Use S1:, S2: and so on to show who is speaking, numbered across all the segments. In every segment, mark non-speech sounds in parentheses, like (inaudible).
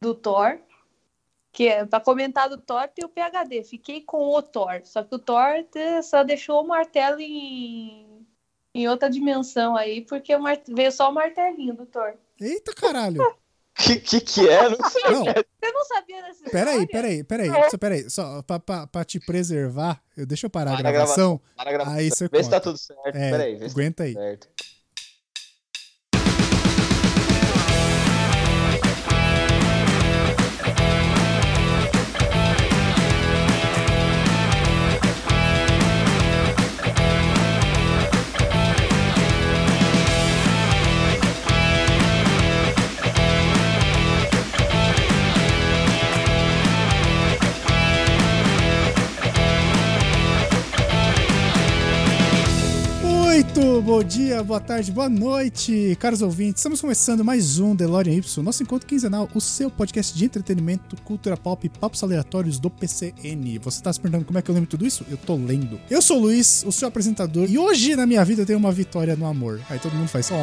S1: do Thor. Que é, pra comentar do Thor, tem o PHD. Fiquei com o Thor. Só que o Thor te- só deixou o martelo em, em outra dimensão aí, porque o mar- veio só o martelinho do Thor.
S2: Eita caralho.
S3: Que que, que é? Não sei.
S2: Não,
S1: Você não sabia dessa
S2: peraí,
S1: história?
S2: peraí, peraí. Só, peraí. Só pra, pra, pra te preservar, eu, deixa eu parar a
S3: Para a
S2: gravação.
S3: Para a gravação.
S2: Aí você
S3: Vê se
S2: conta.
S3: tá tudo certo.
S2: É,
S3: Peraí, vê se tá
S2: aguenta aí.
S3: tudo certo.
S2: Muito bom dia, boa tarde, boa noite, caros ouvintes. Estamos começando mais um DeLorean Y, nosso encontro quinzenal, o seu podcast de entretenimento, cultura pop e papos aleatórios do PCN. Você está se perguntando como é que eu lembro tudo isso? Eu tô lendo. Eu sou o Luiz, o seu apresentador, e hoje na minha vida eu tenho uma vitória no amor. Aí todo mundo faz. Oh.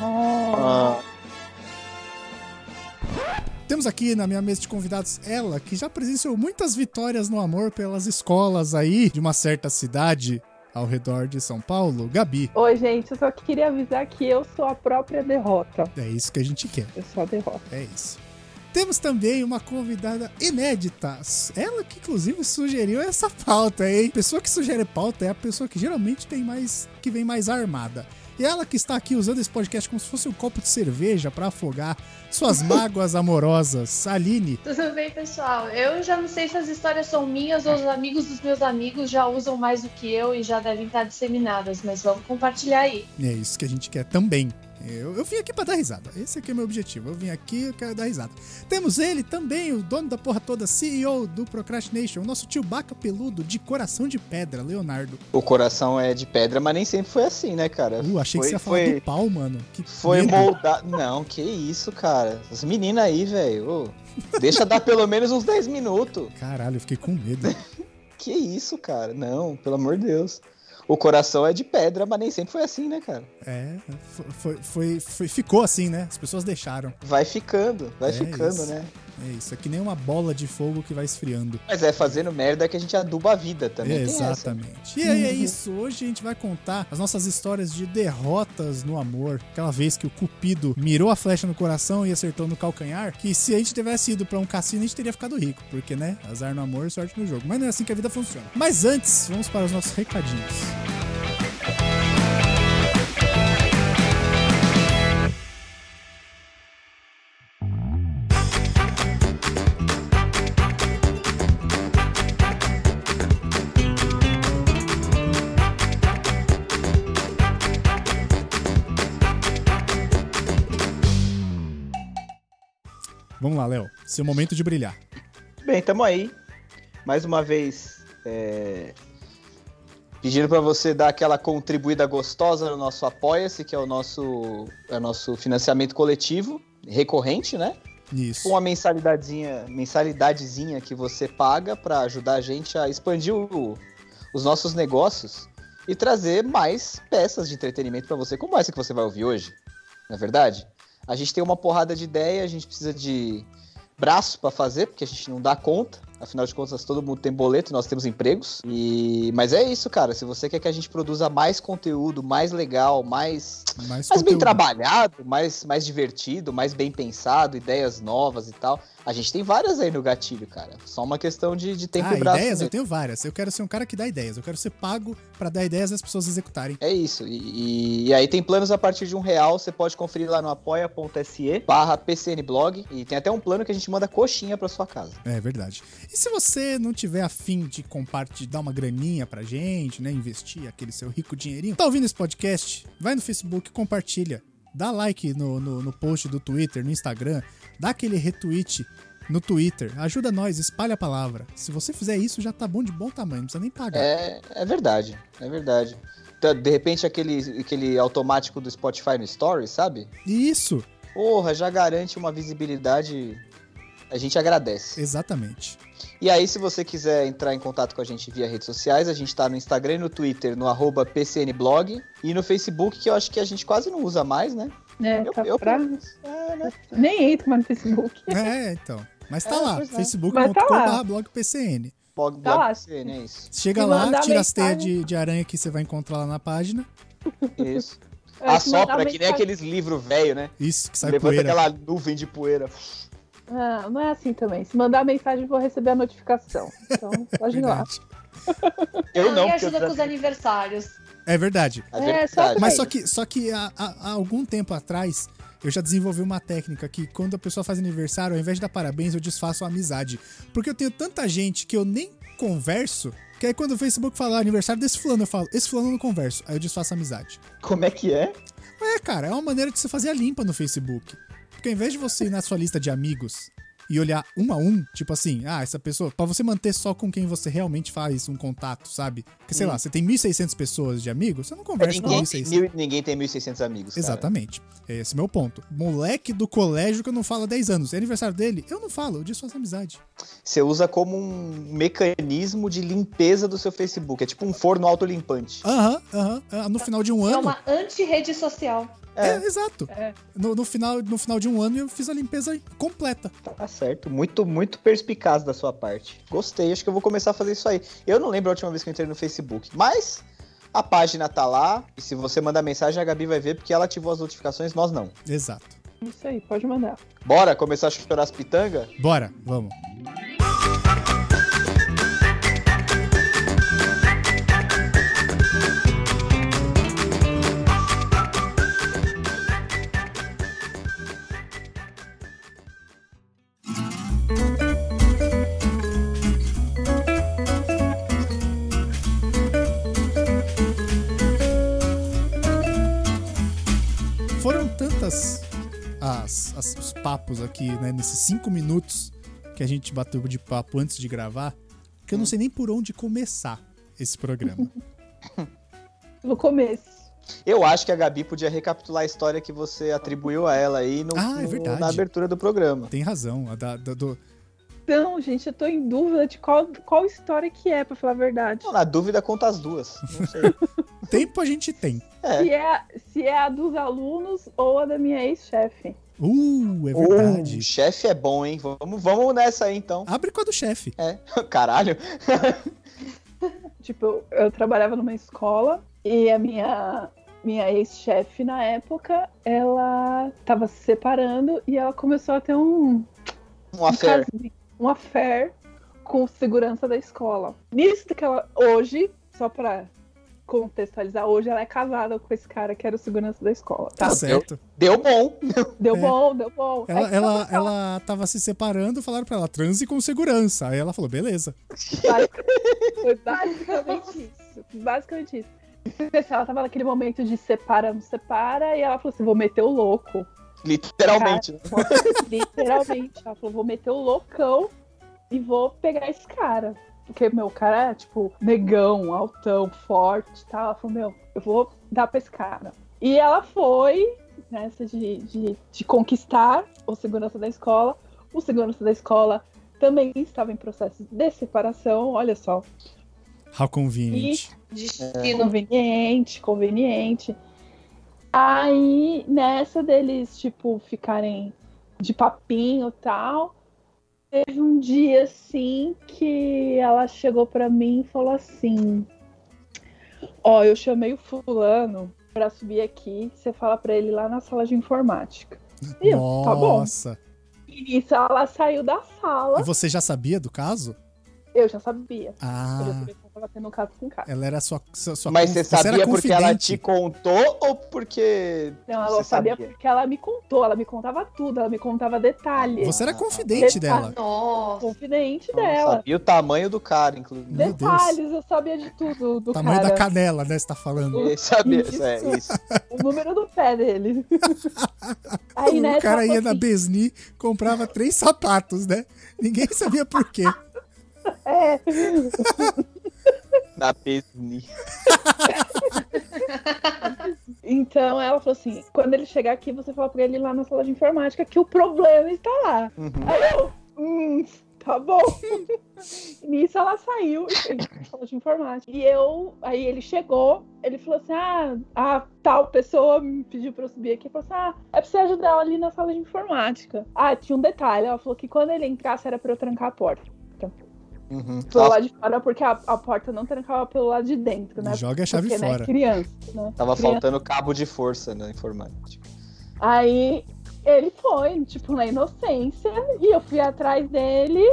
S3: Ah,
S2: Temos aqui na minha mesa de convidados ela, que já presenciou muitas vitórias no amor pelas escolas aí de uma certa cidade ao redor de São Paulo, Gabi.
S4: Oi, gente, eu só queria avisar que eu sou a própria derrota.
S2: É isso que a gente quer.
S4: Eu sou a derrota.
S2: É isso. Temos também uma convidada inédita. Ela que, inclusive, sugeriu essa pauta, hein? Pessoa que sugere pauta é a pessoa que geralmente tem mais. que vem mais armada. E ela que está aqui usando esse podcast como se fosse um copo de cerveja para afogar suas mágoas amorosas. Aline,
S1: (laughs) Tudo bem, pessoal? Eu já não sei se as histórias são minhas ou os amigos dos meus amigos já usam mais do que eu e já devem estar disseminadas, mas vamos compartilhar aí.
S2: é isso que a gente quer também. Eu, eu vim aqui para dar risada. Esse aqui é o meu objetivo. Eu vim aqui, eu quero dar risada. Temos ele também, o dono da porra toda, CEO do Procrastination, o nosso tio Baca Peludo, de coração de pedra, Leonardo.
S3: o coração é de pedra, mas nem sempre foi assim, né, cara?
S2: Uh, achei que
S3: Foi-
S2: você ia falar
S3: foi-
S2: do pau, mano. Que
S3: Foi
S2: medo.
S3: moldado. Não, que isso, cara. As meninas aí, velho. ô, Deixa dar pelo menos uns 10 minutos.
S2: Caralho, eu fiquei com medo.
S3: Que isso, cara. Não, pelo amor de Deus. O coração é de pedra, mas nem sempre foi assim, né, cara?
S2: É, foi, foi, foi, foi- ficou assim, né? As pessoas deixaram.
S3: Vai ficando, vai
S2: É
S3: ficando,
S2: isso.
S3: né?
S2: É isso, é que nem uma bola de fogo que vai esfriando.
S3: Mas é fazendo merda que a gente aduba a vida também.
S2: É,
S3: tem essa.
S2: exatamente. E aí é isso, hoje a gente vai contar as nossas histórias de derrotas no amor. Aquela vez que o Cupido mirou a flecha no coração e acertou no calcanhar, que se a gente tivesse ido pra um cassino, a gente teria ficado rico, porque, né? Azar no amor, sorte no jogo. Mas não é assim que a vida funciona. Mas antes, vamos para os nossos recadinhos. Vamos lá, Léo. Seu momento de brilhar.
S3: Bem, tamo aí. Mais uma vez, é, pedindo para você dar aquela contribuída gostosa no nosso Apoia-se, que é o nosso, é o nosso financiamento coletivo, recorrente, né?
S2: Isso.
S3: Com uma mensalidadezinha, mensalidadezinha que você paga para ajudar a gente a expandir o- os nossos negócios e trazer mais peças de entretenimento para você, como essa que você vai ouvir hoje, na verdade. A gente tem uma porrada de ideia, a gente precisa de braço para fazer, porque a gente não dá conta. Afinal de contas, todo mundo tem boleto, nós temos empregos. E mas é isso, cara. Se você quer que a gente produza mais conteúdo, mais legal, mais
S2: Mais
S3: mais bem
S2: conteúdo.
S3: trabalhado, mais, mais divertido, mais bem pensado, ideias novas e tal. A gente tem várias aí no gatilho, cara. Só uma questão de, de tempo
S2: ah,
S3: e braço.
S2: ideias? Eu
S3: mesmo.
S2: tenho várias. Eu quero ser um cara que dá ideias. Eu quero ser pago pra dar ideias e as pessoas executarem.
S3: É isso. E, e- e aí tem planos a partir de um real. Você pode conferir lá no apoia.se barra pcnblog. E tem até um plano que a gente manda coxinha pra sua casa.
S2: É verdade. E se você não tiver afim de compartilhar, dar uma graninha pra gente, né? Investir aquele seu rico dinheirinho, tá ouvindo esse podcast? Vai no Facebook, compartilha. Dá like no, no, no post do Twitter, no Instagram, dá aquele retweet no Twitter. Ajuda nós, espalha a palavra. Se você fizer isso, já tá bom de bom tamanho, não precisa nem pagar.
S3: É, é verdade, é verdade. Então, De repente, aquele, aquele automático do Spotify no Story, sabe?
S2: E isso,
S3: Porra, já garante uma visibilidade. A gente agradece.
S2: exatamente.
S3: E aí, se você quiser entrar em contato com a gente via redes sociais, a gente tá no Instagram e no Twitter, no arroba PCNblog, e no Facebook, que eu acho que a gente quase não usa mais, né?
S4: É,
S3: Eu-
S4: tá
S3: eu-
S4: pra...
S3: É,
S4: Nem entro mais
S2: (laughs)
S4: no Facebook.
S2: É, então. Mas tá
S3: É,
S2: lá,
S3: pois é.
S4: Mas tá lá.
S2: facebook.com.br blog PCN.
S3: Blog,
S4: Tá
S3: blog
S4: lá.
S3: PCN, é
S4: (laughs)
S3: isso.
S2: Chega
S4: Me
S2: lá,
S4: mandar
S2: tira as teias
S4: mensagem.
S2: de, de aranha que você vai encontrar lá na página.
S3: Isso.
S4: É,
S3: Assopra,
S4: mandar
S3: que nem
S4: mensagem-
S3: aqueles livros velho, né?
S2: Isso, que sai
S3: Levanta
S2: poeira.
S3: aquela nuvem de poeira.
S4: Ah, não é assim também. Se mandar mensagem, vou receber a notificação. Então, pode ir
S2: (laughs)
S4: lá.
S2: Verdade.
S3: Eu não,
S1: e
S3: porque eu
S1: ajuda com os
S3: já-
S1: aniversários.
S2: É verdade.
S3: É
S4: É,
S3: verdade.
S4: só que-
S2: Mas
S4: Aí.
S2: só que, só que há, há- há algum tempo atrás, eu já desenvolvi uma técnica que quando a pessoa faz aniversário, ao invés de dar parabéns, eu desfaço a amizade. Porque eu tenho tanta gente que eu nem converso, que aí quando o Facebook fala "Ah, aniversário desse fulano, eu falo, esse fulano eu não converso. Aí eu desfaço a amizade.
S3: Como é que é?
S2: É, cara, é uma maneira de você fazer a limpa no Facebook. Porque ao invés de você ir na sua lista de amigos e olhar um a um, tipo assim, ah, essa pessoa, pra você manter só com quem você realmente faz um contato, sabe? Porque sei
S3: Hum. É,
S2: lá, você tem 1.600 pessoas de amigos, você não conversa com
S3: ninguém,
S2: 1.600.
S3: mil, ninguém tem 1.600 amigos. cara.
S2: Exatamente. É esse meu ponto. Moleque do colégio que eu não falo há 10 anos. É aniversário dele? Eu não falo, eu desfaço a amizade.
S3: Você usa como um mecanismo de limpeza do seu Facebook. É tipo um forno autolimpante.
S2: Aham, aham. ah, No final de um
S1: É
S2: ano.
S1: uma anti-rede social.
S2: É,
S3: É,
S2: exato.
S4: É.
S2: No, no final, no final de um ano eu fiz a limpeza completa.
S3: tá certo. Muito, muito perspicaz da sua parte. Gostei, acho que eu vou começar a fazer isso aí. Eu não lembro a última vez que eu entrei no Facebook, mas a página tá lá. E se você mandar mensagem, a Gabi vai ver, porque ela ativou as notificações, nós não.
S2: Exato.
S4: Isso aí, pode mandar.
S3: Bora começar a chorar as pitangas?
S2: Bora, vamos. Foram tantas as, as- os papos aqui, né? Nesses cinco minutos que a gente bateu de papo antes de gravar, que eu não sei nem por onde começar esse programa.
S4: No começo.
S3: Eu acho que a Gabi podia recapitular a história que você atribuiu a ela aí no-
S2: Ah, é
S3: no-
S2: verdade.
S3: na abertura do programa.
S2: Tem razão. A da, da- do...
S4: Então, gente, eu tô em dúvida de qual, qual história que é, pra falar a verdade.
S3: Não, na dúvida, conta as duas.
S2: (laughs)
S3: Não sei.
S2: Tempo a gente tem.
S3: É.
S4: Se é, a- se é a dos alunos ou a da minha ex-chefe.
S2: Uh, é
S3: Oh, O
S2: verdade.
S3: chefe é bom, hein? Vamos, vamos nessa aí, então. É.
S2: Abre com a do chefe.
S3: (laughs) Caralho.
S4: Tipo, eu, eu trabalhava numa escola e a minha, minha ex-chefe na época, ela tava se separando e ela começou a ter um,
S3: Uma fé.
S4: casinho, um affair com o segurança da escola. Nisso que ela hoje, só pra contextualizar, hoje ela é casada com esse cara que era o segurança da escola, tá?
S2: Tá certo.
S3: Deu bom.
S4: Deu
S2: É.
S4: bom, deu bom. É
S2: Ela,
S4: que
S2: ela,
S4: tava-
S2: ela tava se separando, falaram pra ela, transe com segurança. Aí ela falou, beleza.
S4: Foi basicamente isso. Basicamente isso. Pessoal, Ela tava naquele momento de separa, não separa, e ela falou assim: vou meter o louco.
S3: Literalmente. né?
S4: (laughs) Literalmente. Ela falou: vou meter o loucão e vou pegar esse cara. Porque, meu, o cara é, tipo, negão, altão, forte e tal. Ela falou: meu, eu vou dar pra esse cara. E ela foi nessa de, de, de conquistar o segurança da escola. O segurança da escola também estava em processo de separação. Olha só,
S2: How convenient.
S1: Destino.
S4: Conveniente, conveniente. Aí, nessa deles, tipo, ficarem de papinho e tal, teve um dia, assim, que ela chegou pra mim e falou assim: Ó, eu chamei o fulano pra subir aqui, você fala pra ele lá na sala de informática. E eu, tá bom.
S2: Nossa.
S4: E nisso ela saiu da
S2: E
S4: sala,
S2: você já sabia do caso?
S4: eu já sabia. Eu já
S2: Ah,
S4: sabia que ela tava tendo um caso com cara.
S2: ela era sua. sua, sua
S3: Mas
S2: con-
S3: você sabia
S2: era
S3: porque ela
S2: confidente.
S3: te contou ou porque.
S4: Não, ela
S3: Você
S4: sabia,
S3: sabia?
S4: porque ela me contou, ela me contava tudo, ela me contava detalhes.
S2: Você era confidente
S4: Detalhe.
S3: É.
S2: dela.
S1: Nossa.
S4: confidente
S3: Não
S4: dela.
S3: sabia o tamanho do cara, inclusive.
S2: Meu Deus.
S4: Detalhes, eu sabia de tudo do
S2: Tamanho
S4: cara.
S2: da canela, né? Você tá falando.
S3: Eu Sabia,
S4: Isso.
S3: é isso.
S4: O número do
S2: (laughs)
S4: pé dele. Aí, né,
S2: o cara
S4: ela
S2: ia
S4: falou
S2: na
S4: assim,
S2: Besni, comprava três sapatos, né? Ninguém sabia por quê.
S4: é,
S3: Na Disney.
S4: Então ela falou assim: quando ele chegar aqui, você fala pra ele lá na sala de informática que o problema está lá.
S3: Uhum.
S4: Aí eu, hum,
S2: (laughs)
S4: tá bom. Nisso ela saiu e falou de informática. E eu, aí ele chegou, ele falou assim: ah, a tal pessoa me pediu pra eu subir aqui. Falou assim: ah, é pra você ajudar ela ali na sala de informática. Ah, tinha um detalhe, ela falou que quando ele entrasse era pra eu trancar a porta.
S3: Uhum.
S4: Pelo
S3: Tava,
S4: lado de fora, porque a, a porta não trancava pelo lado de dentro, né?
S2: Joga a chave
S4: porque,
S2: fora.
S4: Né, criança, né?
S3: tava
S4: criança.
S3: faltando cabo de força na informática.
S4: Aí ele foi, tipo, na inocência, e eu fui atrás dele,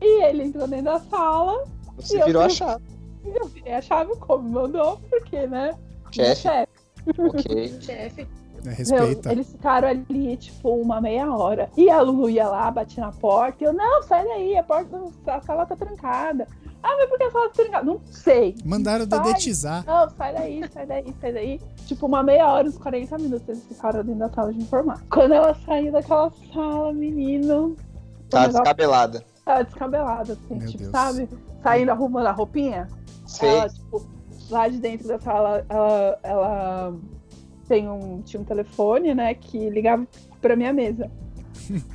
S4: e ele entrou dentro da sala,
S3: Você
S4: Eu
S3: virou a
S4: vi-
S3: chave.
S4: (laughs) e eu virei a chave como mandou, porque, né?
S3: Chefe,
S4: chefe. um
S3: ok. Tá
S1: Chefe.
S2: É,
S4: Meu,
S2: respeita.
S4: eles ficaram ali, tipo, uma meia hora. E a Lulu ia lá, batia na porta, e eu, não, sai daí, a porta, a sala tá trancada. Ah, mas por que a sala tá trancada? Não sei.
S2: Mandaram
S4: Sai. (laughs)
S2: dedetizar.
S4: Não, sai daí, sai daí, sai daí. Tipo, uma meia hora, uns 40 minutos eles ficaram dentro da sala de informar. Quando ela saiu daquela sala, menino.
S3: Tá
S4: o negócio
S3: descabelada.
S4: tava descabelado, assim,
S2: Meu
S4: tipo,
S2: Deus.
S4: sabe? Saindo arrumando a roupinha.
S3: Sei.
S4: Ela, tipo, lá de dentro da sala, ela, ela tem um, tinha um telefone, né, que ligava pra
S3: (laughs)
S4: minha mesa.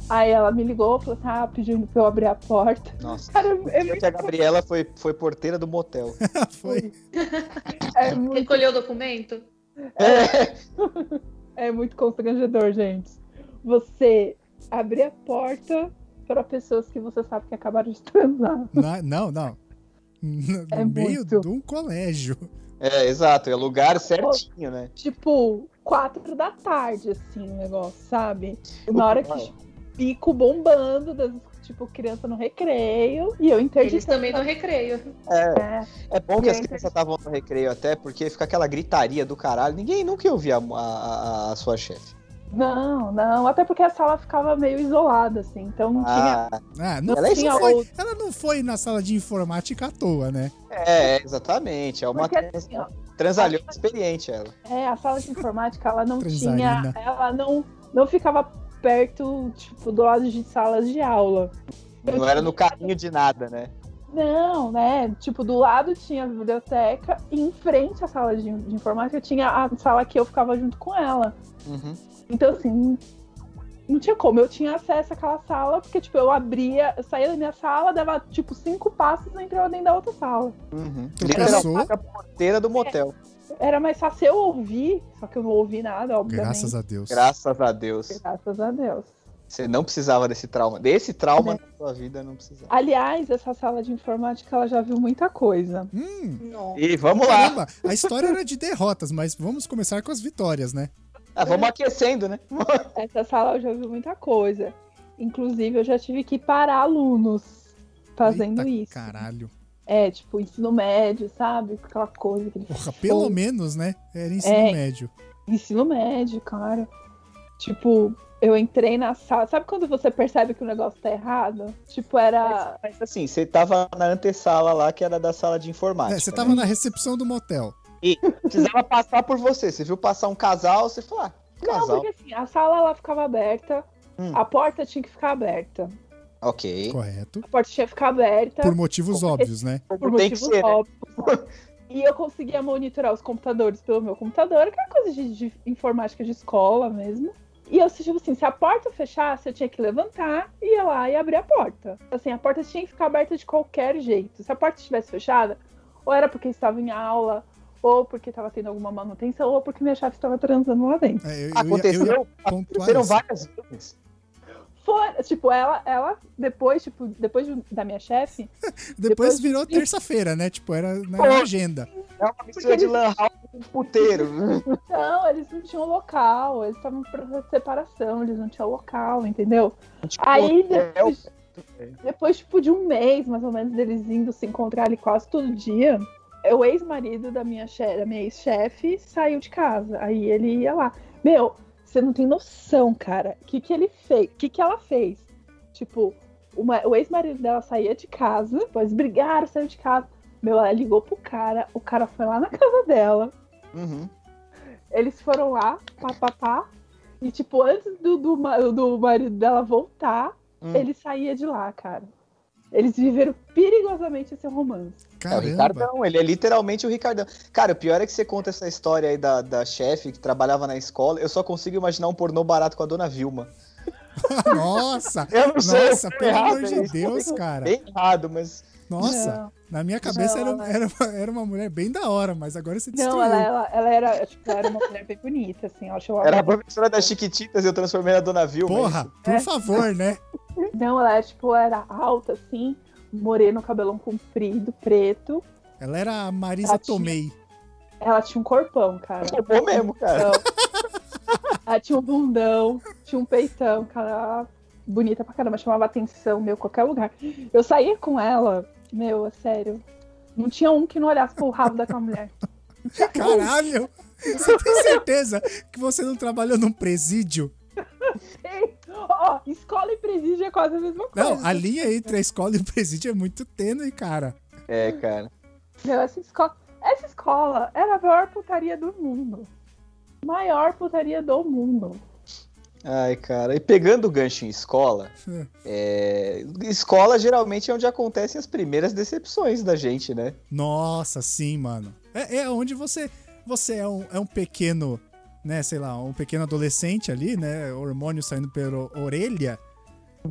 S4: Aí ela me ligou, falou assim, ah, pedindo pra eu abrir a porta. (laughs)
S3: Nossa.
S4: Cara, é
S3: Viu que a Gabriela foi, foi porteira do motel.
S2: Foi.
S4: (laughs) é muito
S1: Recolheu o documento?
S4: É muito constrangedor, gente. Você abrir a porta para pessoas que você sabe que acabaram de transar.
S2: Na- não, não. No
S4: É
S2: meio
S4: muito.
S2: de um colégio.
S3: É, exato. É lugar certinho, né?
S4: Tipo, quatro da tarde, assim, o negócio, sabe? Uma hora que pico bombando, das, tipo, criança no recreio. E eu interditando.
S1: Eles também no recreio.
S3: É bom que as
S4: Gente.
S3: crianças estavam no recreio até, porque fica aquela gritaria do caralho. Ninguém nunca ouvia a, a- a- a sua chefe.
S4: Não, não. Até porque a sala ficava meio isolada, assim. Então não tinha.
S3: Ah,
S2: Ah, não,
S3: Ela é
S2: não
S4: tinha
S2: foi-
S4: outro.
S2: ela não foi na sala de informática à toa, né?
S3: é, exatamente. É uma
S4: Porque assim, ó,
S3: transalhão experiente ela.
S4: É, a sala de informática, ela não
S2: Transalina.
S4: tinha. Ela não, não ficava perto, tipo, do lado de salas de aula. Eu
S3: Não era
S4: tinha-
S3: no caminho de nada, né?
S4: Não, né? Tipo, do lado tinha a biblioteca e em frente à sala de, de informática tinha a sala que eu ficava junto com ela.
S3: Uhum.
S4: Então, assim, não tinha como. Eu tinha acesso àquela sala, porque, tipo, eu abria, eu saía da minha sala, dava, tipo, cinco passos e entrava dentro da outra sala.
S3: Uhum.
S2: Tropeçou.
S3: Literalmente a porteira do motel.
S4: É. Era mais fácil eu ouvir, só que eu não ouvi nada, obviamente.
S2: Graças a Deus.
S3: Graças a Deus.
S4: Graças a Deus.
S3: Você não precisava desse trauma. Desse trauma na sua vida, não precisava.
S4: Aliás, essa sala de informática ela já viu muita coisa.
S2: Hum,
S1: Não.
S3: E vamos lá.
S2: caramba, a história era de derrotas, mas vamos começar com as vitórias, né?
S3: Ah, vamos aquecendo, né?
S4: Essa sala ela já viu muita coisa. Inclusive, eu já tive que parar alunos fazendo
S2: Eita,
S4: isso.
S2: Caralho.
S4: É, tipo, ensino médio, sabe? Aquela coisa. Aquele
S2: Porra, pelo
S4: show.
S2: menos, né? Era ensino
S4: É.
S2: médio.
S4: Ensino médio, cara. Tipo, eu entrei na sala. Sabe quando você percebe que o negócio tá errado? Tipo, era.
S3: Mas assim, você tava na antessala lá, que era da sala de informática.
S2: É, você
S3: né?
S2: tava na recepção do motel.
S3: Precisava passar por você. Você viu passar um casal, você falou, ah,
S4: Não,
S3: casal.
S4: porque assim, a sala ela ficava aberta,
S3: Hum.
S4: a porta tinha que ficar aberta.
S3: Ok.
S2: Correto.
S4: A porta tinha que ficar aberta.
S3: Tá.
S2: Por motivos óbvios, né?
S4: por
S3: Tem que
S4: motivos
S3: ser, né?
S4: óbvios. sabe? E eu conseguia monitorar os computadores pelo meu computador, aquela coisa de, de informática de escola mesmo. E eu, tipo assim, se a porta fechasse, eu tinha que levantar, ia lá e abrir a porta. Assim, a porta tinha que ficar aberta de qualquer jeito. Se a porta estivesse fechada, ou era porque estava em aula, ou porque estava tendo alguma manutenção, ou porque minha chave estava transando lá dentro.
S2: É, eu- eu ia-
S3: Aconteceu,
S2: eu ia pontuar
S3: aconteceram
S2: isso.
S3: várias vezes.
S4: Fora, tipo, ela, ela depois, tipo, depois de- da minha chefe,
S2: Depois
S4: Depois-
S2: virou terça-feira, né? Tipo, era na
S3: Pô.
S2: agenda.
S3: É uma mistura de lan house com puteiro.
S4: Não, eles não tinham local, eles estavam em processo de separação, eles não tinham local, entendeu? Aí
S3: Tipo, é
S4: depois, depois, tipo, de um mês, mais ou menos, deles indo se encontrar ali quase todo dia, o ex-marido da minha, che- da minha ex-chefe saiu de casa. Aí ele ia lá. Meu, você não tem noção, cara. O que, que ele fez? O que, que ela fez? Tipo, uma- o ex-marido dela saía de casa, depois brigaram, saiu de casa. Meu, ela ligou pro cara, o cara foi lá na casa dela.
S3: Uhum.
S4: Eles foram lá, pá, pá, pá. E, tipo, antes do, do, ma- do marido dela voltar,
S3: Hum.
S4: ele saía de lá, cara. Eles viveram perigosamente esse romance.
S3: É o
S2: Caramba.
S3: Ricardão, ele é literalmente o Ricardão. Cara, o pior é que você conta essa história aí da, da chefe que trabalhava na escola. Eu só consigo imaginar um pornô barato com a dona Vilma.
S2: (laughs) Nossa!
S3: Eu não sei.
S2: Nossa,
S3: foi
S2: pelo
S3: errado
S2: amor de
S3: isso.
S2: Deus, cara.
S3: Bem errado, mas
S2: Nossa,
S4: Não,
S2: na minha cabeça era,
S3: é
S4: Não,
S2: era, uma, era uma mulher bem da hora, mas agora você destruiu.
S4: não ela, ela, ela era, tipo, ela era uma mulher bem bonita, assim. Ela achou
S3: era a professora das Chiquititas e eu transformei na Dona Vilma.
S2: Porra, por
S4: É.
S2: favor, né?
S4: Não, ela era, tipo, era alta, assim, moreno, cabelão comprido, preto.
S2: Ela era a Marisa
S4: Ela tinha-
S2: Tomei.
S4: Ela tinha um corpão, cara. Então,
S3: É bom mesmo, cara.
S4: Ela tinha um bundão, tinha um peitão, cara. Bonita pra caramba, chamava atenção, meu, qualquer lugar. Eu saía com ela, meu, é sério. Não tinha um que não olhasse pro rabo daquela mulher. (laughs)
S2: Caralho! Você tem certeza que você não trabalhou num presídio?
S4: Ei, Ó, escola e presídio é quase a mesma coisa.
S2: Não, a linha entre a escola e o presídio é muito tênue, cara.
S3: É, cara.
S4: Meu, essa escola, essa escola era a maior putaria do mundo. Maior putaria do mundo.
S3: Ai, cara. E pegando o gancho em escola, é, escola geralmente é onde acontecem as primeiras decepções da gente, né?
S2: Nossa, sim, mano. É, é onde você você é um, é um pequeno, né, sei lá, um pequeno adolescente ali, né, hormônio saindo pela orelha,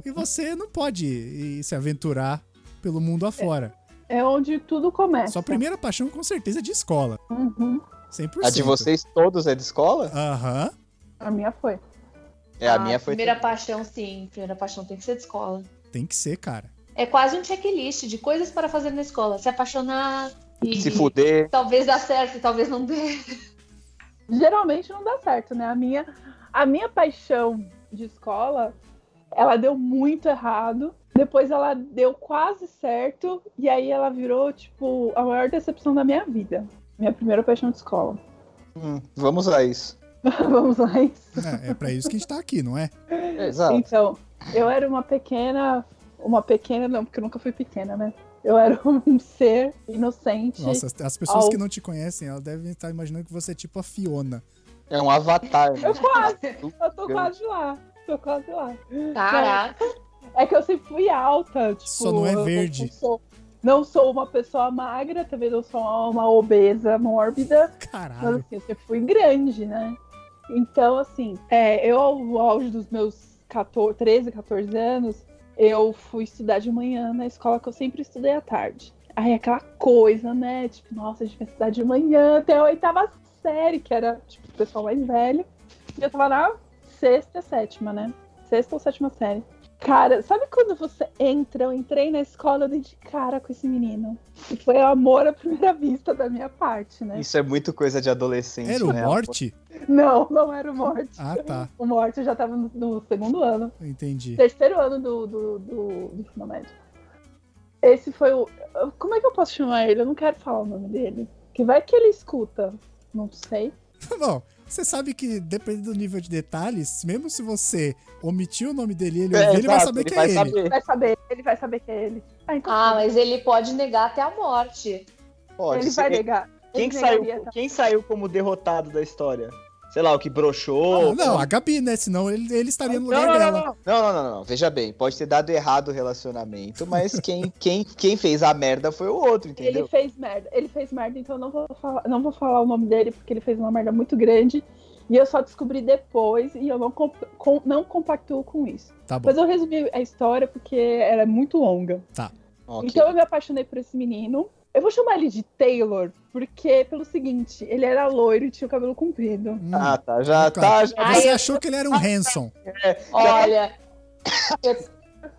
S2: e você não pode ir se aventurar pelo mundo afora.
S4: É onde tudo começa.
S2: Sua primeira paixão com certeza é de escola,
S4: Uhum.
S2: 100%.
S3: A de vocês todos é de escola?
S2: Aham.
S4: A minha foi.
S3: É,
S4: Ah,
S3: a minha foi.
S1: Primeira paixão, sim. Primeira paixão tem que ser de escola.
S2: Tem que ser, cara.
S1: É quase um checklist de coisas para fazer na escola. Se apaixonar e
S3: Se fuder.
S1: talvez dá certo, talvez não dê.
S4: Geralmente não dá certo, né? A minha, a minha paixão de escola, ela deu muito errado. Depois ela deu quase certo. E aí ela virou, tipo, a maior decepção da minha vida. Minha primeira paixão de escola. (laughs)
S3: Hum, vamos a isso.
S4: Vamos lá, isso.
S2: É, é pra isso que a gente tá aqui,
S4: (laughs)
S2: não é?
S3: Exato.
S4: Então, eu era uma pequena. Uma pequena, não, porque eu nunca fui pequena, né? Eu era (laughs) um ser inocente.
S2: Nossa, as- as pessoas
S4: Ao-
S2: que não te conhecem, elas devem estar imaginando que você é tipo a Fiona.
S3: É um avatar. né?
S4: Eu quase, eu tô quase lá. Tô quase lá.
S1: Caraca.
S4: É que eu sempre fui alta. Tipo,
S2: Só não é
S4: eu não
S2: verde.
S4: sou- não sou uma pessoa magra, também não sou uma obesa mórbida. Mas
S2: Caralho.
S4: assim, eu sempre fui grande, né? Então, assim, é, eu ao auge dos meus 14, 13, 14 anos, eu fui estudar de manhã na escola que eu sempre estudei à tarde. Aí aquela coisa, né? Tipo, nossa, a gente vai estudar de manhã até a oitava série, que era tipo, o pessoal mais velho. E eu tava na sexta, e sétima, né? Sexta ou sétima série. Cara, sabe quando você entra? Eu entrei na escola, eu dei de cara com esse menino. E foi o amor à primeira vista da minha parte, né?
S3: Isso é muito coisa de adolescente.
S2: Era o
S3: né?
S2: Morte?
S4: (laughs) Não, não era o Morte.
S2: Ah, tá.
S4: O Morte eu já tava no, no segundo ano.
S2: Entendi.
S4: Terceiro ano do, do, do, do ensino médio. Esse foi o. Como é que eu posso chamar ele? Eu não quero falar o nome dele. Que vai que ele escuta. Não sei.
S2: Bom, você sabe que dependendo do nível de detalhes, mesmo se você omitir o nome dele, e ele,
S3: É,
S2: ouvir, ele vai
S3: exato,
S2: saber que é
S3: vai
S2: ele.
S3: saber.
S4: Vai saber, ele vai saber que é ele. Ah,
S1: (laughs)
S4: então
S1: Ah,
S4: tá.
S1: mas ele pode negar até a morte.
S3: Pode
S4: ele
S3: ser.
S4: vai negar.
S3: Quem,
S4: Ele
S3: que
S4: negaria,
S3: saiu,
S4: tá?
S3: quem saiu como derrotado da história? Sei lá, o que
S2: Ah,
S3: broxou.
S2: não, a Gabi, né? Senão ele, ele estaria no lugar
S3: não, não,
S2: dela.
S3: não, não, não, não, não. Veja bem, pode ter dado errado o relacionamento, mas quem,
S2: (laughs)
S3: quem, quem fez a merda foi o outro,
S4: Ele
S3: entendeu?
S4: fez merda. Ele fez merda, então eu não vou falar, não vou falar o nome dele porque ele fez uma merda muito grande. E eu só descobri depois e eu não, comp- com- não compactuo com isso.
S2: Tá bom.
S4: Mas eu resumi a história porque ela é muito longa.
S3: Ok.
S4: Então eu me apaixonei por esse menino. Eu vou chamar ele de Taylor, porque pelo seguinte, ele era loiro e tinha o cabelo comprido.
S2: Hum,
S3: Ah, tá, já
S2: Nunca.
S3: tá, já
S1: Ai,
S2: você
S1: eu-
S2: achou que ele era um Hanson.
S1: Olha, eu,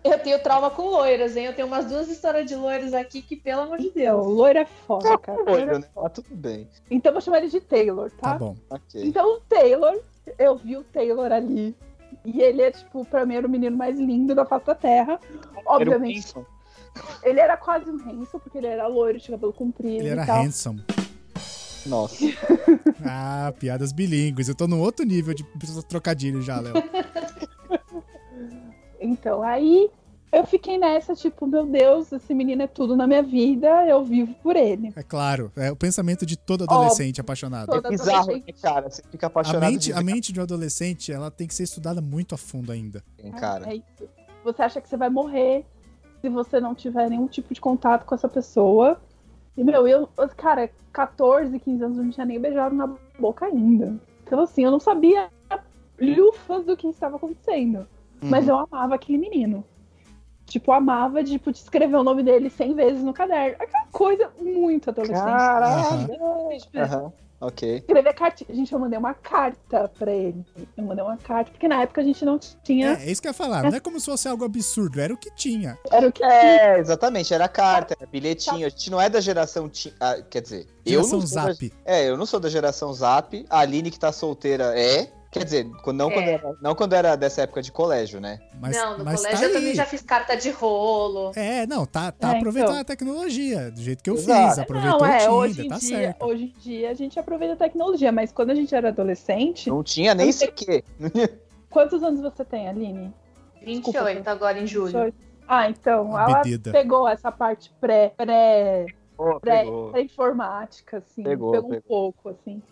S1: eu tenho trauma com loiras, hein? Eu tenho umas duas histórias de loiras aqui que, pelo amor de
S4: Meu,
S1: Deus.
S4: loiro é foda, cara.
S3: tá
S4: Loiro é
S3: doido, né?
S4: foda.
S3: Tá tudo bem.
S4: Então eu vou chamar ele de Taylor, tá?
S2: Tá bom.
S3: Ok.
S4: Então o Taylor, eu vi o Taylor ali. E ele é, tipo, pra mim era o menino mais lindo da face da Terra. Obviamente.
S3: Era um o Wilson.
S4: Ele era quase um Hanson, porque ele era loiro, tinha cabelo comprido
S2: Ele
S4: e
S2: era
S3: então.
S4: tal.
S2: handsome.
S3: Nossa.
S2: Ah, piadas bilíngues. Eu tô num outro nível de trocadilho já, Léo.
S4: Então, aí eu fiquei nessa, tipo, meu Deus, esse menino é tudo na minha vida, eu vivo por ele.
S2: É claro. É o pensamento de todo
S4: Óbvio.
S2: adolescente apaixonado.
S4: Todo
S3: Bizarro, né,
S4: adolescente.
S3: cara? Você fica
S2: A
S3: apaixonado
S2: mente,
S3: de
S2: a mente de um adolescente, ela tem que ser estudada muito a fundo ainda.
S3: bem, cara.
S4: É isso. Você acha que você vai morrer se você não tiver nenhum tipo de contato com essa pessoa. E, meu, eu, eu- cara, 14, 15 anos, eu não tinha nem beijado na boca ainda. Então, assim, eu não sabia lufas do que estava acontecendo. Mas
S3: Hum.
S4: eu amava aquele menino. Tipo, amava, tipo, de escrever o nome dele 100 vezes no caderno. Aquela coisa muito adolescente.
S3: Caralho!
S1: Gente,
S3: Aham, Ok.
S4: Escrever cartinha. Gente, eu mandei uma carta pra ele. Eu mandei uma carta, porque na época a gente não tinha.
S2: É, é isso que eu ia falar. Não é como se fosse algo absurdo, era o que tinha.
S4: Era o que tinha.
S3: É, exatamente, era carta, era bilhetinho. A gente não é da geração. Ti... ah, quer dizer, eu não,
S2: Geração
S3: sou da...
S2: Zap.
S3: É, eu não sou da geração Zap. A Aline que tá solteira é. Quer dizer, quando- não, Quando,
S1: É.
S3: era, não quando era dessa época de colégio, né?
S2: Mas,
S1: não, no
S2: mas
S1: colégio
S2: tá
S1: eu também
S2: aí.
S1: já fiz carta de rolo.
S2: É, não, tá,
S4: É,
S2: tá
S4: então.
S2: aproveitando a tecnologia, do jeito que eu
S3: Exato.
S2: fiz, aproveitou
S4: não, é,
S2: o
S4: hoje,
S2: Tinder,
S4: em
S2: tá
S4: dia,
S2: certo.
S4: hoje em dia a gente aproveita a tecnologia, mas quando a gente era adolescente.
S3: Não tinha nem
S4: Eu sei-
S3: sequer.
S4: Quantos anos você tem, Aline?
S1: 28
S4: Desculpa.
S1: agora em julho.
S4: 28? Ah, então,
S2: Uma
S4: ela
S2: bebida.
S4: pegou essa parte pré, pré,
S1: É.
S3: Pô,
S4: pré,
S3: pegou.
S4: informática, assim,
S3: Pegou,
S4: pegou,
S3: pegou.
S4: um pouco, assim.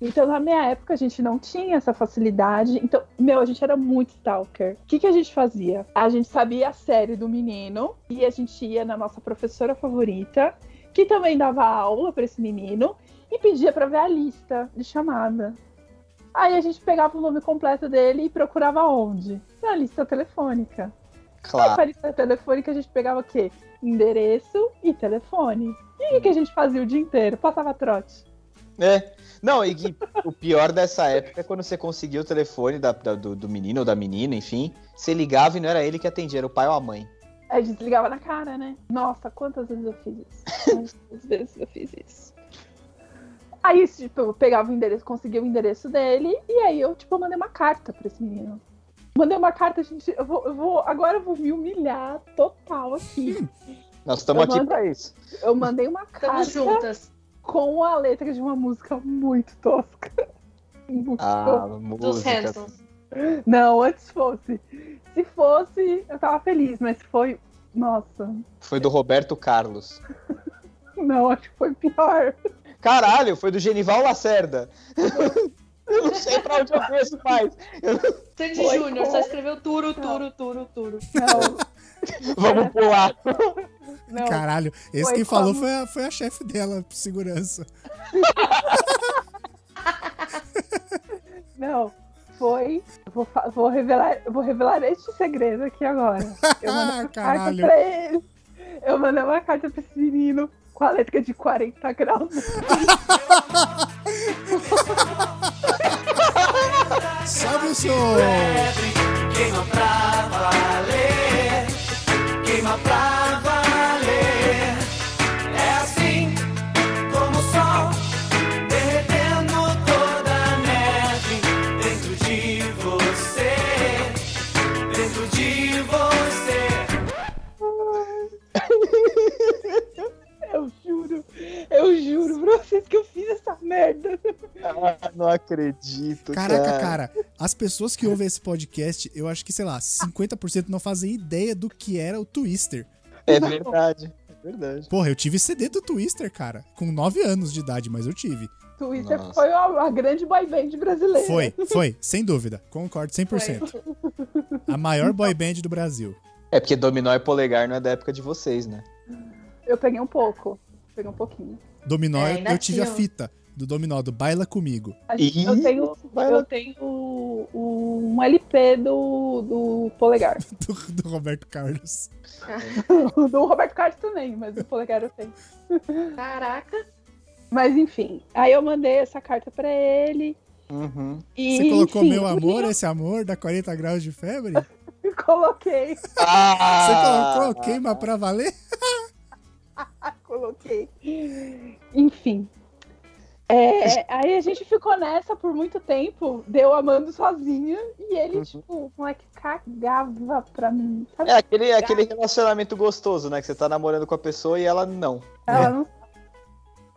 S4: Então, na minha época, a gente não tinha essa facilidade. Então, meu, a gente era muito stalker. O que, que a gente fazia? A gente sabia a série do menino e a gente ia na nossa professora favorita, que também dava aula pra esse menino, e pedia pra ver a lista de chamada. Aí a gente pegava o nome completo dele e procurava onde? Na lista telefônica. Aí,
S3: Claro.
S4: pra lista telefônica, a gente pegava o quê? Endereço e telefone. E aí, o que a gente fazia o dia inteiro? Passava trote.
S3: É. Não, e que o pior dessa época é quando você conseguia o telefone da- da- do, do menino ou da menina, enfim. Você ligava e não era ele que atendia, era o pai ou a mãe.
S4: Aí desligava na cara, né? Nossa, quantas vezes eu fiz isso? Quantas vezes eu fiz isso? Aí, tipo, eu pegava o endereço, conseguia o endereço dele, e aí eu, tipo, mandei uma carta pra esse menino. Mandei uma carta, gente, eu vou, eu vou agora eu vou me humilhar total aqui.
S3: Nós estamos
S4: Eu
S3: aqui
S4: mando-
S3: pra isso.
S4: Eu mandei uma
S1: Tamo
S4: carta
S1: juntas.
S4: com a letra de uma música muito tosca. (laughs) Muito tosca.
S3: Ah,
S1: Dos
S3: música.
S1: Hansons.
S4: Não, antes fosse. Se fosse, eu tava feliz, mas foi. Nossa,
S3: Foi do Roberto Carlos.
S4: não, acho que foi pior.
S3: Caralho, foi do Genival Lacerda. (laughs) eu não sei pra onde eu penso mais.
S1: Sandy
S4: Oi,
S1: Júnior só
S4: como?
S1: escreveu turo, turo, turo, turo.
S2: (laughs)
S4: Não,
S3: Vamos pular.
S4: não.
S2: Caralho, esse
S4: Foi
S2: quem falou
S4: como?
S2: foi a, foi a chefe dela, segurança.
S4: Não, foi. eu Vou, fa- vou revelar, eu vou revelar este segredo aqui agora. Eu mandei
S2: (laughs)
S4: uma carta
S2: Caralho.
S4: pra ele. Eu mandei uma carta pra esse menino com a letra de 40 graus. (laughs)
S2: Sobe o som!
S5: Queima pra valer, queima pra valer. É assim como o sol derretendo toda a neve dentro de você, dentro de você.
S4: Eu juro, eu juro pra vocês que eu fiz essa merda.
S3: Ah, não acredito.
S2: Caraca, cara, as pessoas que ouvem esse podcast, eu acho que, sei lá, 50% não fazem ideia do que era o Twister.
S3: É verdade. É verdade.
S2: Porra, eu tive CD do Twister, cara, com 9 anos de idade, mas eu tive.
S4: Twitter
S3: Nossa.
S4: foi a, a grande boy band brasileira.
S2: Foi, foi, sem dúvida, concordo 100%. A maior boy band do Brasil.
S3: É porque dominó e polegar não é da época de vocês, né?
S4: Eu peguei um pouco. Peguei um pouquinho.
S2: Dominó,
S1: É,
S2: eu- eu
S1: ainda
S2: tive a
S1: tinha.
S2: fita do Dominó, do Baila Comigo.
S4: A
S3: Ih,
S4: gente- Eu tenho,
S3: vai lá.
S4: eu tenho o- o- um LP do, do Polegar. (laughs)
S2: do, (laughs) do Roberto Carlos.
S4: do Roberto Carlos também, mas do Polegar eu tenho.
S1: Caraca.
S4: Mas enfim, aí eu mandei essa carta pra ele.
S3: Uhum.
S4: E,
S2: Você colocou
S4: enfim,
S2: meu amor, esse amor da 40 graus de febre?
S4: eu (laughs) Coloquei, (laughs)
S3: Ah!
S2: Você colocou queima pra valer?
S4: coloquei. Enfim. É, aí a gente ficou nessa por muito tempo, deu amando sozinha, e ele,
S3: Uhum.
S4: tipo, o moleque cagava pra mim. Sabe?
S3: É aquele, é aquele relacionamento gostoso, né? Que você tá namorando com a pessoa e ela não.
S4: Ela não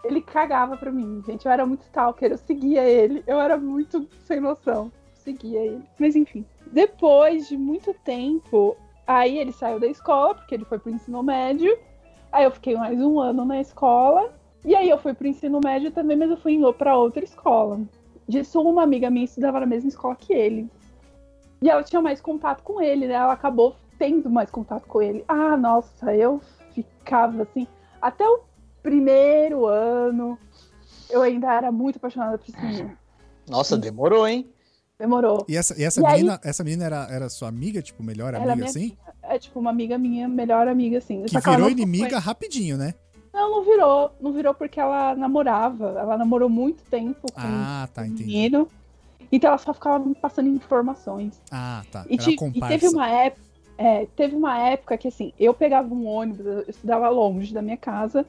S4: Ele cagava pra mim, gente. Eu era muito stalker, eu seguia ele. Eu era muito sem noção. Seguia ele. Mas enfim. Depois de muito tempo, aí ele saiu da escola, porque ele foi pro ensino médio. Aí eu fiquei mais um ano na escola. E aí eu fui pro ensino médio também, mas eu fui em- pra outra escola. Disso, uma amiga minha estudava na mesma escola que ele. E ela tinha mais contato com ele, né? Ela acabou tendo mais contato com ele. Ah, nossa, eu ficava assim. Até o primeiro
S2: É.
S4: ano, eu ainda era muito apaixonada por esse menino.
S3: Nossa, demorou, hein?
S4: Demorou.
S2: E essa, e essa
S4: E aí-
S2: menina, essa menina era, era sua amiga, tipo, melhor
S4: Era
S2: amiga,
S4: minha
S2: assim?
S4: É tipo uma amiga minha, melhor amiga, assim.
S2: Que
S4: Só ela
S2: virou
S4: não foi-
S2: inimiga rapidinho, né?
S4: Não, não virou. Não virou porque ela namorava. Ela namorou muito tempo com
S2: Ah, tá,
S4: um
S2: entendi.
S4: menino. Então ela só ficava me passando informações.
S2: Ah, tá.
S4: E,
S2: Era
S4: ti- e
S2: comparsa.
S4: teve uma época. é, teve uma época que assim, eu pegava um ônibus, eu estudava longe da minha casa,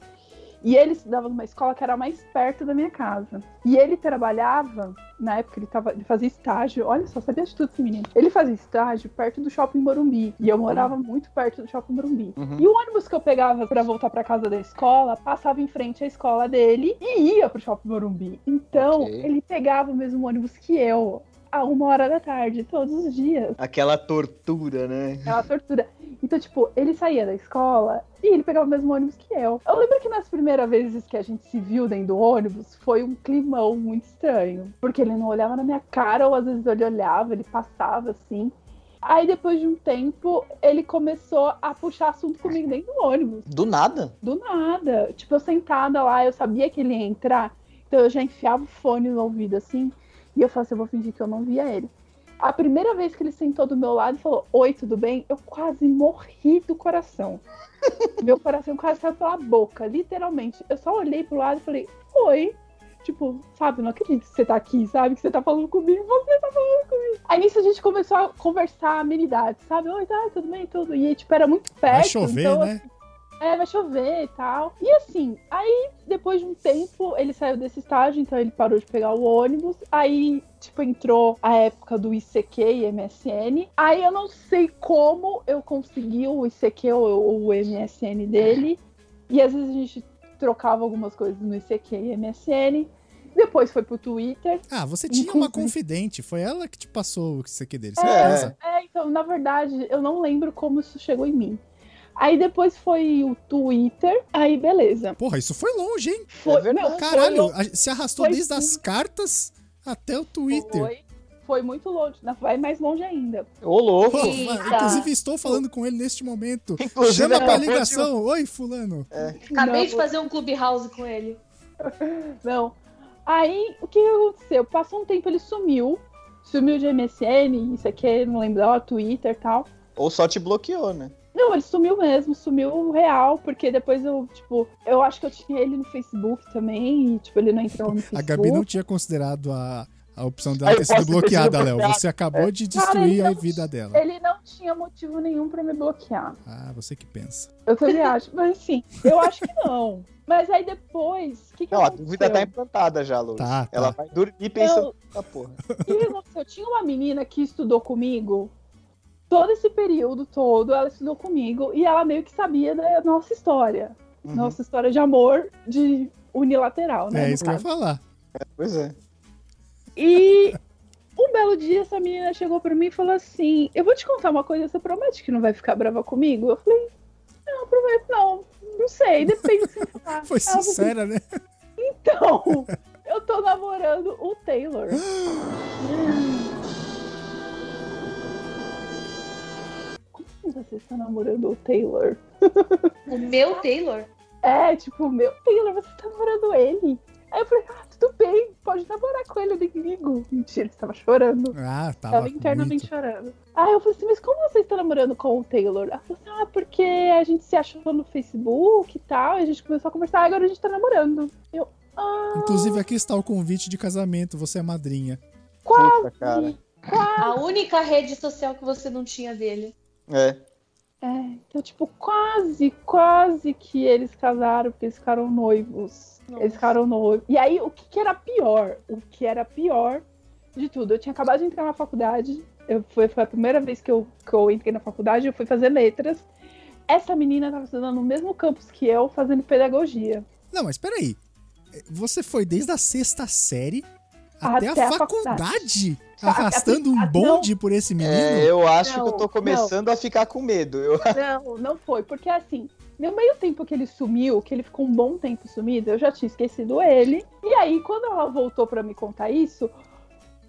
S4: e ele estudava numa escola que era mais perto da minha casa. E ele trabalhava, na época ele, tava, ele fazia estágio, olha só, sabia de tudo esse menino. Ele fazia estágio perto do shopping Morumbi, e eu morava muito perto do shopping Morumbi.
S3: Uhum.
S4: E o ônibus que eu pegava pra voltar pra casa da escola passava em frente à escola dele e ia pro shopping Morumbi. Então,
S3: Ok.
S4: ele pegava o mesmo ônibus que eu, a uma hora da tarde, todos os dias.
S3: Aquela tortura, né?
S4: Aquela É tortura. Então, tipo, ele saía da escola e ele pegava o mesmo ônibus que eu. Eu lembro que nas primeiras vezes que a gente se viu dentro do ônibus, foi um climão muito estranho. Porque ele não olhava na minha cara, ou às vezes ele olhava, ele passava assim. Aí depois de um tempo, ele começou a puxar assunto comigo dentro do ônibus.
S3: Do nada.
S4: Do nada. Tipo, eu sentada lá, eu sabia que ele ia entrar. Então eu já enfiava o fone no ouvido assim. E eu falei assim, eu vou fingir que eu não via ele. A primeira vez que ele sentou do meu lado e falou, oi, tudo bem? Eu quase morri do coração. (laughs) meu coração quase saiu pela boca, literalmente. Eu só olhei pro lado e falei, oi. Tipo, sabe, não acredito que você tá aqui, sabe? Que você tá falando comigo, você tá falando comigo. Aí nisso a gente começou a conversar amenidades, sabe? Oi, tá, tudo bem, tudo. E tipo, era muito perto.
S2: Vai chover,
S4: então,
S2: né?
S4: é, vai chover e tal. E assim, aí depois de um tempo ele saiu desse estágio, então ele parou de pegar o ônibus. Aí, tipo, entrou a época do ICQ e MSN. Aí eu não sei como eu consegui o ICQ ou, ou o MSN dele. E às vezes a gente trocava algumas coisas no ICQ e MSN. Depois foi pro Twitter.
S2: Ah, você tinha uma
S4: Inclusive.
S2: confidente. Foi ela que te passou o que você quer dele,
S4: É.
S2: certeza.
S4: É, então, na verdade, eu não lembro como isso chegou em mim. Aí depois foi o Twitter. Aí, beleza.
S2: Porra, isso foi longe, hein?
S4: Foi, um
S3: É verdade.
S4: meu, foi
S2: Caralho, a- se arrastou
S4: Foi
S2: desde as cartas até o Twitter.
S4: Foi, foi muito longe. Não, vai mais longe ainda.
S3: Ô, louco.
S2: Pô,
S1: Eita.
S2: inclusive, estou falando com ele neste momento.
S3: Inclusive,
S2: Chama pra
S3: acabou de-
S2: ligação. Oi, fulano.
S1: Acabei
S4: não,
S1: de fazer um clubhouse com ele.
S4: Não. Aí, o que aconteceu? Passou um tempo, ele sumiu. Sumiu de MSN, isso aqui, não lembro, ó, Twitter e tal.
S3: Ou só te bloqueou, né?
S4: Não, ele sumiu mesmo, sumiu real, porque depois eu, tipo, eu acho que eu tinha ele no Facebook também, e, tipo, ele não entrou no
S2: (laughs)
S4: Facebook.
S2: A Gabi não tinha considerado a, a opção dela
S3: Aí
S2: ter
S3: eu
S2: sido
S3: posso ter sido
S2: bloqueada, Léo.
S3: bloqueado.
S2: Você acabou de
S4: Cara,
S2: destruir a
S4: então-
S2: vida dela.
S4: Ele não tinha motivo nenhum pra me bloquear.
S2: Ah, você que pensa.
S4: Eu também (laughs) acho, mas assim, eu acho que não. Mas aí depois, o que que
S3: Não, a
S4: aconteceu?
S3: dúvida tá implantada já, Lu.
S2: Tá, tá.
S3: Ela vai dormir pensando
S4: Eu-
S3: nessa porra.
S4: O que que aconteceu? Tinha uma menina que estudou comigo todo esse período todo, ela estudou comigo e ela meio que sabia da nossa história.
S3: Uhum,
S4: Nossa história de amor de unilateral, né?
S2: é
S4: no
S2: isso que eu ia
S4: caso.
S2: falar.
S3: Pois é.
S4: E um belo dia essa menina chegou pra mim e falou assim: Eu vou te contar uma coisa, você promete que não vai ficar brava comigo? Eu falei, não, prometo não, não sei, depende do
S2: (laughs)
S4: que você falar.
S2: Foi
S4: Ela falou assim,
S2: sincera, né?
S4: Então, eu tô namorando o Taylor. Como você está namorando o Taylor?
S1: O meu Taylor?
S4: É, tipo, meu Taylor, você tá namorando ele. Aí eu falei, ah, tudo bem, pode namorar com ele, eu nem ligo. Mentira, ele estava chorando.
S2: Ah, tava
S4: Tava
S2: muito.
S4: internamente chorando. Aí eu falei assim, mas como você está namorando com o Taylor? Ela falou assim, ah, porque a gente se achou no Facebook e tal, e a gente começou a conversar, agora a gente tá namorando. Eu, ah,
S2: Inclusive, aqui está o convite de casamento. Você é madrinha.
S4: quase.
S3: Puta, cara.
S1: A única rede social que você não tinha dele.
S3: É.
S4: É, então, tipo, quase, quase que eles casaram, porque eles ficaram noivos.
S1: Nossa.
S4: Eles ficaram noivos. E aí, o que, que era pior? O que era pior de tudo? Eu tinha acabado de entrar na faculdade, eu, foi, foi a primeira vez que eu, que eu entrei na faculdade, eu fui fazer letras. Essa menina tava estudando no mesmo campus que eu, fazendo pedagogia.
S2: Não, mas peraí. É, Você foi desde a sexta série até,
S4: Até
S2: a
S4: a
S2: faculdade, arrastando um
S4: faculdade,
S2: bonde por esse menino?
S3: É, eu acho
S4: Não,
S3: que eu tô começando a ficar com medo. Eu... (laughs)
S4: Não, não foi, porque assim, no meio tempo que ele sumiu, que ele ficou um bom tempo sumido, eu já tinha esquecido ele. E aí, quando ela voltou pra me contar isso,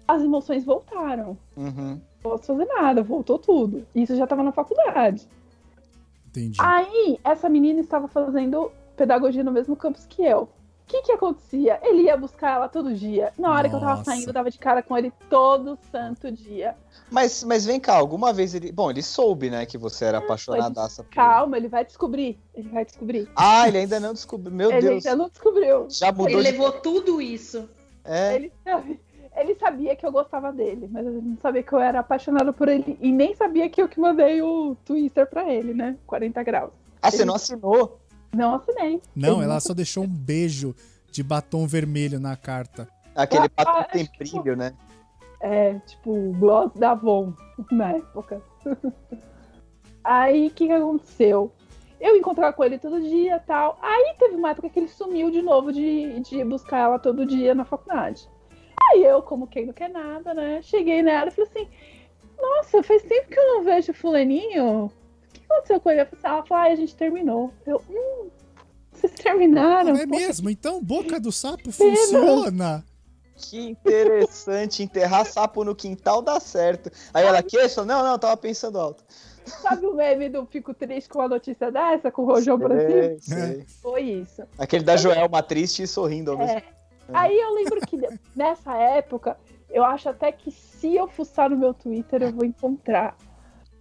S4: as emoções voltaram.
S3: Uhum.
S4: Não posso fazer nada, voltou tudo. Isso eu já tava na faculdade.
S2: Entendi.
S4: Aí, essa menina estava fazendo pedagogia no mesmo campus que eu. O que que acontecia? Ele ia buscar ela todo dia. Na hora que eu tava
S2: Nossa.
S4: saindo, eu tava de cara com ele todo santo dia.
S3: Mas, mas vem cá, alguma vez ele. Bom, ele soube, né, que você era apaixonadaça por.
S4: Ah, assim, Calma, ele vai descobrir. Ele vai descobrir.
S3: Ah, ele ainda não descobriu. Meu
S4: ele
S3: Deus.
S4: ainda não descobriu.
S3: Já mudou
S1: Ele
S3: de.
S1: levou tudo isso.
S3: É,
S4: Ele, sabe- ele sabia que eu gostava dele, mas ele não sabia que eu era apaixonada por ele. E nem sabia que eu que mandei o Twitter pra ele, né? 40 graus.
S3: Ah, você não assinou.
S4: Não assinei.
S2: Não,
S4: Ele
S2: ela só deixou um beijo de batom vermelho na carta.
S3: Aquele
S4: Ah,
S3: pato
S4: acho
S3: que tem
S4: que-
S3: brilho, né?
S4: É, tipo, o gloss da Avon na época. Aí, o que, que aconteceu? Eu encontrava com ele todo dia tal. Aí teve uma época que ele sumiu de novo de, de ir buscar ela todo dia na faculdade. Aí eu, como quem não quer nada, né? Cheguei nela e falei assim: Nossa, faz tempo que eu não vejo Fulaninho. O que aconteceu com ele? Ela falou, assim, ela falou, "Ai, a gente terminou. Eu, hum, vocês terminaram?
S2: Não é
S4: Pô,
S2: mesmo? Então, boca do sapo
S4: pena.
S2: funciona.
S3: Que interessante. Enterrar sapo no quintal dá certo. Aí ela queixa? Não, não, tava pensando alto.
S4: Sabe o meme do Fico Triste com a notícia dessa, com o Rojão pra cima? É.
S3: É, sei.
S4: Foi isso.
S3: Aquele da Joelma triste e sorrindo ao mesmo
S4: É. Aí eu lembro que de- nessa época, eu acho até que se eu fuçar no meu Twitter, eu vou encontrar.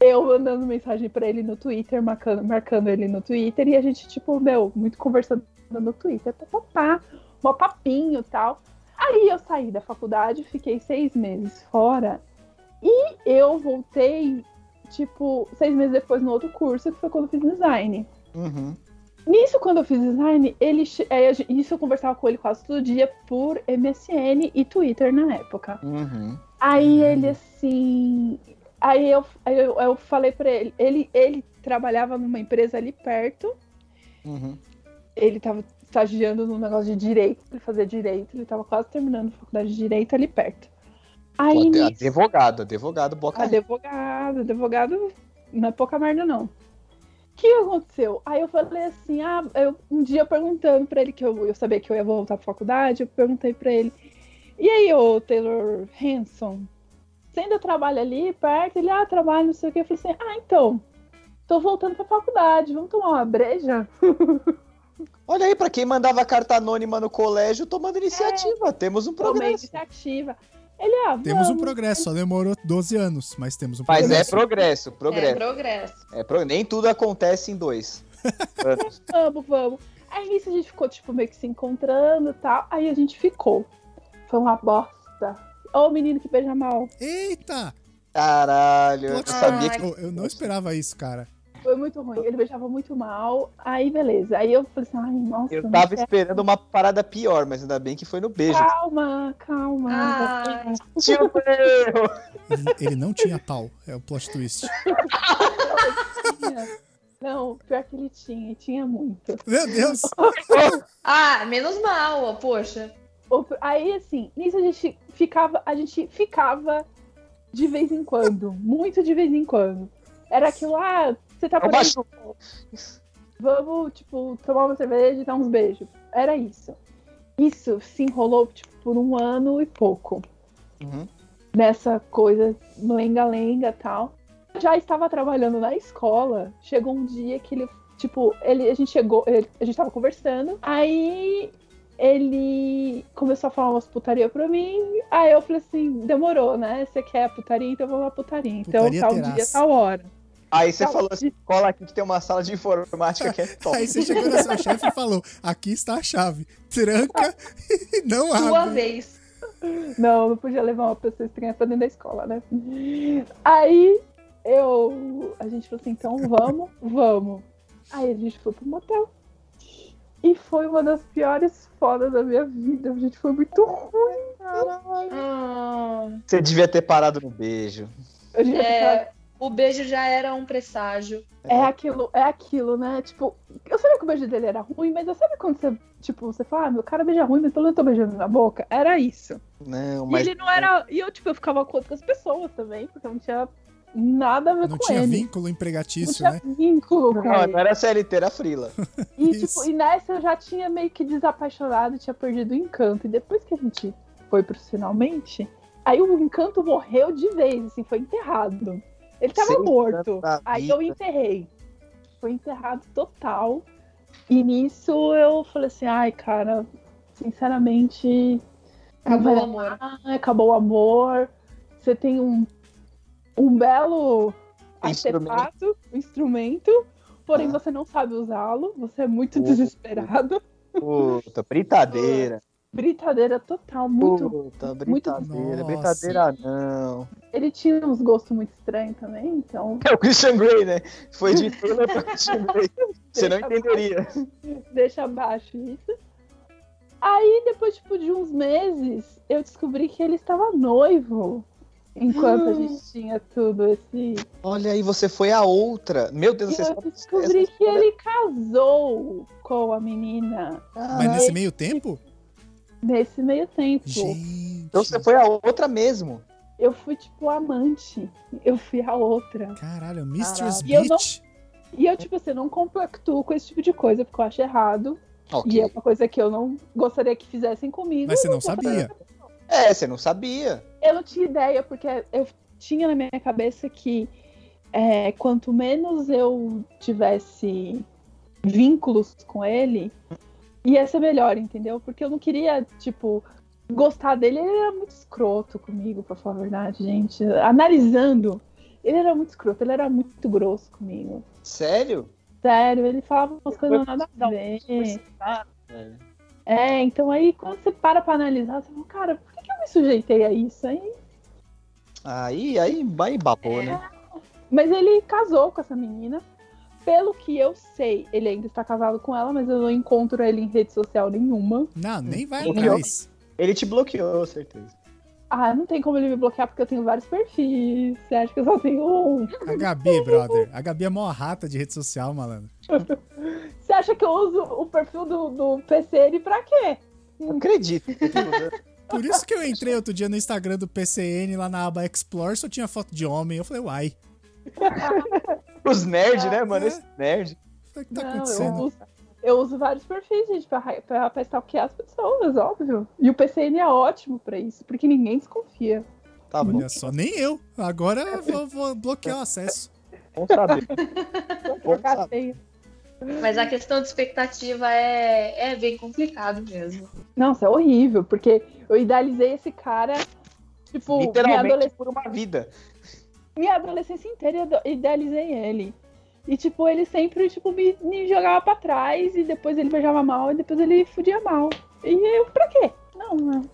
S4: Eu mandando mensagem pra ele no Twitter, marcando, marcando ele no Twitter, e a gente, tipo, meu, muito conversando no Twitter, papapá, mó papinho e tal. Aí eu saí da faculdade, fiquei seis meses fora, e eu voltei, tipo, seis meses depois no outro curso, que foi quando eu fiz design.
S3: Uhum.
S4: Nisso, quando eu fiz design, ele. che- é, a gen- Isso eu conversava com ele quase todo dia por MSN e Twitter na época.
S3: Uhum.
S4: Aí ele assim. Aí eu, aí eu, eu falei pra ele, ele. Ele trabalhava numa empresa ali perto.
S3: Uhum.
S4: Ele tava estagiando num negócio de direito, pra ele fazer direito. Ele tava quase terminando a faculdade de direito ali perto. Aí.
S3: Pô, ade-
S4: nisso-
S3: advogado, advogado,
S2: Ah.
S3: boca
S4: Advogado, advogado não é pouca merda, não. O que aconteceu? Aí eu falei assim, ah, eu, um dia perguntando pra ele, que eu, eu sabia que eu ia voltar pra faculdade, eu perguntei pra ele, e aí, ô Taylor Hanson, você ainda trabalha ali perto? Ele, ah, trabalho, não sei o que. Eu falei assim, ah, então, tô voltando pra faculdade, vamos tomar uma breja?
S3: Olha aí, pra quem mandava carta anônima no colégio, tomando iniciativa. Temos um
S4: É. Tomei
S3: progresso.
S4: iniciativa. Ele, ah,
S2: Temos um
S4: vamos.
S2: progresso, só demorou 12 anos, mas temos um
S3: Mas é
S2: progresso.
S3: progresso,
S1: É,
S3: progresso.
S1: progresso.
S3: É pro- Nem tudo acontece em dois. anos.
S4: vamos, vamos. Aí nisso a gente ficou, tipo, meio que se encontrando e tal. Aí a gente ficou. Foi uma bosta. Ô, menino que beija mal.
S2: Eita!
S3: (laughs) Caralho, eu
S2: Plot
S3: sabia
S1: twist.
S3: que.
S2: Eu, eu não esperava isso, cara.
S4: Foi muito ruim. Ele beijava muito mal. Aí, beleza. Aí eu falei assim, ai, nossa.
S3: Eu
S4: não
S3: tava
S4: quero.
S3: esperando uma parada pior, mas ainda bem que foi no beijo.
S4: Ah, Calma, calma.
S1: Ai.
S3: Tio
S4: (laughs)
S3: meu!
S2: Ele, ele não tinha pau, é o plot twist.
S4: Não, pior que ele tinha. E tinha muito.
S2: Meu
S3: (laughs)
S2: Deus!
S1: Ah, menos mal, ó, poxa.
S4: O- Aí, assim, nisso a gente ficava, a gente ficava de vez em quando, muito de vez em quando. Era aquilo, ah, você tá
S3: É
S4: por
S3: uma
S4: aí,
S3: chu-
S4: vamos, tipo, tomar uma cerveja e dar uns beijos. Era isso. Isso se enrolou, tipo, por um ano e pouco.
S3: Uhum.
S4: Nessa coisa lenga-lenga e tal. Já estava trabalhando na escola. Chegou um dia que ele, tipo, ele, a gente chegou, ele- a gente tava conversando. Aí ele começou a falar umas putaria pra mim. Aí eu falei assim, demorou, né? Você quer putaria? Então vamos lá putaria. Então
S2: Putaria
S4: tal
S2: terás.
S4: dia, tal hora.
S3: Aí você
S4: Não,
S3: falou assim: cola aqui que tem uma sala de informática
S4: (laughs)
S3: que é top.
S2: Aí você chegou na sua chefe e falou: aqui está a chave. Tranca e
S3: Ah,
S2: não
S1: Sua
S2: abre.
S1: vez.
S4: Não, não podia levar uma pessoa estranha pra dentro da escola, né? Aí eu. A gente falou assim, então vamos, vamos. Aí a gente foi pro motel. E foi uma das piores fodas da minha vida. A gente foi muito ruim.
S1: Ah,
S3: Você devia ter parado no beijo.
S4: A gente
S1: é, o beijo já era um presságio.
S4: É aquilo, é aquilo, né? Tipo, eu sabia que o beijo dele era ruim, mas eu sabia quando você, tipo, você fala, ah, meu cara beija ruim, mas pelo menos eu tô beijando na boca. Era isso.
S3: Não,
S4: E
S3: mas.
S4: ele não era. E eu, tipo, eu ficava com outras pessoas também, porque eu não tinha nada a ver
S2: Não
S4: com
S2: tinha
S4: ele.
S2: vínculo
S4: não
S2: empregatício,
S4: tinha
S2: né?
S4: vínculo com
S3: Não,
S4: ele.
S3: não é era CLT, era Frila.
S4: E,
S2: Isso.
S4: tipo, e nessa eu já tinha meio que desapaixonado, tinha perdido o encanto. E depois que a gente foi pro finalmente, aí o encanto morreu de vez, assim, foi enterrado. Ele tava
S3: Sim,
S4: morto.
S3: tanta
S4: Aí
S3: vida.
S4: eu enterrei. Foi enterrado total. E nisso eu falei assim, ai, cara, sinceramente. é
S1: Acabou o
S4: vai
S1: amor.
S4: amar, Ah, acabou o amor. Você tem um, um belo
S3: Instrumento.
S4: artefato, um instrumento, porém você não sabe usá-lo, você é muito
S3: Oh.
S4: desesperado.
S3: Puta, britadeira.
S4: Britadeira total, muito.
S3: Puta,
S4: muito-
S3: britadeira.
S2: Nossa.
S3: Britadeira tá não.
S4: Ele tinha uns gostos muito estranhos também, então
S3: É o Christian Grey, né? Foi de Taylor pra Christian Grey. Você
S4: (laughs)
S3: não entenderia.
S4: deixa abaixo isso. Aí, depois tipo, de uns meses, eu descobri que ele estava noivo. Enquanto a
S3: (gasps)
S4: gente tinha tudo esse.
S3: Olha aí, você foi a outra. Meu Deus,
S4: E
S3: você
S4: eu
S3: sabe.
S4: descobri
S3: essa-
S4: que ele casou com a menina
S2: Mas nesse meio tempo?
S4: nesse meio tempo.
S2: Gente.
S3: Então você foi a outra mesmo.
S4: Eu fui, tipo, amante. Eu fui a outra.
S2: Caralho, Mistress
S4: E eu não-
S2: Beach.
S4: E eu, tipo assim, não compactuo com esse tipo de coisa, porque eu acho errado. E é
S3: Ok.
S4: uma coisa que eu não gostaria que fizessem comigo.
S2: Mas você
S4: Eu
S2: não
S4: vou
S2: sabia.
S4: fazer.
S3: É, você não sabia.
S4: Eu não tinha ideia, porque eu tinha na minha cabeça que é, quanto menos eu tivesse vínculos com ele, ia ser melhor, entendeu? Porque eu não queria, tipo, gostar dele. Ele era muito escroto comigo, pra falar a verdade, gente. Analisando, ele era muito escroto, ele era muito grosso comigo.
S3: Sério?
S4: Sério, ele falava umas coisas nada a
S1: Não,
S4: ver.
S3: É.
S4: É, então aí quando você para pra analisar, você fala, cara, por que, que eu me sujeitei a isso? Aí,
S3: Aí, aí, aí babou, né?
S4: mas ele casou com essa menina. Pelo que eu sei, ele ainda está casado com ela, mas eu não encontro ele em rede social nenhuma.
S2: Não, nem vai
S3: Eu-
S2: atrás.
S3: Ele te bloqueou, certeza.
S4: Ah, não tem como ele me bloquear porque eu tenho vários perfis. Você acha que eu só tenho um?
S2: A Gabi, brother. A Gabi é mó rata de rede social, malandro.
S4: Você acha que eu uso o perfil do, do PCN pra quê?
S3: Não acredito.
S2: Por isso que eu entrei outro dia no Instagram do PCN, lá na aba Explore, só tinha foto de homem. Eu falei, uai.
S3: Os nerds, né, mano?
S2: É.
S3: Esse nerd.
S2: O que tá
S4: eu
S2: acontecendo?
S4: uso, eu uso vários perfis, gente, pra, ra- pra, pra stalkear é as pessoas, óbvio. E o PCN é ótimo pra isso, porque ninguém desconfia.
S3: Tá bom.
S2: Olha só, nem eu. Agora eu vou, vou bloquear o acesso. (laughs)
S3: Bom saber. Bom
S4: Trocar
S3: saber.
S4: senha.
S1: Mas a questão de expectativa é, é bem complicado mesmo.
S4: Nossa, é horrível, porque eu idealizei esse cara, tipo, minha,
S3: Literalmente
S4: adolesc-
S3: por uma vida.
S4: minha adolescência inteira eu ado- idealizei ele. E, tipo, ele sempre, tipo, me, me jogava pra trás, e depois ele beijava mal, e depois ele fudia mal. E eu, pra quê? Não, não.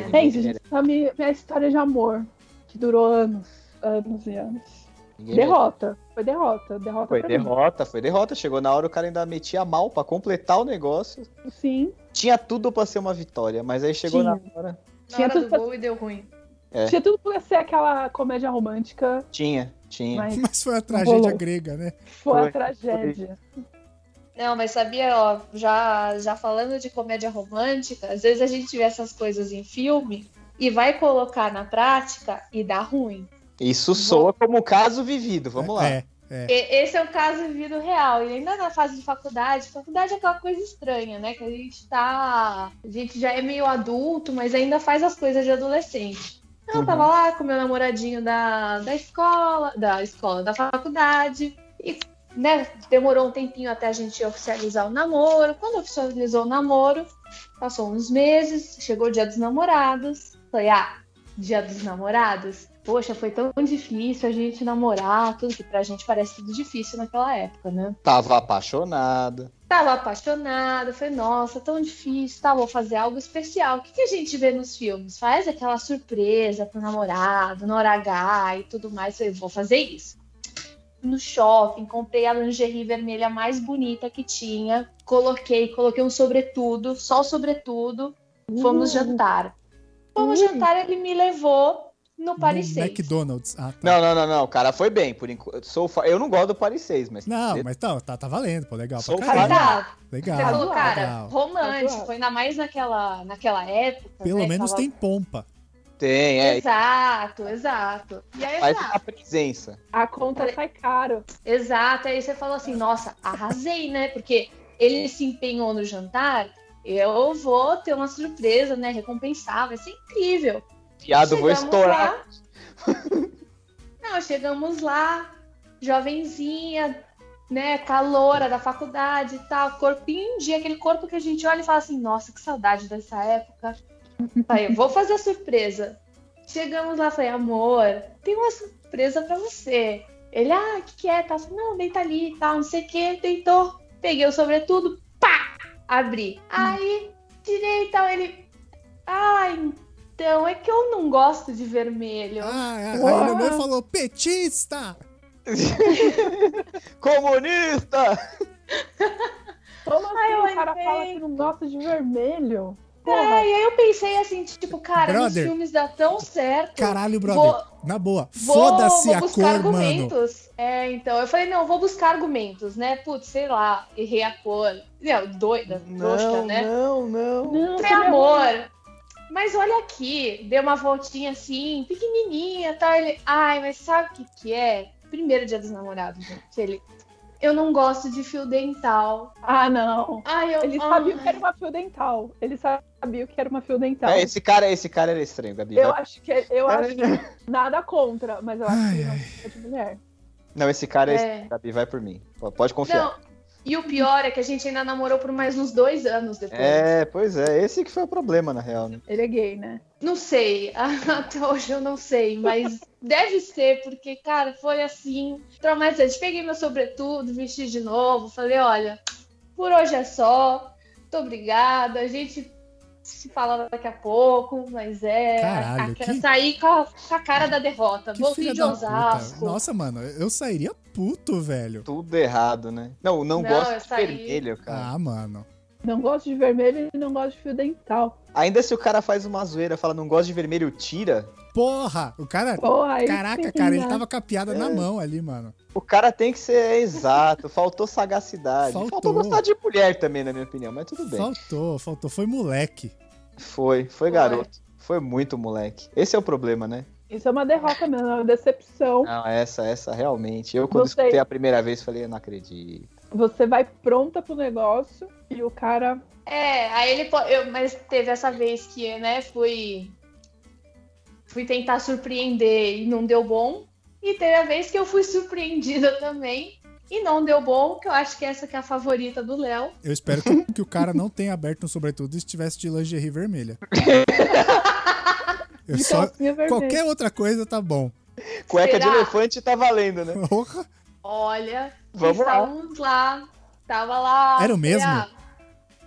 S1: É.
S4: É
S3: ninguém
S4: isso, gente. Essa é a minha, minha história de amor, que durou anos, anos e anos.
S3: Ninguém
S4: Derrota, foi derrota, derrota
S3: Foi
S4: pra
S3: derrota, foi derrota. Chegou na hora o cara ainda metia mal pra completar o negócio.
S4: mim. Sim,
S3: Tinha tudo pra ser uma vitória, mas aí chegou
S4: Tinha.
S3: na hora.
S1: Na
S4: Tinha
S1: hora
S4: tudo
S1: do
S4: pra-
S1: gol e deu ruim.
S3: É.
S4: tinha tudo pra ser aquela comédia romântica,
S3: Tinha, tinha.
S4: mas
S2: Mas foi a tragédia
S4: Rolou.
S2: grega, né?
S4: foi
S3: Foi,
S4: a tragédia.
S1: Não, mas sabia, ó, já, já falando de comédia romântica, às vezes a gente vê essas coisas em filme e vai colocar na prática e dá ruim.
S3: Isso soa como caso vivido, vamos lá.
S2: É.
S1: E- esse é o caso vivido real. E ainda na fase de faculdade, faculdade é aquela coisa estranha, né? Que a gente tá. A gente já é meio adulto, mas ainda faz as coisas de adolescente. Eu
S3: Uhum.
S1: tava lá com meu namoradinho da, da escola, da escola, da faculdade, e né, demorou um tempinho até a gente oficializar o namoro. Quando oficializou o namoro, passou uns meses, chegou o dia dos namorados. Falei, ah, Dia dos Namorados. Poxa, foi tão difícil a gente namorar, tudo que pra gente parece tudo difícil naquela época, né?
S3: Tava apaixonado.
S1: Tava apaixonada, foi nossa, tão difícil, tá? Vou fazer algo especial. O que, que a gente vê nos filmes? Faz aquela surpresa pro namorado, na hora H e tudo mais. Eu vou fazer isso. No shopping, comprei a lingerie vermelha mais bonita que tinha, coloquei, coloquei um sobretudo, só o sobretudo,
S2: Uh.
S1: Fomos jantar. Fomos
S4: Hum.
S1: jantar, ele me levou no Paris
S2: No
S1: 6.
S2: McDonald's. Ah, tá.
S3: Não, não, não, não. O cara foi bem, por enquanto. Sou fa- Eu não gosto do Paris 6, mas.
S2: Não, mas tá, tá, tá valendo, pô. Legal pra
S3: Sou
S1: Aí
S2: caralho.
S1: tá, você
S2: Legal.
S1: falou, cara,
S2: legal.
S1: romântico,
S4: Tá
S1: ainda mais naquela, naquela época.
S2: Pelo
S1: né,
S2: menos
S1: tava-
S2: tem pompa.
S3: Tem, é.
S1: Exato, exato. E aí,
S3: Faz
S1: tá,
S3: a presença.
S4: A conta sai caro.
S1: Exato, aí você falou assim, nossa, arrasei, né? Porque ele se empenhou no jantar, eu vou ter uma surpresa, né? Recompensar, vai ser incrível.
S3: Piado, vou
S1: Chegamos
S3: estourar.
S1: lá. Não, chegamos lá, jovenzinha, né, caloura da faculdade e tal, corpinho de aquele corpo que a gente olha e fala assim, nossa, que saudade dessa época. Aí eu vou fazer a surpresa. Chegamos lá, falei, amor, tem uma surpresa pra você. Ele, ah, o que, que é? Tá, falei, não, deita ali e tal, não sei o que, deitou. Peguei o sobretudo, pá, abri. Aí, tirei e tal, ele, ah, então é que eu não gosto de vermelho.
S2: Ah, é,
S4: Uau.
S2: aí meu mãe falou, petista!
S3: Comunista!
S4: Como assim
S1: Ai, eu
S4: o cara
S1: lembrei.
S4: fala que não gosta de vermelho?
S1: É,
S4: Porra,
S1: e aí eu pensei assim, tipo, cara, os
S2: Brother.
S1: filmes dá tão certo.
S2: Caralho, brother. Na boa,
S1: Vou-
S2: foda-se
S1: vou
S2: a
S1: buscar
S2: cor, mano.
S1: argumentos. É, então, eu falei, não, vou buscar argumentos, né? Putz, sei lá, errei a cor. Não, doida, trouxa,
S3: Não,
S1: né?
S3: não, não.
S4: não, é
S1: Tem
S4: que
S1: é amor. Mas olha aqui, deu uma voltinha assim, pequenininha, tá? Ele, ai, mas sabe o que que é? Primeiro dia dos namorados, gente. Ele, eu não gosto de fio dental.
S4: Ah, não.
S1: Ai, eu...
S4: Ele
S1: Ah, ai.
S4: sabia o que era uma fio dental. Ele sabia o que era uma fio dental.
S3: É, esse cara, esse cara era estranho, Gabi.
S4: Eu
S3: vai.
S4: acho que eu acho que- nada contra, mas eu acho que ele não gosta de mulher.
S3: Não, esse cara é,
S1: É.
S3: estranho, Gabi, vai por mim. P- Pode confiar.
S1: Não, e o pior é que a gente ainda namorou por mais uns dois anos depois.
S3: É, pois é, esse que foi o problema, na real. Né?
S4: Ele é gay, né?
S1: Não sei, (laughs) até hoje eu não sei, mas deve ser, porque, cara, foi assim, traumatizante. Peguei meu sobretudo, vesti de novo, falei, olha, por hoje é só, muito obrigada, a gente se fala daqui a pouco, mas é...
S2: Caralho,
S1: a-
S2: que-
S1: Saí com a, com a cara da derrota,
S2: Que
S1: voltei
S2: filha
S1: de
S2: da puta.
S1: Osasco.
S2: Nossa, mano, eu sairia puto, velho.
S3: Tudo errado, né? Não, não,
S1: Não,
S3: gosto
S1: eu
S3: de
S1: saí.
S3: vermelho, cara.
S2: Ah, mano.
S4: Não gosto de vermelho e não gosto de fio dental.
S3: Ainda se o cara faz uma zoeira, fala não gosto de vermelho, tira.
S2: Porra, o cara...
S4: Porra, aí
S2: Caraca,
S4: sim,
S2: cara, ele
S4: né?
S2: tava com a piada na
S3: É.
S2: mão ali, mano.
S3: O cara tem que ser exato, (laughs) faltou sagacidade.
S2: Faltou.
S3: Faltou. gostar de mulher também, na minha opinião, mas tudo bem.
S2: Faltou, faltou. Foi moleque.
S3: Foi, foi garoto. Foi muito moleque. Esse é o problema, né?
S4: Isso é uma derrota mesmo, é uma decepção.
S3: Não, essa, essa, realmente. Eu, quando
S4: Não sei.
S3: escutei a primeira vez, falei, eu não acredito.
S4: Você vai pronta pro negócio e o cara.
S1: É, aí ele... po- Eu, mas teve essa vez que, né, fui... Fui tentar surpreender e não deu bom. E teve a vez que eu fui (laughs) surpreendida também e não deu bom, que eu acho que essa que é a favorita do Léo.
S2: Eu espero que, que o cara não tenha aberto um sobretudo e estivesse de lingerie
S3: (laughs)
S2: vermelha. Eu
S4: de
S2: É só...
S4: calcinha vermelha.
S2: Qualquer outra coisa tá bom.
S3: Cueca de
S1: Será?
S3: elefante tá valendo, né?
S2: Porra.
S1: Olha,
S3: Vamos lá.
S1: estávamos lá. Tava lá.
S2: Era o
S1: sei
S2: mesmo?
S1: lá.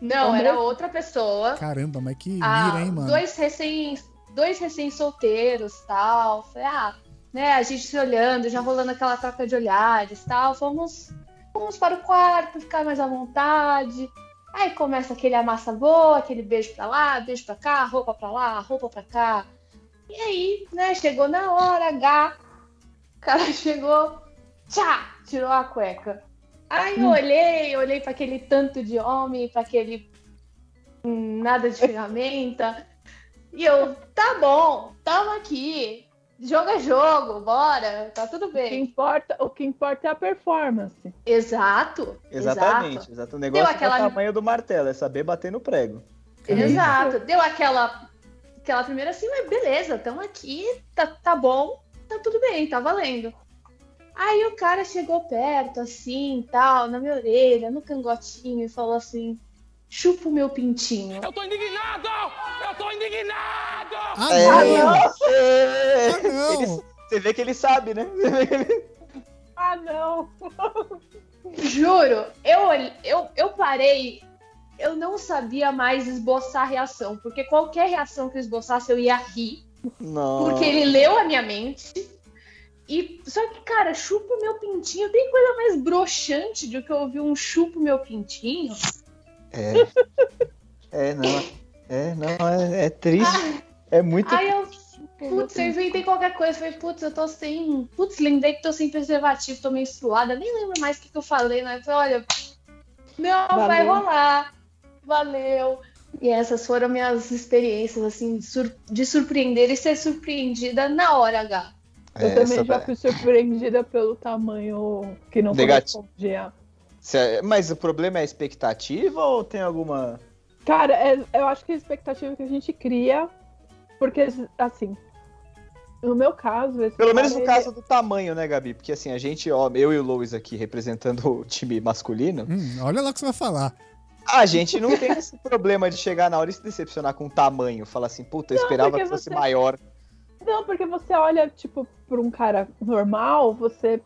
S1: Não,
S4: É o
S1: era
S4: mesmo?
S1: outra pessoa.
S2: Caramba, mas que
S1: Ah,
S2: mira, hein, mano.
S1: dois recém dois recém solteiros tal Falei, ah, né a gente se olhando já rolando aquela troca de olhares tal fomos fomos para o quarto ficar mais à vontade aí começa aquele amassa boa aquele beijo pra lá beijo pra cá roupa pra lá roupa pra cá e aí né chegou na hora H o cara (laughs) chegou tchá tirou a cueca aí eu olhei olhei pra aquele tanto de homem pra aquele nada de ferramenta. E eu, tá bom, tamo aqui. Jogo é jogo, bora, tá tudo
S4: O que
S1: bem.
S4: importa, o que importa é a performance.
S1: Exato.
S3: Exatamente.
S1: Exato.
S3: Exato. O negócio
S1: aquela-
S3: é o tamanho do martelo, é saber bater no prego.
S2: Caramba.
S1: Exato. Deu aquela, aquela primeira assim, mas beleza, tamo aqui, tá, tá bom, tá tudo bem, tá valendo. Aí o cara chegou perto, assim, tal, na minha orelha, no cangotinho, e falou assim: chupa o meu pintinho.
S5: Eu tô indignado! Eu tô indignado!
S2: Ah,
S3: É.
S2: não.
S3: É.
S2: Ah, não.
S3: Ele- Você vê que ele sabe, né?
S4: Ah, não!
S1: Juro, eu, olhe- eu, eu parei, eu não sabia mais esboçar a reação, porque qualquer reação que eu esboçasse eu ia rir,
S3: Não.
S1: porque ele leu a minha mente. E só que, cara, chupa o meu pintinho, tem coisa mais broxante do que eu ouvir um chupa o meu pintinho.
S3: É. É, não. É, não, é, é triste.
S1: Ah,
S3: É muito.
S1: aí eu, putz, eu inventei qualquer coisa, falei, putz, eu tô sem, putz, lembrei que tô sem preservativo, tô menstruada, nem lembro mais o que, que eu falei, né? Eu Falei, olha, Não, vai
S4: Valeu.
S1: rolar. Valeu. E essas foram minhas experiências, assim, de, sur- de surpreender e ser surpreendida na hora H.
S4: Eu
S3: É,
S4: também
S3: essa-
S4: já fui surpreendida pelo tamanho que não
S3: Negativo.
S4: correspondia.
S3: Cê- Mas o problema é a expectativa ou tem alguma.
S4: é Cara, é- eu acho que a expectativa que a gente cria, porque assim, No meu caso, esse
S3: Pelo
S4: cara,
S3: menos no
S4: ele-
S3: caso do tamanho, né, Gabi? Porque assim, a gente, ó, eu e o Lois aqui representando o time masculino,
S2: Hum, olha lá o que você vai falar.
S3: a gente não tem esse problema de chegar na hora e se decepcionar com o tamanho. Falar assim, puta, eu
S4: Não,
S3: esperava
S4: porque
S3: que fosse
S4: você-
S3: maior.
S4: Não, porque você olha, tipo, pra um cara normal, você,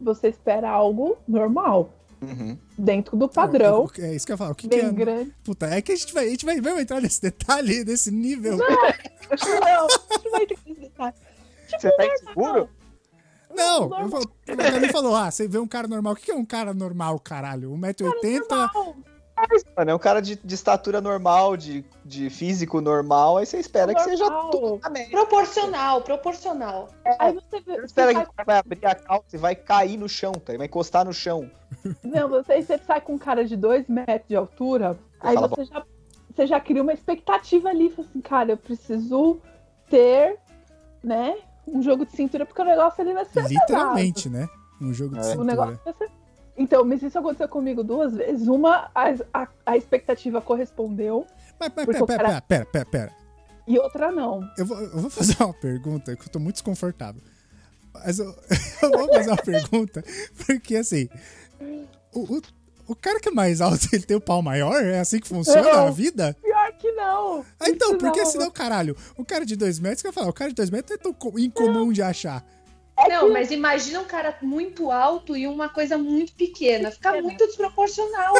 S4: você espera algo normal,
S3: Uhum.
S4: dentro do padrão,
S2: O- o- É isso que eu ia falar. O que, que
S4: bem
S2: é.
S4: grande. (laughs)
S2: Puta, é que a gente vai, a gente vai mesmo entrar nesse detalhe, nesse nível.
S4: Não, não vai ter que detalhe.
S3: Você tá inseguro?
S2: Não,
S4: normal.
S2: eu falo- o Gabi falou, ah, você vê um cara normal. O que que é um cara normal, caralho? 1,80m?
S4: Não,
S3: Mano, é um cara de, de estatura normal, de, de físico normal, aí você espera que seja
S4: normal.
S3: tudo na média.
S1: Proporcional, proporcional.
S4: Aí você,
S3: Você
S4: você
S3: espera que
S4: sai-
S3: o cara vai abrir a calça e vai cair no chão, tá? Ele vai encostar no chão. (laughs)
S4: não, você, você sai com um cara de dois metros de altura, aí
S3: fala,
S4: você já, você já cria uma expectativa ali, fala assim, cara, eu preciso ter, né, um jogo de cintura, porque o negócio ali vai ser
S2: Literalmente, né? Um jogo de
S3: É. O
S4: tá O
S2: cintura.
S4: negócio vai ser- Então, mas isso aconteceu comigo duas vezes. Uma, a, a- a expectativa correspondeu
S2: Mas, mas pera,
S4: Porque
S2: pera,
S4: o
S2: pera,
S4: cara-
S2: pera, pera, pera.
S4: e outra não.
S2: Eu vou, eu vou fazer uma pergunta que eu tô muito desconfortável. Mas eu, (laughs) eu vou fazer uma pergunta, porque assim. O, o, o cara que é mais alto, (laughs) ele tem o pau maior? É assim que funciona a
S4: Não.
S2: vida?
S4: Pior que não!
S2: Ah, então,
S4: Isso
S2: porque
S4: não.
S2: senão, caralho, o cara de dois metros, que eu ia falar, o cara de dois metros é tão co- incomum de achar.
S4: É
S1: Não,
S4: que-
S1: mas imagina um cara muito alto e uma coisa muito pequena. Fica muito desproporcional.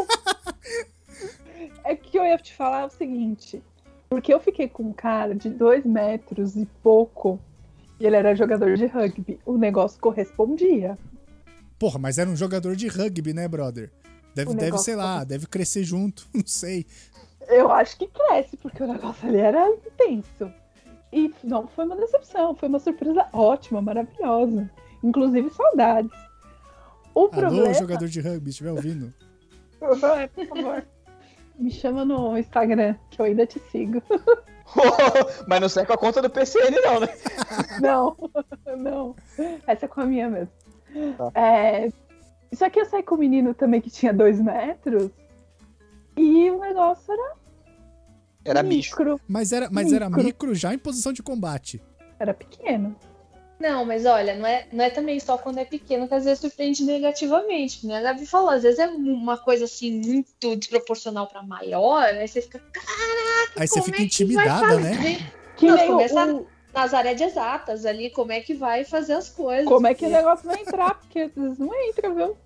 S4: É que eu ia te falar o seguinte. Porque eu fiquei com um cara de dois metros e pouco, e ele era jogador de rugby. O negócio correspondia.
S2: Porra, mas era um jogador de rugby, né, brother? Deve, deve
S4: O Um negócio
S2: sei lá, deve crescer junto, (laughs) não sei.
S4: Eu acho que cresce, porque o negócio ali era intenso. E não foi uma decepção, foi uma surpresa ótima, maravilhosa. Inclusive saudades. O
S2: Alô,
S4: Um problema.
S2: jogador de rugby, estiver ouvindo.
S4: Vai, (laughs) por favor. Me chama no Instagram, que eu ainda te sigo.
S3: Mas não sai com a conta do PCN, não, né?
S4: (laughs) Não, não. Essa é com a minha mesmo.
S3: Tá.
S4: É, só que eu saí com um menino também que tinha dois metros. E o negócio era,
S3: Era bicho.
S4: micro.
S2: Mas era, mas era
S4: Micro.
S2: micro já em posição de combate.
S4: Era pequeno.
S1: Não, mas olha, não é, não é também só quando é pequeno que às vezes surpreende negativamente, né? A Gabi falou, às vezes é uma coisa assim muito desproporcional pra maior, aí você fica,
S2: Aí você
S1: como
S2: fica
S1: é que vai
S2: intimidada, né?
S1: fazer?
S4: Que
S1: Não,
S4: nem o-
S1: começa-
S4: Tipo, o-
S1: Nas áreas de exatas ali, como é que vai fazer as coisas? Né?
S4: Como é que o negócio vai entrar? Porque às vezes não entra, viu?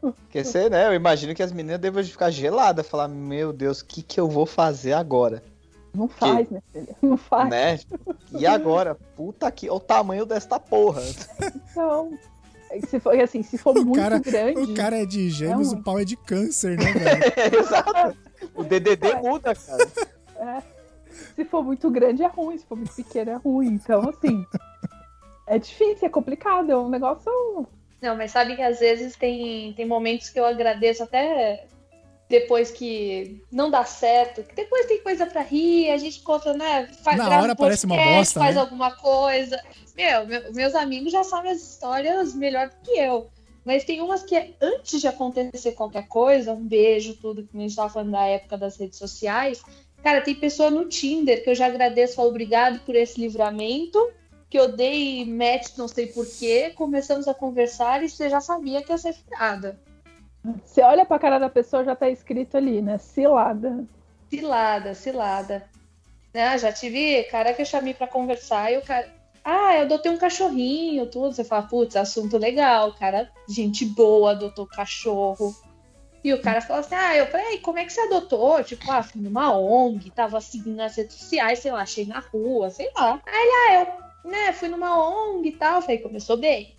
S3: Porque você, né? Eu imagino que as meninas devam ficar geladas, falar, meu Deus, o que, que eu vou fazer agora?
S4: Não faz, minha filha. Não faz.
S3: Né? Tipo, E agora? Puta que. Olha o tamanho desta porra. (laughs)
S4: Então, se for, assim, se for
S2: O
S4: muito
S2: cara-
S4: grande.
S2: O cara é de gêmeos,
S4: Não.
S2: o pau é de câncer, né,
S4: (laughs)
S2: velho?
S3: É, Exato. O DDD muda, cara.
S4: Se for muito grande é ruim, se for muito pequeno é ruim. Então, assim. É difícil, é complicado, é um negócio.
S1: Não, mas sabe que às vezes tem, tem momentos que eu agradeço até depois que não dá certo, que depois tem coisa pra rir, a gente conta, né? Faz,
S2: Na
S1: grava
S2: hora
S1: um
S2: parece uma
S1: podcast,
S2: bosta,
S1: Faz
S2: né?
S1: alguma coisa. Meu, meu- meus amigos já sabem as histórias melhor do que eu. Mas tem umas que é antes de acontecer qualquer coisa, um beijo, tudo que a gente tava falando da época das redes sociais. Cara, tem pessoa no Tinder que eu já agradeço, falo obrigado por esse livramento que eu dei match, não sei porquê, começamos a conversar e você já sabia que ia ser filada.
S4: Você olha pra cara da pessoa, já tá escrito ali, né? Cilada.
S1: Cilada, cilada. Né? Já tive cara que eu chamei pra conversar e o cara. Ah, eu adotei um cachorrinho, tudo. Você fala, putz, assunto legal, cara, gente boa, adotou cachorro. E o cara fala assim, ah, eu peraí, como é que você adotou? Tipo, ah, fui numa ONG, tava seguindo nas redes sociais, sei lá, achei na rua, sei lá. Aí ele, ah, eu, né, fui numa ONG e tal. Falei, começou bem.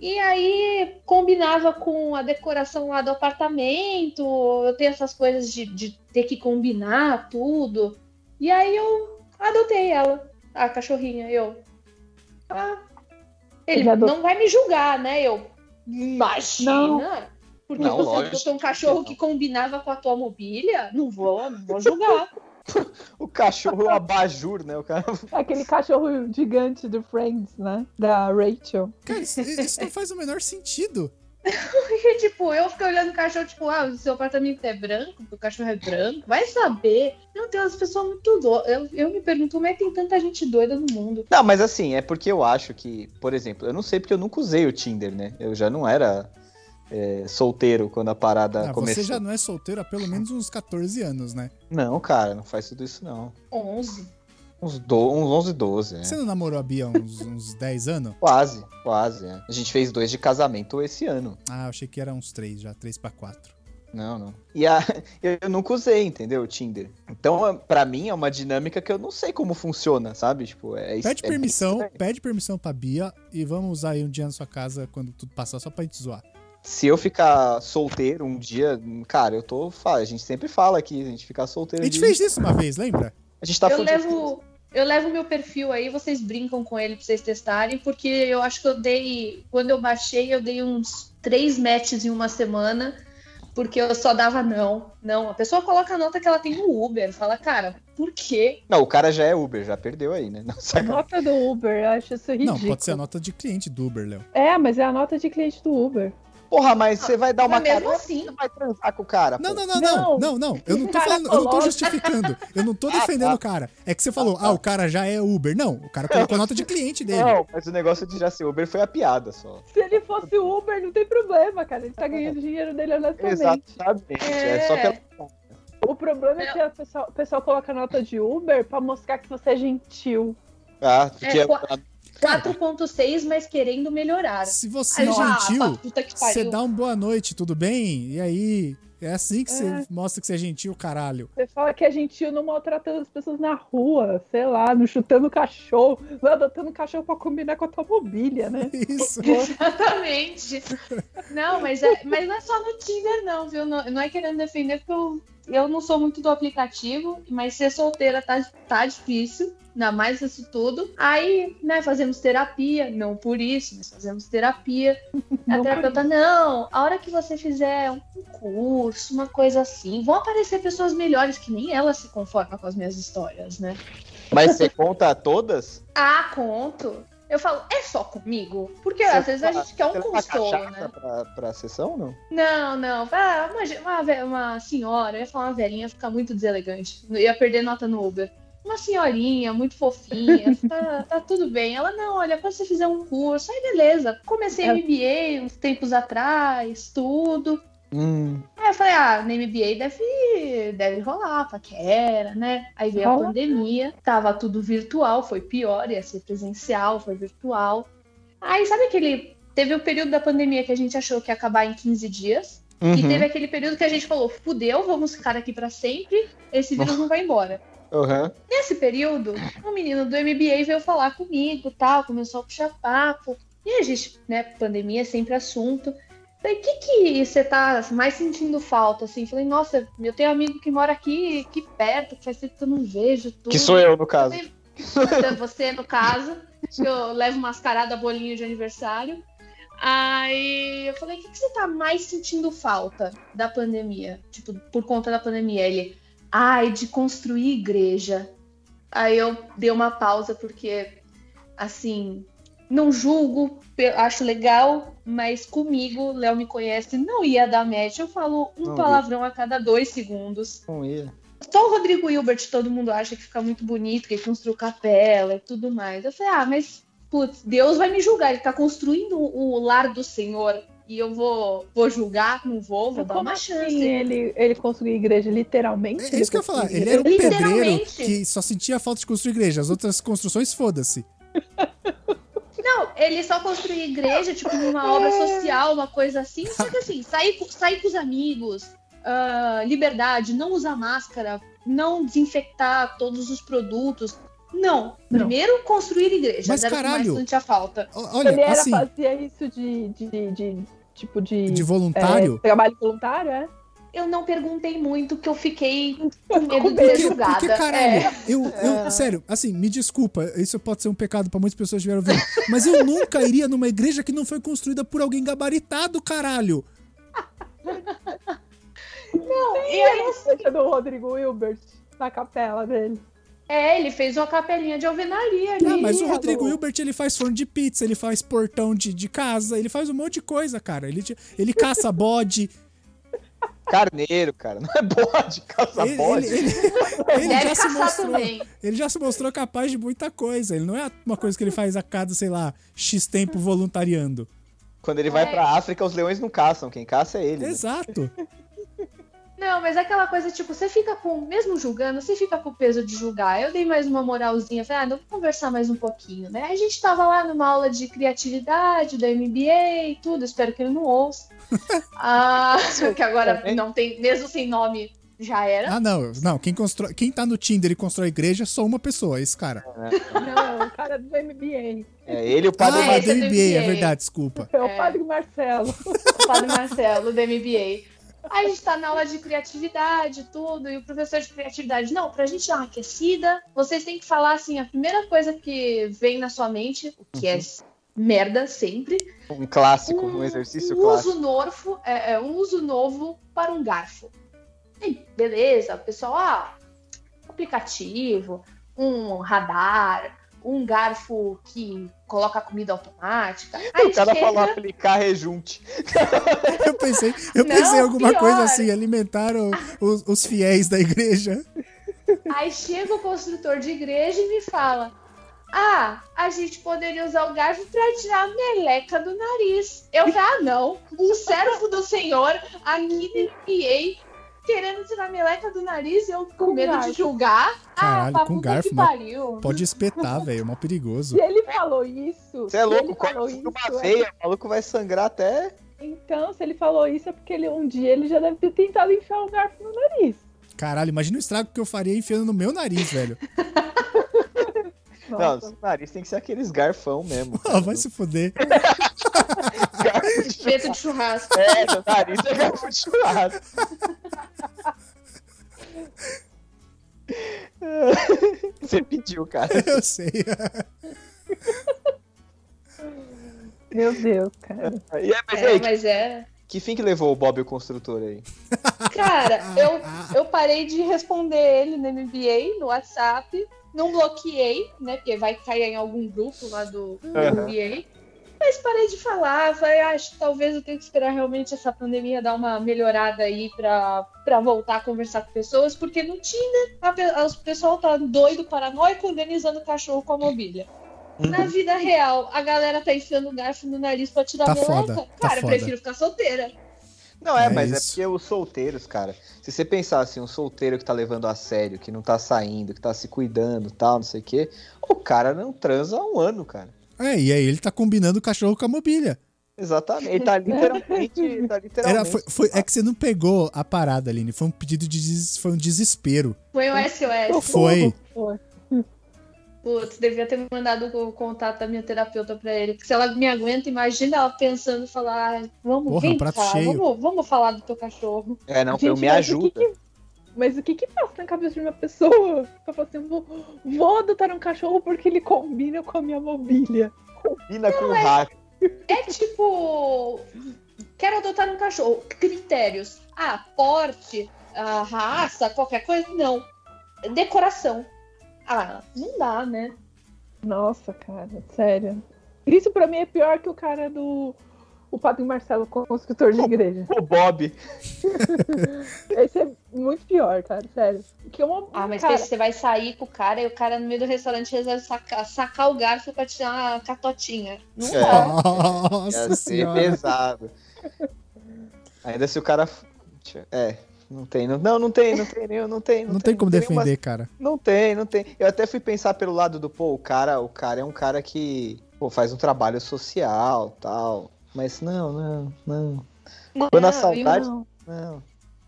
S1: E aí combinava com a decoração lá do apartamento. Eu tenho essas coisas de, de ter que combinar tudo. E aí eu adotei ela, a cachorrinha. Eu. Ah, ele
S4: Ele adot-
S1: não vai me julgar, né? Eu. Imagina! Porque
S3: Não,
S1: você
S3: lógico.
S1: adotou um cachorro que combinava com a tua mobília? Não vou, não vou julgar. (laughs)
S3: O cachorro é um abajur, né? O cara.
S4: Aquele cachorro gigante do Friends, né? Da Rachel.
S2: Cara, isso, isso não faz o menor sentido.
S1: Porque, tipo, eu fiquei olhando o cachorro, tipo, ah, o seu apartamento é branco, o cachorro é branco, vai saber. Meu Deus, as pessoas são muito doidas. Eu, eu me pergunto como é que tem tanta gente doida no mundo.
S3: Não, mas assim, é porque eu acho que, por exemplo, eu não sei porque eu nunca usei o Tinder, né? Eu já não era é, solteiro quando a parada
S2: Ah,
S3: Tá, começou.
S2: você já não é solteiro há pelo menos uns 14 anos, né?
S3: Não, cara, não faz tudo isso não.
S1: 11.
S3: Uns, do... uns 11, 12, é.
S2: Você não namorou a Bia há uns, uns 10 anos?
S3: Quase, quase, é. A gente fez dois de casamento esse ano.
S2: Ah, eu achei que era uns 3 já, 3 pra 4.
S3: Não, não. E a, (laughs) eu, eu nunca usei, entendeu, o Tinder. Então, é- pra mim, é uma dinâmica que eu não sei como funciona, sabe? Tipo, é isso.
S2: Pede permissão, pede permissão pra Bia e vamos usar aí um dia na sua casa quando tudo passar só pra gente zoar.
S3: Se eu ficar solteiro um dia, cara, eu tô. fa- A gente sempre fala aqui, a gente ficar solteiro.
S2: A gente fez isso uma vez, lembra?
S3: A gente tá
S1: eu
S3: fudido.
S1: levo. Eu levo meu perfil aí, vocês brincam com ele pra vocês testarem, porque eu acho que eu dei. Quando eu baixei, eu dei uns três matches em uma semana, porque eu só dava não. Não. A pessoa coloca a nota que ela tem no Uber. Fala, cara, por quê?
S3: Não, o cara já é Uber, já perdeu aí, né? (laughs) Não, saca-
S4: Nota do Uber, eu acho isso ridículo.
S2: É, Não, pode ser a nota de cliente do Uber, Léo.
S4: É, mas é a nota de cliente do Uber.
S3: Porra, mas você vai dar uma
S1: Mas mesmo
S3: carona,
S1: assim.
S3: você vai transar com o cara.
S2: Não, é não,
S3: pô.
S2: não, não,
S4: Não.
S2: não, não. Eu não tô
S4: Cara,
S2: falando, eu não tô
S4: coloca.
S2: justificando. Eu não tô defendendo o cara. É que você falou, ah, o cara já é Uber. Não, o cara colocou a nota de cliente dele.
S3: Não, mas o negócio de já ser Uber foi a piada só.
S4: Se ele fosse Uber, não tem problema, cara. Ele tá ganhando dinheiro dele honestamente.
S3: Exatamente. É, só pela.
S4: O problema é que a pessoa- o pessoal coloca a nota de Uber pra mostrar que você é gentil.
S3: Ah, porque
S1: É, qua-
S3: a-
S1: 4.6, mas querendo melhorar.
S2: Se você é
S1: Aí eu já, "Ah,
S2: gentil,
S1: puta que
S2: você
S1: pariu.
S2: dá um boa noite, tudo bem? E aí, é assim que você mostra que você é gentil, caralho. (laughs)
S4: Você fala que é gentil não maltratando as pessoas na rua, sei lá, não chutando cachorro, não adotando cachorro pra combinar com a tua mobília, né?
S1: (laughs)
S2: Isso.
S1: Exatamente. Não, mas, é, mas não é só no Tinder, não, viu? Não, não é querendo defender, porque eu, eu não sou muito do aplicativo, mas ser solteira tá, tá difícil, ainda mais isso tudo. Aí, né, fazemos terapia, não por isso, mas fazemos terapia. a
S4: Não
S1: terapeuta, não, a hora que você fizer um curso, uma coisa assim, vão aparecer pessoas melhores que nem ela se conforma com as minhas histórias, né?
S3: Mas você conta todas?
S1: Ah, conto. Eu falo, é só comigo? Porque
S3: Você
S1: às vezes a
S3: fala,
S1: gente quer um
S3: Você leva
S1: consolo,
S3: cachaça
S1: né?
S3: pra, pra sessão, não?
S1: Não, não. Ah, uma, ge- uma, ve- uma senhora, eu ia falar uma velhinha, ia ficar muito deselegante. Eu Ia perder nota no Uber. Uma senhorinha, muito fofinha,
S4: (laughs)
S1: tá, tá tudo bem. Ela, não, olha, quando você fizer um curso, aí beleza. Comecei
S4: É.
S1: MBA uns tempos atrás, tudo.
S3: Hum.
S1: Aí eu falei, ah, na MBA deve, deve rolar, paquera, né? Aí veio a
S4: Rola.
S1: pandemia, tava tudo virtual, foi pior, ia ser presencial, foi virtual. Aí sabe aquele. Teve o período da pandemia que a gente achou que ia acabar em 15 dias. E
S3: Uhum.
S2: uhum.
S1: teve aquele período que a gente falou, fudeu, vamos ficar aqui pra sempre, esse vírus não vai embora.
S3: Aham.
S1: Nesse período, um menino do MBA veio falar comigo, tal, começou a puxar papo. E a gente, né, pandemia é sempre assunto. Falei, o que que você tá mais sentindo falta, assim? Falei, nossa, eu tenho amigo que mora aqui, aqui perto, que faz tempo que eu não vejo tudo.
S3: Que sou eu, no caso.
S1: Você- Você, no caso, que eu levo mascarada bolinho de aniversário. Aí eu falei, o que, que você tá mais sentindo falta da pandemia? Tipo, por conta da pandemia. Ele, ai, de construir igreja. Aí eu dei uma pausa, porque, assim, não julgo, pe- acho legal, mas comigo, Léo me conhece, não ia dar match. Eu falo um
S3: Não ia.
S1: palavrão a cada dois segundos.
S3: Não ia.
S1: Só o Rodrigo Hilbert todo mundo acha que fica muito bonito, que ele construiu capela e tudo mais. Eu falei, ah, mas, putz, Deus vai me julgar, ele tá construindo o lar do Senhor e eu vou, vou julgar, não vou, vou dar
S4: Como
S1: uma
S4: assim
S1: chance.
S4: ele, ele construiu igreja, literalmente? Tipo assim,
S2: É isso que eu ia falar. Ele era um
S1: Literalmente.
S2: pedreiro que só sentia falta de construir igreja. As outras construções, foda-se.
S1: Não, ele só construiu igreja, tipo, numa obra social, uma coisa assim. Só que assim, sair, co- sair com os amigos, ah, liberdade, não usar máscara, não desinfectar todos os produtos. Não,
S4: Não.
S1: primeiro construir igreja.
S2: Mas,
S1: era o que mais
S2: caralho.
S1: sentia falta.
S2: O- Olha,
S4: ele era,
S2: assim,
S4: fazia isso de, de, de- tipo de,
S2: de voluntário.
S4: é, trabalho voluntário, é?
S1: Eu não perguntei muito, que eu fiquei com medo de
S4: medo.
S1: É, ser
S2: Porque,
S1: julgada. é.
S2: porque, caralho, eu, eu- sério, assim, me desculpa, isso pode ser um pecado pra muitas pessoas que estiveram ouvindo, (laughs) mas eu nunca iria numa igreja que não foi construída por alguém gabaritado, caralho.
S1: É. E aí,
S4: Igreja do Rodrigo Wilbert na capela dele.
S1: É, ele fez uma capelinha de alvenaria ali. tá
S2: Não, Ah, mas o Rodrigo
S1: Alô.
S2: Hilbert, ele faz forno de pizza, ele faz portão de, de casa, ele faz um monte de coisa, cara. Ele, ele caça bode.
S3: Carneiro, cara. Não é bode, caça
S2: ele,
S3: bode.
S2: ele, ele, ele
S1: Deve
S2: já se
S1: caçar
S2: mostrou,
S1: também.
S2: ele já se mostrou capaz de muita coisa. Ele não é uma coisa que ele faz a cada, sei lá, X tempo voluntariando.
S3: Quando ele
S1: É.
S3: vai pra África, os leões não caçam. Quem caça é ele. né?
S2: Exato.
S1: Não, mas é aquela coisa, tipo, você fica com, mesmo julgando, você fica com o peso de julgar. Eu dei mais uma moralzinha, falei, ah, não, vamos conversar mais um pouquinho, né? A gente tava lá numa aula de criatividade, da MBA e tudo, espero que ele não
S2: (laughs)
S1: ouça. ah, que (laughs) agora não tem, mesmo sem nome, já era.
S2: Ah, não. Não, quem, constrói, quem tá no Tinder e constrói igreja é só uma pessoa, esse cara.
S4: Não, o cara do MBA.
S3: É ele e o padre.
S2: Ah,
S1: Mar-
S2: é
S1: esse
S2: do
S1: é do
S2: NBA, é
S1: NBA.
S2: verdade, desculpa.
S4: É o
S1: É.
S4: Padre Marcelo.
S1: o Padre Marcelo, do MBA. Aí a gente tá na aula de criatividade, tudo, e o professor de criatividade, não, pra gente dar uma aquecida, vocês têm que falar assim, a primeira coisa que vem na sua mente, o que é merda sempre,
S3: Um clássico, Uhum. um exercício
S1: um
S3: clássico.
S1: uso norfo, é, é, um uso novo para um garfo. Ei, beleza, o pessoal, ah, aplicativo, um radar, um garfo que coloca comida automática. Aí
S3: O cara
S1: chega-
S3: falou aplicar rejunte.
S2: Eu pensei, eu
S1: Não,
S2: pensei em alguma
S1: pior.
S2: coisa assim, alimentaram os, os fiéis da igreja.
S1: Aí chega o construtor de igreja e me fala: Ah, a gente poderia usar o garfo pra tirar a meleca do nariz. Eu falei: Ah, não. Um servo do Senhor aqui me enviei querendo tirar a meleca do nariz e eu com
S4: Com
S1: medo
S4: garfo.
S1: de julgar.
S2: Caralho,
S1: ah, pra
S2: com
S1: puta
S2: garfo,
S1: que
S2: mas-
S1: pariu.
S2: Pode espetar, velho, é mó perigoso.
S4: Se ele falou isso.
S3: Você é
S4: se
S3: louco,
S4: ele falou
S3: corta
S4: isso.
S3: uma
S4: é-
S3: veia, o maluco vai sangrar até.
S4: Então, se ele falou isso, é porque ele, um dia ele já deve ter tentado enfiar um garfo no nariz.
S2: Caralho, imagina o estrago que eu faria enfiando no meu nariz, velho.
S4: Nossa.
S3: Não, o nariz tem que ser aqueles garfão mesmo.
S2: (laughs) Ah, vai se fuder.
S3: Garfo de churrasco.
S1: Preto de churrasco.
S3: É, seu nariz é garfo de churrasco. (laughs) Você pediu, cara.
S2: Eu sei. (laughs)
S4: Meu Deus, cara.
S3: E é, mas
S1: É,
S3: aí,
S1: mas é.
S3: que fim que levou o Bob o construtor aí?
S1: Cara,
S2: Ah,
S1: eu, eu parei de responder ele no MBA, no WhatsApp. Não bloqueei, né? Porque vai cair em algum grupo lá do, do
S3: Aham.
S1: MBA. Mas parei de falar. Falei, "Ah, acho que talvez eu tenha que esperar realmente essa pandemia dar uma melhorada aí pra, pra voltar a conversar com pessoas. Porque no Tinder, a pe- a- o pessoal tá doido, paranoico, organizando cachorro com a mobília. Na
S2: Hum.
S1: vida real, a galera tá enfiando o garfo no nariz pra tirar
S2: Tá
S1: meleca.
S2: foda, tá
S1: Cara, eu
S2: foda.
S1: prefiro ficar solteira.
S3: Não, é,
S2: É
S3: mas
S2: isso.
S3: é porque os solteiros, cara. Se você pensar assim, um solteiro que tá levando a sério, que não tá saindo, que tá se cuidando tal, não sei o quê, o cara não transa há um ano, cara.
S2: É, e aí ele tá combinando o cachorro com a mobília.
S3: Exatamente.
S4: (laughs)
S3: Ele tá literalmente. tá
S2: Era,
S3: literalmente
S2: foi, foi- é que você não pegou a parada, Aline. Foi um pedido de des- foi um desespero.
S1: Foi um SOS.
S2: Foi.
S4: Pô,
S1: Putz, devia ter mandado o contato da minha terapeuta pra ele. Porque se ela me aguenta, imagina ela pensando, falar, "Ah, vamos,
S2: Porra, um
S1: vem
S2: prato
S1: cá,
S2: cheio."
S1: Vamos, vamos falar do teu cachorro.
S3: É, não, foi eu
S4: gente,
S3: me
S4: mas o que
S3: ajuda.
S4: que- Mas o que que passa na cabeça de uma pessoa? Pra falar assim, vou, vou adotar um cachorro porque ele combina com a minha mobília.
S3: Combina com o hack.
S1: É tipo, quero adotar um cachorro. Critérios. Ah, porte, ah, raça, qualquer coisa? Não. Decoração. Ah, não dá, né?
S4: Nossa, cara, sério. Isso pra mim é pior que o cara do... O Padre Marcelo, construtor de igreja.
S3: O Bob.
S4: Esse é muito pior, cara, sério. Que é uma...
S1: Ah, mas
S4: cara,
S1: pensa, você vai sair com o cara e o cara no meio do restaurante resolve sacar, sacar o garfo pra tirar uma catotinha. Não
S3: É. assim,
S1: dá.
S2: Nossa
S3: Ia ser
S2: senhora.
S3: pesado. Ainda se o cara. Deixa- É, não tem. Não, não, não tem, não tem, nem- não tem.
S2: Não tem como
S3: nenhuma-
S2: defender, cara.
S3: Não tem, não tem. Eu até fui pensar pelo lado do, pô, o cara, o cara é um cara que pô, faz um trabalho social tal. Mas não, não, não, Quando
S1: Não,
S3: a
S1: e
S3: saudade-
S1: não.
S3: não.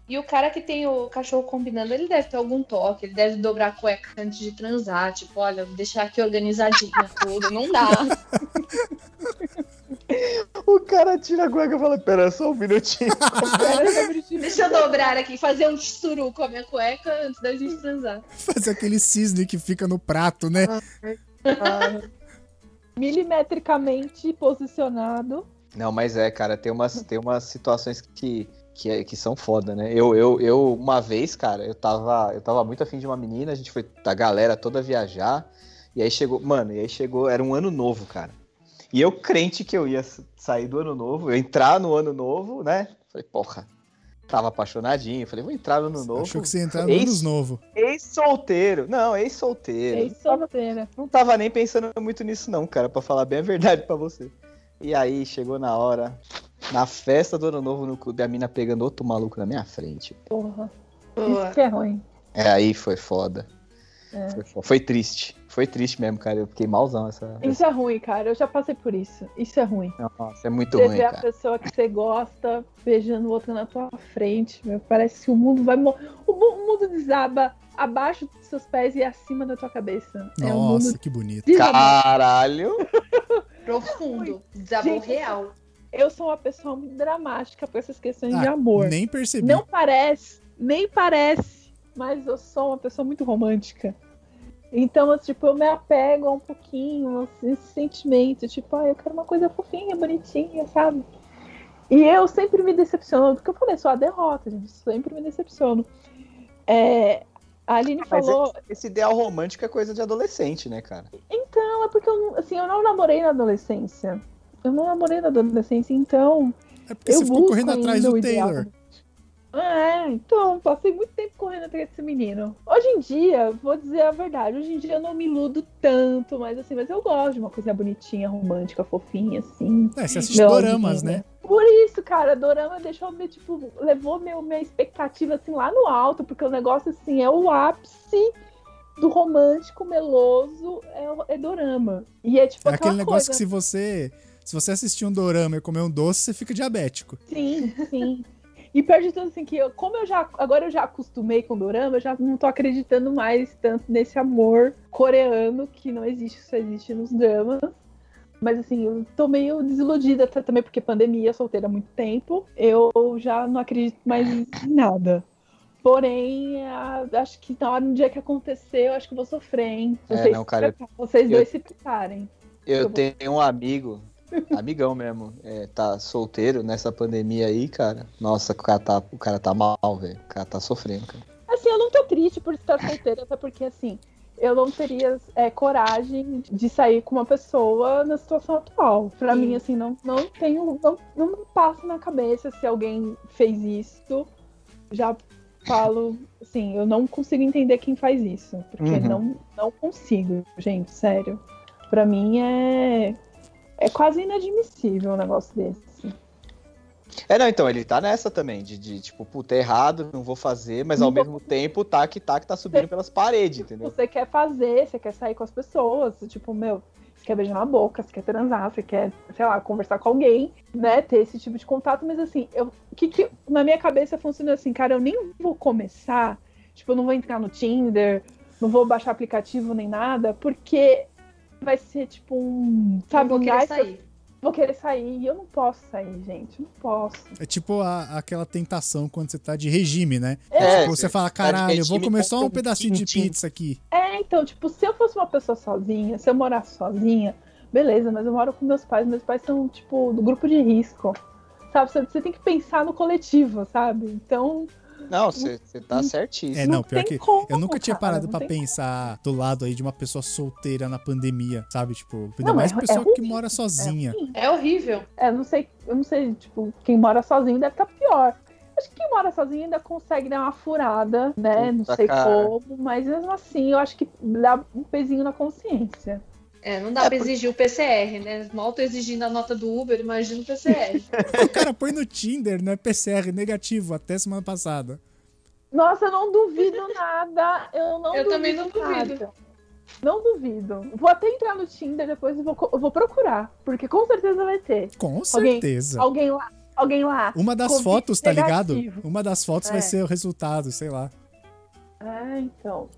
S1: E o cara que tem o cachorro combinando, ele deve ter algum toque, ele deve dobrar a cueca antes de transar, tipo, olha, vou deixar aqui
S2: (laughs)
S1: organizadinho tudo, não dá.
S3: O cara tira a cueca e fala, pera, só um minutinho.
S4: Era sobre ti-
S1: Deixa eu dobrar aqui, fazer um suru com a minha cueca antes da gente transar.
S2: Fazer aquele cisne que fica no prato, né?
S3: Ah,
S4: milimetricamente posicionado.
S3: Não, mas é, cara, tem umas, tem umas situações que que, é- que são foda, né? Eu, eu, eu, uma vez, cara, eu tava, eu tava muito afim de uma menina, a gente foi a galera toda viajar, e aí chegou, mano, e aí chegou, era um ano novo, cara. E eu crente que eu ia s- sair do ano novo, eu entrar no ano novo, né? Falei, porra, tava apaixonadinho, falei, vou entrar no ano novo. É
S2: Achou que você ia entrar no
S3: Ex-
S2: Anos Novo.
S3: Ex-solteiro, não, ex-solteiro.
S4: Ei, solteira.
S3: Não tava nem pensando muito nisso, não, cara, pra falar bem a verdade pra você. E aí, chegou na hora, na festa do ano novo no clube, a mina pegando outro maluco na minha frente.
S4: Porra.
S1: Boa.
S4: Isso que é ruim.
S3: É, aí foi foda.
S4: É.
S3: Foi, fo- foi triste. Foi triste mesmo, cara. Eu fiquei malzão essa.
S4: Isso é ruim, cara. Eu já passei por isso. Isso é ruim.
S3: Nossa, é muito
S4: Você
S3: ruim,
S4: vê a
S3: cara.
S4: pessoa que você gosta beijando outra na tua frente, meu. Parece que o mundo vai morrer. O mu- o mundo desaba abaixo dos seus pés e acima da tua cabeça. é um
S2: Nossa,
S4: mundo
S2: que bonito.
S4: desabado.
S3: Caralho!
S1: Profundo. Desabou
S4: Gente,
S1: real.
S4: Eu sou uma pessoa muito dramática com essas questões de
S2: Ah,
S4: amor.
S2: Nem percebi.
S4: Não parece, nem parece, mas eu sou uma pessoa muito romântica. Então, eu, tipo, eu me apego a um pouquinho a esse sentimento, tipo, ah, eu quero uma coisa fofinha, bonitinha, sabe? E eu sempre me decepciono, porque eu falei, sou a derrota, gente, sempre me decepciono. É, a Aline
S3: Ah, Mas
S4: falou,
S3: esse ideal romântico é coisa de adolescente, né, cara?
S4: então, é porque eu, não- assim, eu não namorei na adolescência. Eu não namorei na adolescência, então
S2: É porque você ficou
S4: busco
S2: correndo atrás
S4: ainda
S2: do
S4: o ideal.
S2: Taylor.
S4: É, então, passei muito tempo correndo atrás desse menino. Hoje em dia, vou dizer a verdade, hoje em dia eu não me iludo tanto, mas assim, mas eu gosto de uma coisa bonitinha, romântica, fofinha, assim.
S2: É, você assiste
S4: Não,
S2: doramas,
S4: menina.
S2: né?
S4: Por isso, cara, Dorama deixou me, tipo, levou meu, minha expectativa assim lá no alto, porque o negócio assim é o ápice do romântico meloso é, o- é Dorama. E é tipo
S2: É aquele
S4: aquela
S2: negócio
S4: coisa,
S2: que se você. Se você assistir um dorama e comer um doce, você fica diabético.
S4: Sim, sim. (laughs) E pior de tudo, assim, que eu, como eu já. Agora eu já acostumei com dorama, eu já não tô acreditando mais tanto nesse amor coreano que não existe, só existe nos dramas. Mas assim, eu tô meio desiludida tá, também, porque pandemia, solteira há muito tempo. Eu já não acredito mais em nada. Porém, a- acho que na hora, no dia que acontecer, eu acho que eu vou sofrer, hein?
S3: É,
S4: Vocês,
S3: não, cara,
S4: se preparem, (laughs) vocês
S3: eu-
S4: dois se preparem.
S3: Eu
S4: Eu vou-
S3: tenho um amigo, amigão mesmo, é, tá solteiro nessa pandemia aí, cara. Nossa, o cara tá, o cara tá mal, velho. O cara tá sofrendo, cara.
S4: Assim, eu não tô triste por estar solteira, até porque, assim, eu não teria é, coragem de sair com uma pessoa na situação atual. Pra
S1: Sim.
S4: mim, assim, não, não tenho. Não, não me passa na cabeça se alguém fez isso. Já falo, assim, eu não consigo entender quem faz isso. Porque
S3: Uhum.
S4: não, não consigo, gente, sério. Pra mim é. É quase inadmissível um negócio desse.
S3: É, não, então, ele tá nessa também, de, de, tipo, puta, é errado, não vou fazer, mas
S4: Não
S3: ao
S4: vou
S3: mesmo tempo, tá que tá que tá subindo pelas paredes, entendeu?
S4: Você quer fazer, você quer sair com as pessoas, tipo, meu, você quer beijar na boca, você quer transar, você quer, sei lá, conversar com alguém, né? Ter esse tipo de contato, mas assim, eu, o que que na minha cabeça funciona assim, cara, eu nem vou começar, tipo, eu não vou entrar no Tinder, não vou baixar aplicativo nem nada, porque vai ser tipo um,
S1: Não
S4: sabe,
S1: vou
S4: um
S1: querer
S4: gás que eu
S1: sair.
S4: vou querer sair, e eu não posso sair, gente, eu não posso.
S2: É tipo a- aquela tentação quando você tá de regime, né?
S3: É,
S2: Tipo, você fala, caralho, eu vou
S3: regime
S2: comer só
S3: contra
S2: um
S3: um
S2: pedacinho de
S3: tintim.
S2: pizza aqui.
S4: É, então, tipo, se eu fosse uma pessoa sozinha, se eu morasse sozinha, beleza, mas eu moro com meus pais, meus pais são, tipo, do grupo de risco. Sabe, você, você tem que pensar no coletivo, sabe? Então,
S3: Não, você você tá
S2: É,
S3: certíssimo.
S2: não,
S4: não
S2: pior
S4: tem
S2: que
S4: como,
S2: eu nunca tinha
S4: (laughs) cara,
S2: parado
S4: não
S2: pra
S4: tem
S2: pensar do lado aí de uma pessoa solteira na pandemia, sabe? Tipo, ainda
S4: Não,
S2: mais
S4: é- é
S2: pessoa
S4: ruim,
S2: que mora sozinha.
S1: É horrível.
S4: é, não sei, eu não sei, tipo, quem mora sozinho deve estar pior. Acho que quem mora sozinho ainda consegue dar uma furada,
S3: Puta,
S4: né? não sei
S3: cara.
S4: como, mas mesmo assim, eu acho que dá um pezinho na consciência.
S1: É, não dá
S3: É,
S1: pra
S3: porque-
S1: exigir o PCR, né? Mal tô exigindo a nota do Uber, imagina o
S2: (laughs)
S1: PCR.
S2: O cara põe no Tinder, não é PCR negativo até semana passada.
S4: Nossa, eu não duvido nada. Eu não
S1: Eu
S4: duvido
S1: também não
S4: nada.
S1: duvido.
S4: Não duvido. Vou até entrar no Tinder depois e vou, co- eu vou procurar. Porque com certeza vai ter.
S2: Com
S4: Alguém-
S2: certeza.
S4: Alguém lá. Alguém lá.
S2: Uma das
S4: Covid
S2: fotos, tá ligado?
S4: negativo.
S2: Uma das fotos vai
S1: É.
S2: ser o resultado, sei lá.
S4: Ah, então.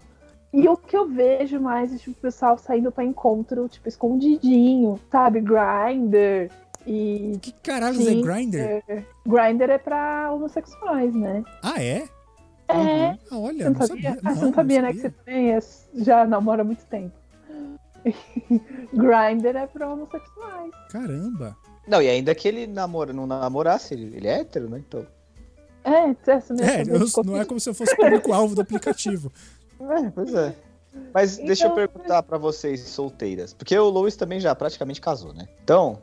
S4: E o que eu vejo mais é tipo, o pessoal saindo pra encontro, tipo, escondidinho, sabe? Grinder. E
S2: Que caralho é
S4: Sim.
S2: Grindr?
S4: Grinder é pra homossexuais, né?
S2: Ah, é?
S4: É.
S3: Uhum.
S2: Ah, olha,
S4: Você não
S2: não
S4: sabia?
S2: sabia.
S4: Ah, você não sabia, né? Que você também é- já namora há muito tempo. (laughs) Grinder é pra homossexuais.
S2: Caramba.
S3: Não, e ainda que ele namora, não namorasse, ele, ele é hétero, né? Então.
S4: É, essa minha
S2: É,
S4: cabeça
S2: eu-
S4: ficou
S2: não é
S4: pequena.
S2: como se eu fosse público-alvo
S4: (laughs)
S2: do aplicativo.
S3: É, pois é. Mas deixa eu
S4: Então-
S3: perguntar pra vocês, solteiras. Porque o Lois também já praticamente casou, né? Então,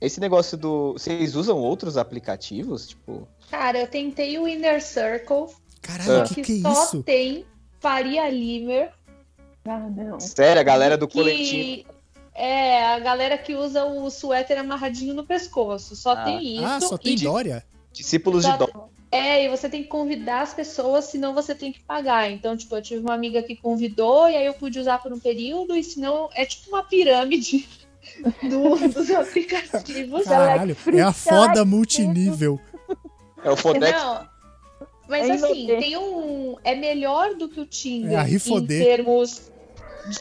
S3: esse negócio do. Vocês usam outros aplicativos? Tipo.
S1: Cara, eu tentei o Inner Circle,
S2: Caralho,
S3: Ah.
S2: o que, que é
S1: só
S2: isso?
S1: tem Faria Limer.
S4: Ah, não.
S3: Sério, a galera do coletivo.
S1: Que é a galera que usa o suéter amarradinho no pescoço. Só
S3: Ah.
S1: tem isso.
S2: Ah, só tem
S1: e
S2: Dória?
S3: Discípulos de
S1: Só-
S3: Dó.
S1: É, e você tem que convidar as pessoas, senão você tem que pagar. Então, tipo, eu tive uma amiga que convidou, e aí eu pude usar por um período, e senão é tipo uma pirâmide (laughs) do- dos aplicativos.
S2: Caralho, é a foda multinível.
S3: É o Fodex.
S1: Não. Mas
S4: É
S1: assim,
S4: envolver.
S1: tem um. É melhor do que o Tinder
S2: É a
S1: em
S2: rifoder.
S1: termos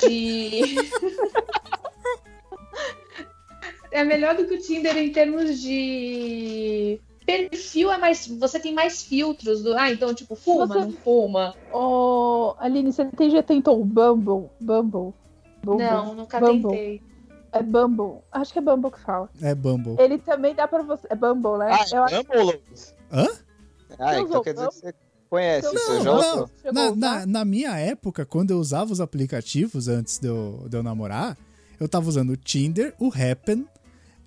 S1: de. (laughs) é melhor do que o Tinder em termos de. Perfil é mais. Você tem mais filtros. Do... Ah, então, tipo, fuma,
S4: Você-
S1: não fuma.
S4: Ô, Aline, você tem- já tentou o Bumble? Bumble? Bumble.
S1: Não, nunca
S4: Bumble.
S1: tentei.
S4: É Bumble. Acho que é Bumble que fala.
S2: É Bumble.
S4: Ele também dá pra você. É Bumble, né?
S3: Ah,
S4: Eu acho
S3: é Bumble, Lois.
S2: Hã?
S3: Ah,
S4: Você
S3: então
S4: usou
S3: quer dizer que
S4: Bumble?
S3: você conhece,
S4: que
S2: Não,
S3: é? você
S4: você
S3: já
S2: não.
S3: usou.
S4: chegou a
S2: Na,
S4: usar.
S2: na, na minha época, quando eu usava os aplicativos antes de eu, de eu namorar, eu tava usando o Tinder, o Happen,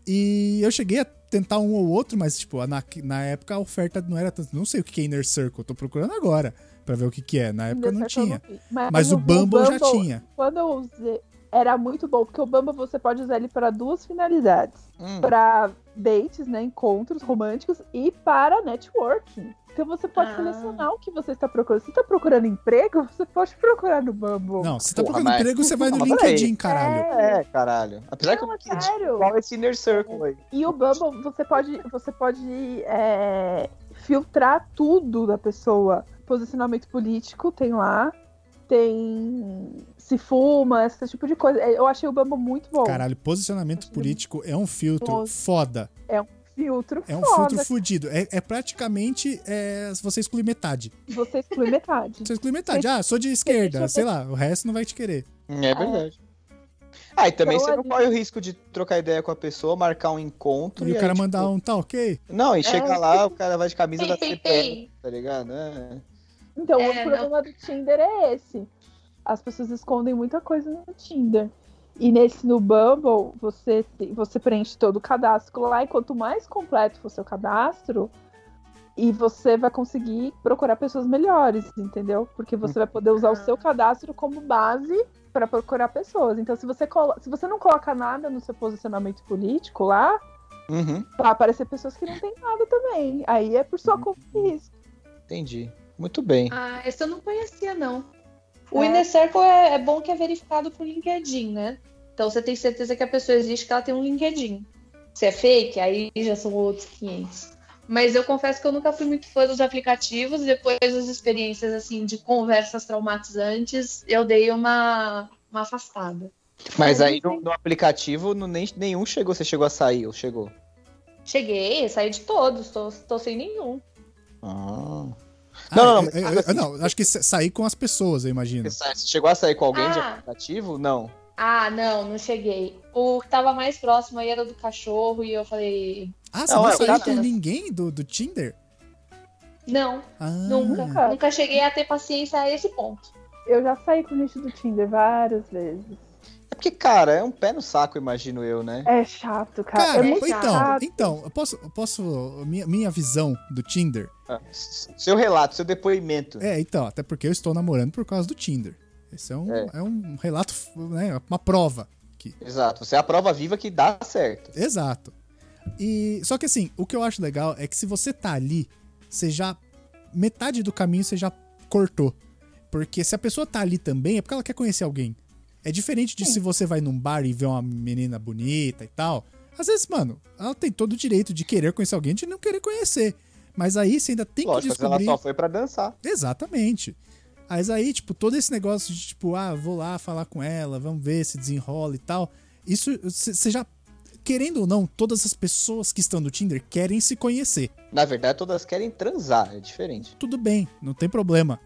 S2: e eu cheguei a tentar um ou outro, mas, tipo, na, na época a oferta não era tanto. Não sei o que que é Inner Circle, tô procurando agora pra ver o que que é. Na época não
S4: Dessa que eu
S2: tinha.
S4: vi.
S2: Mas
S4: eu
S2: o
S4: vi
S2: Bumble já tinha.
S4: Quando eu usei, era muito bom, porque o Bumble você pode usar ele para duas finalidades.
S3: Hum,
S4: Para dates, né, encontros românticos e para networking. Então você pode
S1: Ah.
S4: selecionar o que você está procurando. Se você está procurando emprego, (laughs) você pode procurar no Bumble.
S2: Não, se tá
S3: Porra,
S2: procurando
S3: mas-
S2: emprego, você vai no
S3: Não, mas peraí.
S2: LinkedIn, caralho.
S3: É, caralho. Apesar que eu
S4: Não,
S3: não
S4: é
S3: entendi
S4: sério.
S3: qual é esse Inner Circle aí.
S4: E o Bumble, você pode, você pode é, filtrar tudo da pessoa. Posicionamento político tem lá. Tem se fuma, esse tipo de coisa. É, Eu achei o Bumble muito bom.
S2: Caralho, posicionamento político é um filtro
S4: Nossa.
S2: foda.
S4: Filtro
S2: É um
S4: foda.
S2: filtro fudido. É, é praticamente é, você exclui metade.
S4: Você exclui metade.
S2: Você exclui metade. Ah, sou de esquerda,
S4: eu
S2: sei lá, o resto não vai te querer.
S3: É verdade. Ah, e também
S4: Então,
S3: você não
S4: ali-
S3: corre o risco de trocar ideia com a pessoa, marcar um encontro.
S2: E o
S3: aí,
S2: cara
S3: tipo,
S2: mandar um tá ok?
S3: Não, e chega lá, o cara vai de camisa da
S1: Tem, tem,
S3: CPF,
S1: tem.
S3: tá ligado? É.
S4: Então,
S1: É,
S4: o problema do Tinder é esse. As pessoas escondem muita coisa no Tinder. E nesse no Bumble, você, te- você preenche todo o cadastro lá, e quanto mais completo for seu cadastro, e você vai conseguir procurar pessoas melhores, entendeu? Porque você vai poder usar o seu cadastro como base para procurar pessoas. Então, se você, colo- se você não coloca nada no seu posicionamento político lá,
S3: Uhum,
S4: vai aparecer pessoas que não têm nada também. Aí é por sua conta e risco.
S3: entendi. Muito bem.
S1: Ah, essa eu não conhecia, não. O
S4: É.
S1: Inner Circle é, é bom que é verificado por LinkedIn, né? Então você tem certeza que a pessoa existe, que ela tem um LinkedIn. Se é fake, aí já são outros 500. Mas eu confesso que eu nunca fui muito fã dos aplicativos. Depois das experiências, assim, de conversas traumatizantes, eu dei uma, uma afastada.
S3: Mas aí no, no aplicativo no, nem, nenhum chegou. Você chegou a sair ou chegou?
S1: Cheguei, saí de todos, tô, tô sem nenhum.
S3: Ah.
S2: Ah,
S3: Não, não, não,
S2: eu- eu-
S3: mas- assim,
S2: eu- eu não, acho que sa- sair com as pessoas, eu imagino.
S3: Você sa- você chegou a sair com alguém de
S1: Ah.
S3: aplicativo? Não.
S1: Ah, não, não cheguei. O que tava mais próximo aí era do cachorro, e eu falei,
S2: Ah, você
S3: Não,
S2: não,
S3: é,
S2: saiu
S3: cara-
S2: com ninguém do, do Tinder?
S1: não,
S2: Ah,
S4: Então,
S1: Nunca. Nunca cheguei a ter paciência a esse ponto.
S4: Eu já saí com gente do Tinder várias vezes.
S3: É porque, cara, é um pé no saco, imagino eu, né?
S4: É chato, cara.
S2: Cara,
S4: é muito
S2: então,
S4: chato.
S2: então, eu posso, eu posso minha, minha visão do Tinder?
S3: Ah, s- Seu relato, seu depoimento.
S2: É, então, até porque eu estou namorando por causa do Tinder. Esse é um,
S3: É.
S2: é. um relato, né, uma prova.
S3: Exato. Você é a prova viva que dá certo.
S2: Exato. E só que assim, o que eu acho legal é que se você tá ali, você já metade do caminho você já cortou. Porque se a pessoa tá ali também é porque ela quer conhecer alguém. É diferente de se você vai num bar e vê uma menina bonita e tal. Às vezes, mano, ela tem todo o direito de querer conhecer alguém e de não querer conhecer. Mas aí você ainda tem que
S3: Lógico, mas ela tá
S2: descobrir.
S3: só foi pra dançar.
S2: Exatamente. Mas aí, tipo, todo esse negócio de, tipo, ah, vou lá falar com ela, vamos ver se desenrola e tal. Isso, você já. Querendo ou não, todas as pessoas que estão no Tinder querem se conhecer.
S3: Na verdade, todas querem transar, é diferente.
S2: Tudo bem, não tem problema.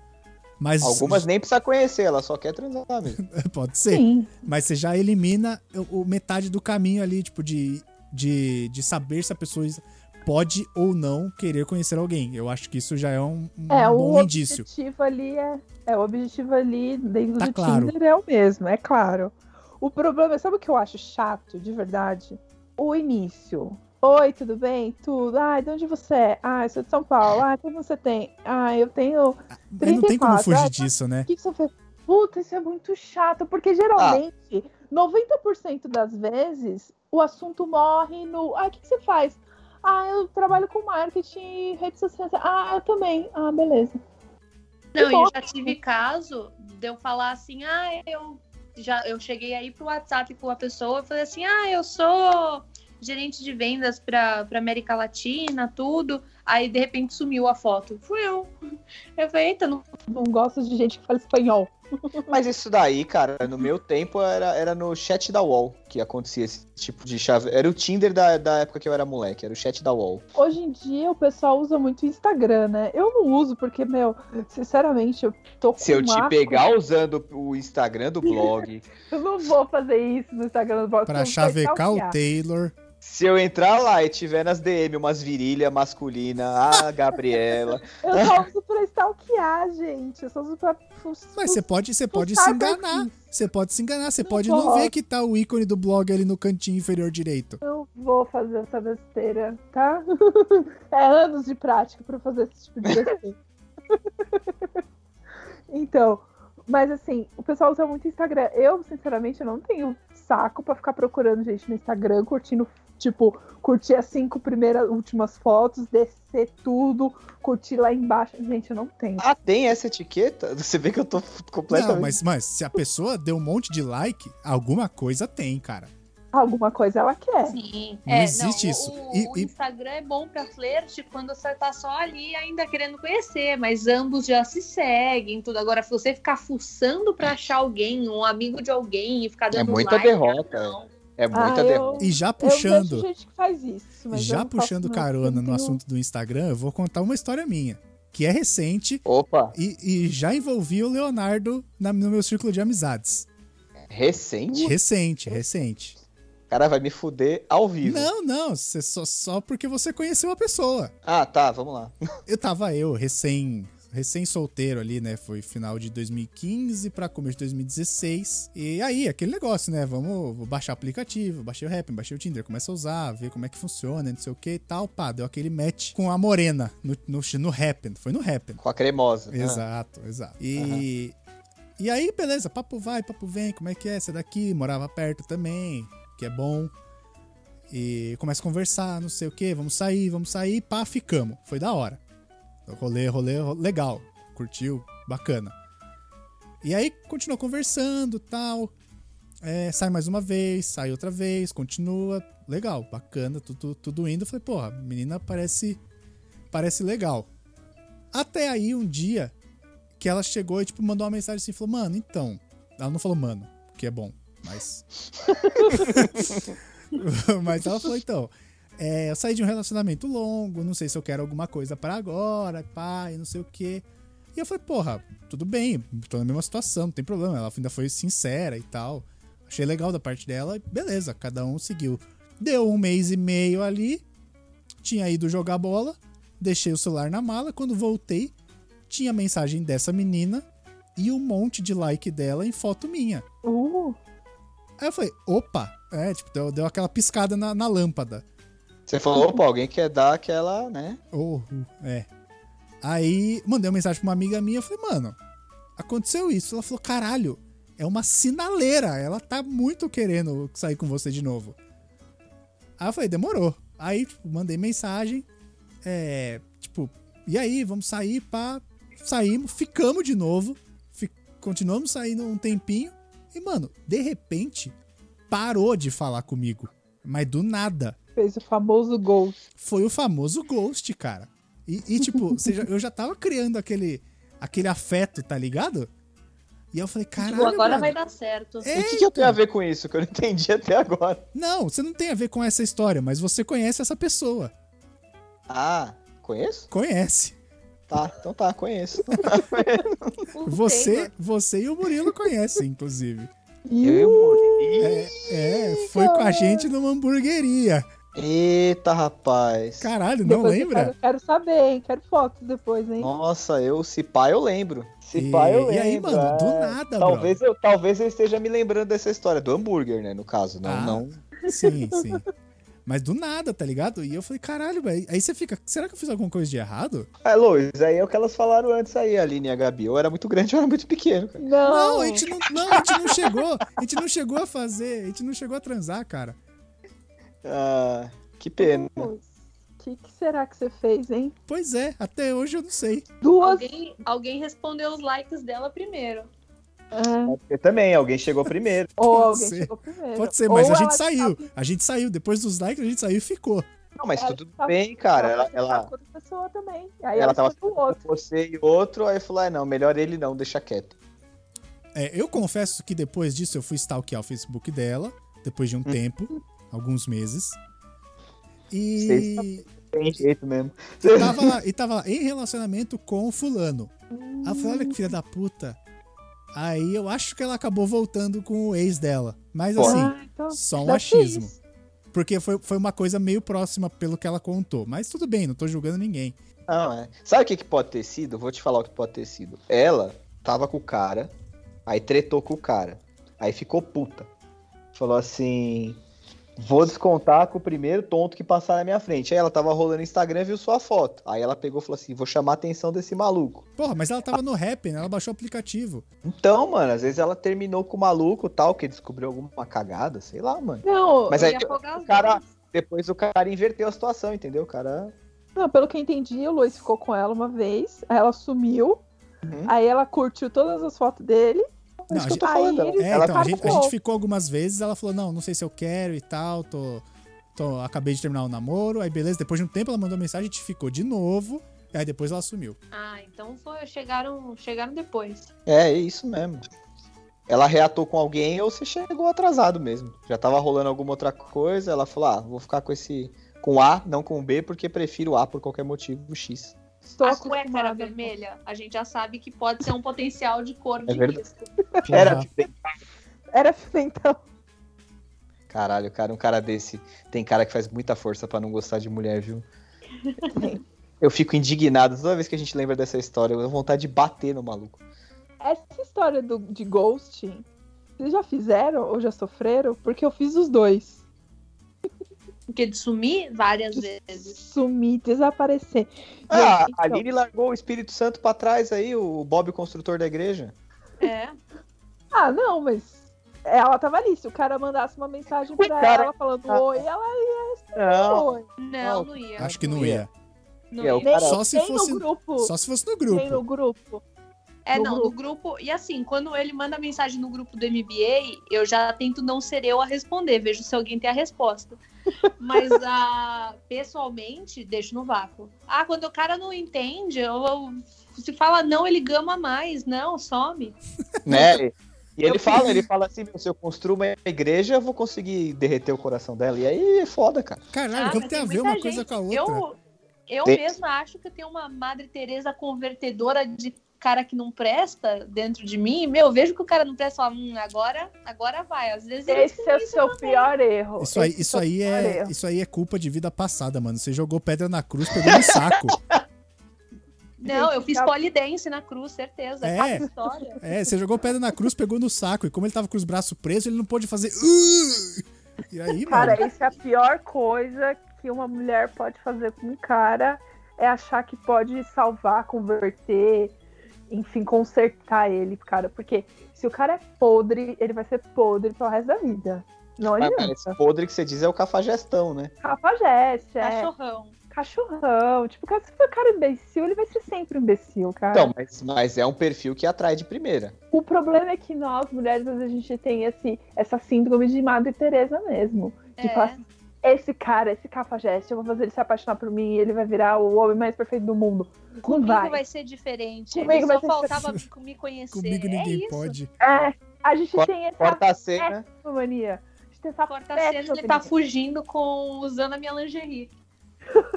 S2: Mas.
S3: Algumas nem precisa conhecer, ela só quer transar mesmo.
S2: (laughs) Pode ser.
S4: Sim.
S2: Mas você já elimina o, o metade do caminho ali, tipo, de, de, de saber se a pessoa. pode ou não querer conhecer alguém. Eu acho que isso já é um, um
S4: É, o
S2: bom
S4: objetivo
S2: indício.
S4: ali é, é, o objetivo ali dentro
S2: Tá
S4: do
S2: claro.
S4: Tinder é o mesmo, é claro. O problema é, sabe o que eu acho chato, de verdade? O início. Oi, tudo bem? Tudo. Ai, de onde você é? Ah, eu sou de São Paulo. Ah, quanto você tem? Ah, eu tenho. O
S2: Mas não tem como
S4: 34,
S2: fugir
S4: é,
S2: disso, né?
S4: que que você fez? Puta, isso é muito chato, porque geralmente, 90% das vezes, o assunto morre no. Ah, o que, que você faz? Ah, eu trabalho com marketing e redes sociais. Ah, eu também. Ah, beleza.
S1: Não,
S4: Que
S1: eu
S4: bom.
S1: já tive caso de eu falar assim, ah, eu já eu cheguei aí pro WhatsApp com a pessoa e falei assim, ah, eu sou gerente de vendas para América Latina, tudo. Aí de repente sumiu a foto. Fui eu. Eu falei, eita, não.
S4: Não gosto de gente que fala espanhol.
S3: Mas isso daí, cara, no meu tempo era, era no chat da UOL que acontecia esse tipo de chave. Era o Tinder da, da época que eu era moleque, era o chat da UOL.
S4: Hoje em dia o pessoal usa muito o Instagram, né? Eu não uso, porque, meu, sinceramente, eu tô com
S3: Se eu
S4: um
S3: te
S4: asco.
S3: pegar usando o Instagram do blog,
S4: (laughs) Eu não vou fazer isso no Instagram do Box.
S2: Pra chavecar o Taylor.
S3: se eu entrar lá e tiver nas DM umas virilha masculina, (laughs) a Gabriela.
S4: Eu só uso pra stalkear, gente. Eu só uso pra.
S2: Mas você pode, você pode se
S4: Fuçar
S2: enganar.
S4: perfis.
S2: Você pode se enganar. Você
S4: tá Não
S2: pode não
S4: posso.
S2: ver que tá o ícone do blog ali no cantinho inferior direito.
S4: Não vou fazer essa besteira, tá? (laughs) é anos de prática pra fazer esse tipo de besteira. (laughs) então, mas assim, o pessoal usa muito Instagram. Eu, sinceramente, eu não tenho saco pra ficar procurando gente no Instagram, curtindo, tipo, curtir as cinco primeiras, últimas fotos, descer tudo, curtir lá embaixo. Gente, eu não tenho.
S3: Ah, tem essa etiqueta? (laughs) Você vê que eu tô completamente.
S2: Não, mas, mas se a pessoa deu um monte de like, alguma coisa tem, cara.
S4: Alguma coisa ela quer.
S1: Sim.
S2: Não existe
S1: o-
S2: isso.
S1: O,
S2: E-
S1: o
S2: e-
S1: Instagram é bom pra flerte quando você tá só ali ainda querendo conhecer, mas ambos já se seguem, tudo. Agora, se você ficar fuçando pra achar alguém, um amigo de alguém e ficar
S3: É
S1: dando
S3: muita
S1: like, ah,
S3: derrota,
S1: não.
S3: É muita
S4: Ah, eu-
S3: derrota.
S2: E já
S4: Eu
S2: puxando,
S4: vejo gente que faz isso. mas eu
S2: já
S4: não faço,
S2: puxando
S4: não, porque eu
S2: carona
S4: não
S2: no
S4: tenho-
S2: assunto do Instagram, eu vou contar uma história minha, que é recente
S3: Opa,
S2: e, e já envolvia o Leonardo na- no meu círculo de amizades.
S3: recente?
S2: Recente, recente.
S3: O cara vai me fuder ao vivo.
S2: Não, não, você só, só porque você conheceu a pessoa.
S3: Ah, tá, vamos lá.
S2: Eu tava eu, recém, recém solteiro ali, né? Foi final de 2015 pra começo de 2016. E aí, aquele negócio, né? Vamos vou baixar o aplicativo, baixei o Rap, baixei o Tinder, começa a usar, ver como é que funciona, não sei o que e tal. Pá, deu aquele match com a Morena no, no, no Happn. Foi no Happn.
S3: Com a cremosa. né?
S2: Exato, exato. E. E aí, beleza, papo vai, papo vem, como é que é? Você é daqui, morava perto também, que é bom. E começa a conversar, não sei o que, vamos sair, vamos sair, pá, ficamos. Foi da hora. Rolê, rolê, rolê legal. Curtiu, bacana. E aí, continuou conversando tal. É, sai mais uma vez, sai outra vez, continua. Legal, bacana, tudo, tudo indo. Eu falei, porra, a menina parece, parece legal. Até aí, um dia, que ela chegou e, tipo, mandou uma mensagem assim, falou, mano, então... Ela não falou, mano, que é bom, mas... (laughs) mas ela falou, então, é, eu saí de um relacionamento longo, não sei se eu quero alguma coisa pra agora, pá, e não sei o quê. E eu falei, porra, tudo bem, tô na mesma situação, não tem problema. Ela ainda foi sincera e tal. Achei legal da parte dela, beleza, cada um seguiu. Deu um mês e meio ali, tinha ido jogar bola, deixei o celular na mala. Quando voltei, tinha mensagem dessa menina e um monte de like dela em foto minha.
S4: Uh,
S2: Aí eu falei, opa! É, tipo, deu, deu aquela piscada na, na lâmpada.
S3: Você falou, opa, alguém quer dar aquela, né?
S2: Oh, é. Aí mandei uma mensagem pra uma amiga minha, eu falei, mano, aconteceu isso. Ela falou, caralho, é uma sinaleira. Ela tá muito querendo sair com você de novo. Aí eu falei, demorou. Aí, tipo, mandei mensagem. É, tipo, e aí, vamos sair, pá. Saímos, ficamos de novo. fi- continuamos saindo um tempinho. E, mano, de repente, parou de falar comigo. Mas do nada
S4: fez o famoso gol.
S2: foi o famoso ghost, cara. E, e, tipo, você já- eu já tava criando aquele, aquele afeto, tá ligado? E aí eu falei, caralho.
S1: Tipo, agora
S2: brother,
S1: vai dar certo.
S2: É,
S3: E o que, que eu tenho a ver com isso? Que eu não entendi até agora.
S2: Não, você não tem a ver com essa história, mas você conhece essa pessoa.
S3: Ah, conheço?
S2: Conhece.
S3: Tá, então
S2: (laughs)
S3: tá, conheço.
S1: O
S2: Você,
S1: Taylor.
S2: você e o Murilo conhecem, inclusive.
S3: Eu e o Murilo.
S2: É, é, foi com a gente numa hamburgueria.
S3: Eita, rapaz.
S2: Caralho, não
S4: Depois eu
S2: lembra?
S4: Quero, quero saber, hein? Quero fotos depois, hein?
S3: Nossa, eu, se pá, eu lembro.
S2: E,
S6: Se pá, eu
S2: e aí,
S6: lembro,
S2: mano, do
S6: é.
S2: nada,
S3: Talvez eu, talvez eu esteja me lembrando dessa história, do hambúrguer, né? No caso, não.
S2: Ah.
S3: não.
S2: bro. Sim, sim. Mas do nada, tá ligado? E eu falei, caralho, velho. Aí você fica, será que eu fiz alguma coisa de errado?
S3: É, Lois, aí é o que elas falaram antes aí, a Aline e a Gabi. Eu era muito grande, (laughs) eu era muito pequeno, cara.
S4: Não,
S2: Não, a gente não, não, a gente não chegou. A gente não chegou a fazer, a gente não chegou a transar, cara.
S3: Ah, que pena.
S4: O que, que será que você fez, hein?
S2: Pois é, até hoje eu não sei.
S4: Duas.
S1: Alguém, alguém respondeu os likes dela primeiro.
S4: Ah,
S3: né, Porque também, alguém chegou primeiro.
S4: ou
S2: Pode
S4: alguém
S2: ser.
S4: chegou primeiro.
S2: Pode ser, mas
S4: Ou
S2: a
S4: ela tá
S2: gente saiu. A gente saiu. Depois dos likes, a gente saiu e ficou.
S3: Não, mas
S4: Ela
S3: tudo
S4: tava-
S3: bem, cara. Ela,
S4: tava
S3: ela,
S4: tá com outra pessoa também. Aí
S3: ela
S4: ela,
S3: tava
S4: escolheu o outro.
S3: você e outro, aí falou, ah, não, melhor ele não, deixa quieto.
S2: É, eu confesso que depois disso eu fui stalkear o Facebook dela, depois
S4: Hum.
S2: de um tempo, alguns meses. E
S3: Tem jeito mesmo.
S2: tava, lá, e tava lá, em relacionamento com o fulano. Aí eu falei, olha que filha da puta. Aí eu acho que ela acabou voltando com o ex dela. Mas
S3: Porra.
S2: assim,
S4: Ah, então,
S2: só um
S4: deve ser
S2: achismo.
S4: isso.
S2: Porque foi, foi uma coisa meio próxima pelo que ela contou. Mas tudo bem, não tô julgando ninguém.
S3: Não, é. Sabe o que, que pode ter sido? Vou te falar o que pode ter sido. Ela tava com o cara, aí tretou com o cara, aí ficou puta. Falou assim: vou descontar com o primeiro tonto que passar na minha frente. Aí ela tava rolando no Instagram e viu sua foto. Aí ela pegou e falou assim: vou chamar a atenção desse maluco.
S2: Porra, mas ela tava no rap, né? Ela baixou o aplicativo.
S3: Então, mano, às vezes ela terminou com o maluco tal, que descobriu alguma cagada, sei lá, mano.
S4: Não,
S3: Mas
S1: Eu
S3: aí
S1: ia afogar as
S3: o cara-
S1: duas.
S3: Depois o cara inverteu a situação, entendeu? O cara.
S4: não, pelo que eu entendi, o Luiz ficou com ela uma vez, aí ela sumiu,
S3: Uhum.
S4: aí ela curtiu todas as fotos dele,
S2: Não, a
S3: isso que eu
S2: gente,
S3: tô falando.
S4: Aí tá ele-
S2: É, então, a
S4: Cara,
S2: gente, a
S4: pô.
S2: gente ficou algumas vezes, ela falou, não, não sei se eu quero e tal, tô, tô- acabei de terminar o namoro, aí beleza, depois de um tempo ela mandou mensagem, a gente ficou de novo, aí depois ela sumiu.
S1: Ah, então foi, chegaram, chegaram depois.
S3: É, é isso mesmo. Ela reatou com alguém ou você chegou atrasado mesmo. Já tava rolando alguma outra coisa, ela falou: ah, vou ficar com esse. com A, não com B, porque prefiro A por qualquer motivo X.
S4: estou
S1: a cueca era
S4: acostumada.
S1: vermelha. A gente já sabe que pode ser um potencial de cor de
S3: É verdade.
S1: risco.
S3: Era
S2: Porra,
S4: Era (laughs) então.
S3: Caralho, cara, um cara desse. Tem cara que faz muita força pra não gostar de mulher,
S4: (laughs)
S3: viu? Eu fico indignado. Toda vez que a gente lembra dessa história, eu tenho vontade de bater no maluco.
S4: Essa história do, de ghosting, vocês já fizeram ou já sofreram? Porque eu fiz os dois.
S1: Porque de sumir várias vezes.
S4: Sumir, desaparecer.
S3: Ah,
S4: Gente,
S3: a
S4: então,
S3: Aline largou o Espírito Santo pra trás aí, o Bob, o construtor da igreja.
S1: É.
S4: Ah, não, mas ela tava ali. Se o cara mandasse uma mensagem pra
S3: cara-
S4: ela falando oi, ela ia
S3: Não,
S4: oi.
S1: Não, não ia.
S2: acho que não ia.
S1: Não
S3: É, o
S1: ia.
S4: Nem,
S3: Cara,
S2: só se
S4: nem
S2: fosse-
S4: no grupo.
S2: Só se fosse no
S4: Nem
S2: grupo.
S4: no grupo.
S1: É,
S4: no
S1: não, no grupo. E assim, quando ele manda mensagem no grupo do MBA, eu já tento não ser eu a responder, vejo se alguém tem a resposta. Mas ah, pessoalmente, deixo no vácuo. Ah, quando o cara não entende, eu, eu- se fala não, ele gama mais. Não, some.
S3: né? E ele
S1: Eu
S3: fala,
S1: fiz.
S3: ele fala assim, meu, se eu construo uma igreja, eu vou conseguir derreter o coração dela. E aí é foda, cara.
S2: Caralho,
S1: Ah,
S2: como
S1: mas
S2: tem a
S1: tem
S2: ver
S1: muita
S2: uma coisa
S1: gente.
S2: com a outra?
S1: Eu, eu
S3: Tem-
S1: mesma acho que tem uma Madre Teresa convertedora de cara que não presta dentro de mim. Meu, eu vejo que o cara não presta, eu falo, hum, agora, agora vai. Às vezes ele
S4: Esse é o seu pior erro.
S2: Isso aí,
S4: Esse
S2: isso
S4: é o
S2: aí
S4: pior
S2: é,
S4: erro.
S2: isso aí é culpa de vida passada, mano. Você jogou pedra na cruz, pegou no saco.
S1: Não, eu fiz
S4: Tá-
S1: polidense na cruz, certeza.
S2: É.
S1: É. Cada história.
S2: É, você jogou pedra na cruz, pegou no saco. E como ele tava com os braços presos, ele não pôde fazer. "Uh!" E aí, mano.
S4: Cara, isso é a pior coisa que uma mulher pode fazer com um cara é achar que pode salvar, converter, enfim, consertar ele, cara. Porque se o cara é podre, ele vai ser podre pro resto da vida. Não
S3: Mas, cara, esse
S4: adianta.
S3: podre que você diz é o cafajestão, né?
S4: Capageste, (laughs) é
S1: Cachorrão.
S4: cachorrão. Tipo, cara, se for cara imbecil, ele vai ser sempre um imbecil, cara.
S3: Então, mas, mas é um perfil que atrai de primeira.
S4: O problema é que nós, mulheres, às vezes a gente tem esse, essa síndrome de Madre Teresa mesmo. De
S1: É.
S4: falar assim, esse cara, esse cafajeste, eu vou fazer ele se apaixonar por mim e ele vai virar o homem mais perfeito do mundo. Não
S1: Comigo vai.
S4: vai.
S1: ser diferente.
S4: Comigo
S1: Ele
S4: vai
S1: só
S4: ser
S1: faltava (laughs) me- me conhecer.
S2: Comigo
S1: É
S2: ninguém
S1: isso.
S2: pode.
S4: É, a gente
S3: Corta-
S4: tem essa
S3: Corta a cena.
S4: mania. A gente tem essa
S1: Corta a
S4: péssima
S1: cena, ele tá
S4: mania.
S1: fugindo com usando a minha lingerie.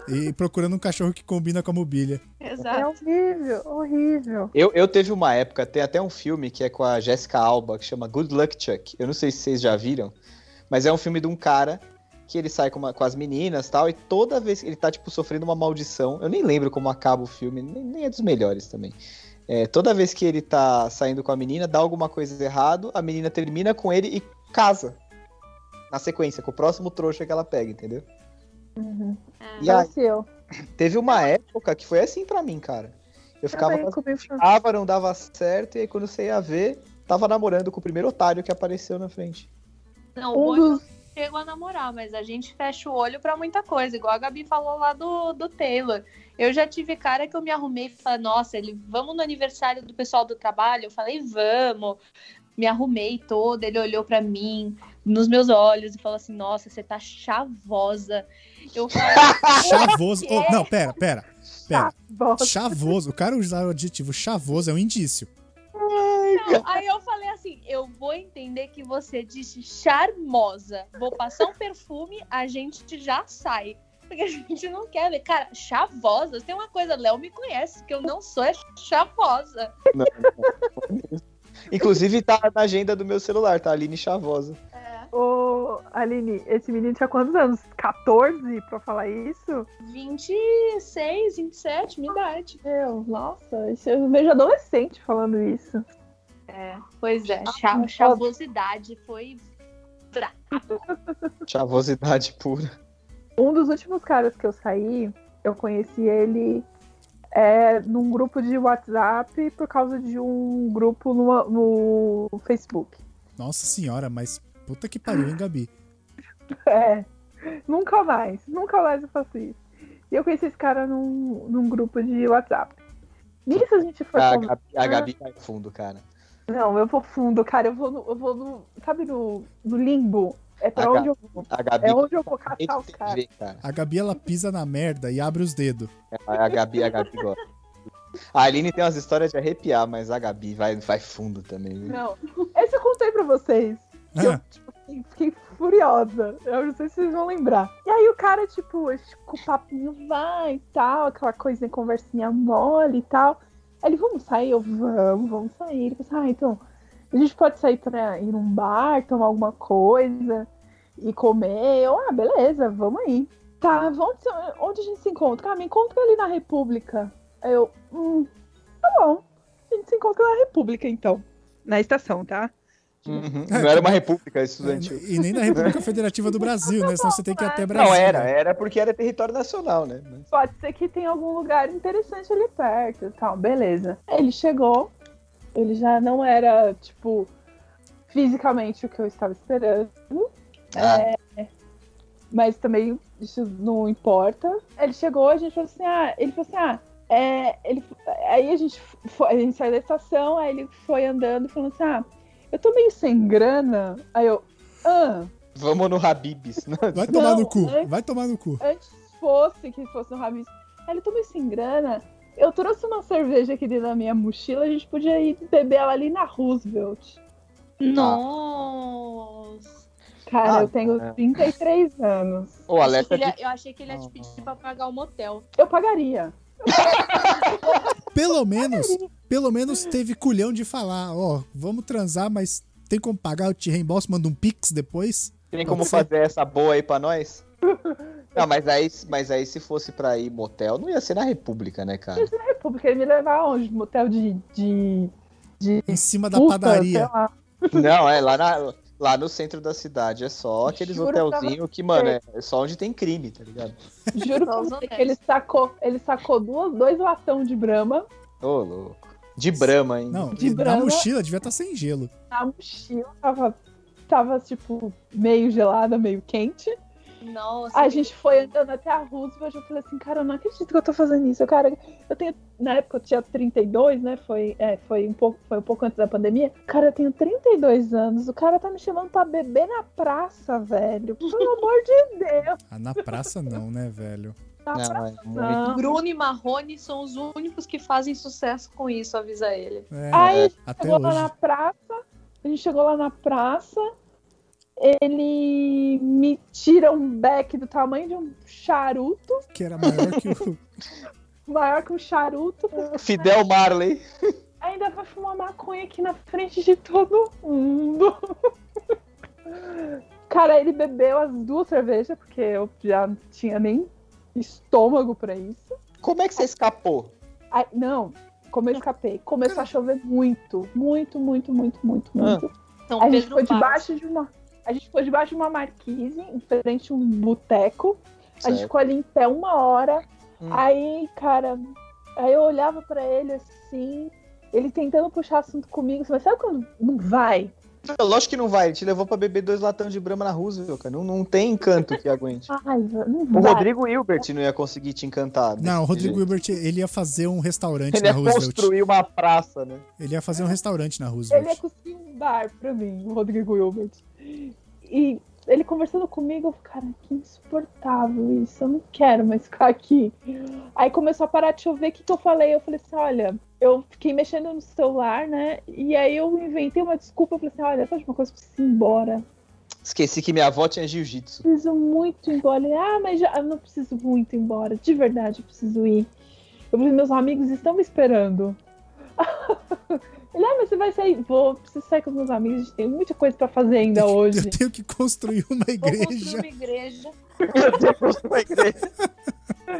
S2: E procurando um cachorro que combina com a mobília.
S4: É
S1: Exato.
S4: horrível, horrível.
S3: Eu, eu teve uma época, tem até um filme que é com a Jessica Alba, que chama Good Luck Chuck. Eu não sei se vocês já viram, mas é um filme de um cara que ele sai com, uma- com as meninas e tal, e toda vez que ele tá, tipo, sofrendo uma maldição, eu nem lembro como acaba o filme, nem, nem é dos melhores também. É, toda vez que ele tá saindo com a menina, dá alguma coisa errado, a menina termina com ele e casa. Na sequência, com o próximo trouxa que ela pega, entendeu?
S4: Uhum. É.
S3: E aí,
S4: Pareceu.
S3: teve uma época que foi assim pra mim, cara. Eu ficava
S4: Também um comigo foi-
S3: ficava, não dava certo, e aí quando você ia ver, tava namorando com o primeiro otário que apareceu na frente.
S1: Não, o é
S4: Um
S1: Boi não
S4: dos...
S1: chegou a namorar, mas a gente fecha o olho pra muita coisa, igual a Gabi falou lá do, do Taylor. Eu já tive cara que eu me arrumei e falei, nossa, ele, vamos no aniversário do pessoal do trabalho? Eu falei, vamos. Me arrumei toda, ele olhou pra mim nos meus olhos e falou assim, nossa, você tá chavosa. Eu falei,
S2: Chavoso.
S1: quê?
S2: Oh, não, pera, pera. Pera.
S4: Bosta.
S2: Chavoso. O cara usar o adjetivo chavoso é um indício.
S1: Não, aí eu falei assim, eu vou entender que você disse charmosa. Vou passar um perfume, a gente já sai. Porque a gente não quer ver. Cara, chavosa, tem uma coisa, Léo me conhece, que eu não sou, é chavosa.
S3: Não, não. Inclusive tá na agenda do meu celular, tá Aline Chavosa.
S4: Ô, Aline, esse menino tinha quantos anos? 14 pra falar isso?
S1: 26, 27, minha idade.
S4: Meu, nossa, isso eu vejo adolescente falando isso.
S1: Pois é, cha- chavosidade foi.
S3: Chavosidade pura.
S4: Um dos últimos caras que eu saí, eu conheci ele é, num grupo de WhatsApp por causa de um grupo numa- no Facebook. (laughs)
S2: Nossa senhora, mas puta que pariu, hein, Gabi?
S4: É. Nunca mais. Nunca mais eu faço isso. E eu conheci esse cara num, num grupo de WhatsApp. Nisso a gente foi. Ah.
S3: A
S4: conver-
S3: Gabi, a Gabi vai fundo, cara.
S4: Não, eu vou fundo, cara. Eu vou no. Eu vou no sabe, no, no limbo? É pra
S3: A
S4: onde eu vou.
S3: A Gabi.
S4: É onde eu vou
S3: Tem
S4: catar os
S3: que
S4: caras.
S3: ver, cara.
S2: A Gabi, ela pisa na merda e abre os dedos.
S3: A Gabi, a Gabi gosta. A Aline tem umas histórias de arrepiar, mas a Gabi vai, vai fundo também. viu?
S4: Não. Esse eu contei pra vocês. Eu-
S2: Ah,
S4: Assim, Fiquei furiosa. Eu não sei se vocês vão lembrar. E aí o cara, tipo, com o papinho vai e tal, aquela coisa, né, conversinha mole e tal. Aí ele, vamos sair? Eu, vamos, vamos sair. Ele falou assim, ah, então, a gente pode sair pra ir num bar, tomar alguma coisa e comer. Eu, ah, beleza, vamos aí. Tá, vamos, onde a gente se encontra? Cara, me encontra ali na República. Aí eu, hum, tá bom. A gente se encontra na República, então. Na estação, tá?
S3: Uhum. Não era uma república estudantil.
S2: e nem na
S3: (laughs)
S2: República Federativa do Brasil, né? Senão você tem que ir até Brasil.
S3: Não era, era porque era território nacional, né? Mas-
S4: Pode ser que tenha algum lugar interessante ali perto e tal, beleza. Ele chegou, ele já não era, tipo, fisicamente o que eu estava esperando,
S3: Ah,
S4: mas também isso não importa. Ele chegou, a gente falou assim, ah, ele falou assim, ah, é, ele, aí a gente, foi, a gente saiu da estação, aí ele foi andando falando assim, ah, eu tô meio sem grana, aí eu, ah,
S3: vamos no Habibs. né?
S2: Vai tomar
S4: Não,
S2: no cu,
S4: antes-
S2: vai tomar no cu.
S4: antes fosse que fosse no Rabis. Aí ele tomou sem grana. Eu trouxe uma cerveja aqui dentro da minha mochila, a gente podia ir beber ela ali na Roosevelt.
S1: Nossa!
S4: Cara,
S3: Ah,
S4: eu tenho
S3: é.
S4: 33 anos.
S3: O
S1: Achei que
S3: alerta
S1: ele
S3: de
S1: ia- eu achei que ele ia te pedir pra pagar o motel.
S4: Eu pagaria.
S2: Pelo menos, pelo menos teve culhão de falar, ó, vamos transar, mas tem como pagar, eu te reembolso, manda um pix depois.
S3: Tem como
S2: Pode ser.
S3: fazer essa boa aí pra nós? (laughs) Não, mas aí, mas aí se fosse pra ir motel, não ia ser na República,
S2: (laughs)
S3: né, cara?
S4: Na República, ele me levar aonde? Motel de. de. de.
S2: Em cima da
S4: puta, tá sei
S2: padaria.
S4: lá.
S3: Não, é lá, na- lá no centro da cidade. É só aqueles
S4: Juro pra
S3: hotelzinhos que, mano, é, é só onde tem crime, tá ligado?
S4: Juro pra
S1: Somos
S4: você que
S1: honestos.
S4: ele sacou, ele sacou duas, dois latão de brama
S3: Ô, louco. De Brahma, hein?
S2: Não,
S4: De
S2: e na
S4: brama.
S2: mochila devia estar sem gelo.
S4: na mochila, tava, tava tipo, meio gelada, meio quente.
S1: Nossa.
S4: A gente foi andando até a Roosevelt, eu falei assim, cara, eu não acredito que eu tô fazendo isso. Cara, eu tenho. Na época eu tinha 32, né? Foi, é, foi, um pouco, foi um pouco antes da pandemia. Cara, eu tenho 32 anos, o cara tá me chamando pra beber na praça,
S2: (laughs)
S4: velho. Pelo amor de Deus. tá?"
S2: Ah, na praça não, né, velho?
S4: Na praça,
S3: Não, é muito...
S4: não.
S1: Bruno e Marrone são os únicos que fazem sucesso com isso, avisa ele.
S2: É,
S4: Aí
S2: até
S4: chegou lá na
S2: hoje.
S4: praça, a gente chegou lá na praça, ele me tira um beck do tamanho de um charuto,
S2: Que era maior que o...
S4: maior que um charuto.
S3: é Fidel Marley.
S4: ainda vai fumar maconha aqui na frente de todo mundo. (laughs) Cara, ele bebeu as duas cervejas, porque eu já não tinha nem estômago pra isso.
S3: Como é que você escapou?
S4: Aí, não, como eu escapei? Começou a chover muito, muito, muito, muito, muito, muito.
S1: Então,
S4: A gente
S1: Pedro
S4: foi
S1: Passos.
S4: debaixo de uma. A gente foi debaixo de uma marquise, em frente a um boteco. A gente
S3: Certo.
S4: ficou ali em pé uma hora.
S3: Hum.
S4: Aí, cara, aí eu olhava pra ele assim, ele tentando puxar assunto comigo. assim, Mas sabe quando não vai?
S3: Lógico que não vai, ele te levou pra beber dois latão de brama na Roosevelt, cara. Não, não tem encanto que aguente.
S2: (laughs)
S4: Ai, não
S3: O
S4: vai.
S3: Rodrigo Hilbert não ia conseguir te encantar. desse
S2: Não, o Rodrigo
S3: jeito.
S2: Hilbert, ele ia fazer um restaurante
S3: Ele é
S2: na
S3: ia
S2: Roosevelt.
S3: construir uma praça, né?
S2: Ele ia fazer um restaurante na Roosevelt. (laughs)
S4: Ele é cuspir um bar pra mim, o Rodrigo Hilbert. E ele conversando comigo, eu, cara, que insuportável isso, eu não quero mais ficar aqui. Aí começou a parar de chover, o que, que eu falei? Eu falei assim, olha, eu fiquei mexendo no celular, né? E aí eu inventei uma desculpa, eu falei assim, olha, sabe de uma coisa, eu preciso ir embora.
S3: Esqueci que minha avó tinha jiu-jitsu.
S4: Preciso muito ir embora. Ele, ah, mas já, eu não preciso muito ir embora, de verdade, eu preciso ir. Eu falei, meus amigos estão me esperando. (laughs) Ele, ah, mas você vai sair? Vou, preciso sair com os meus amigos, a gente tem muita coisa pra fazer ainda hoje.
S2: Eu tenho que construir uma
S1: Vou
S2: igreja.
S1: construir uma igreja.
S4: Aí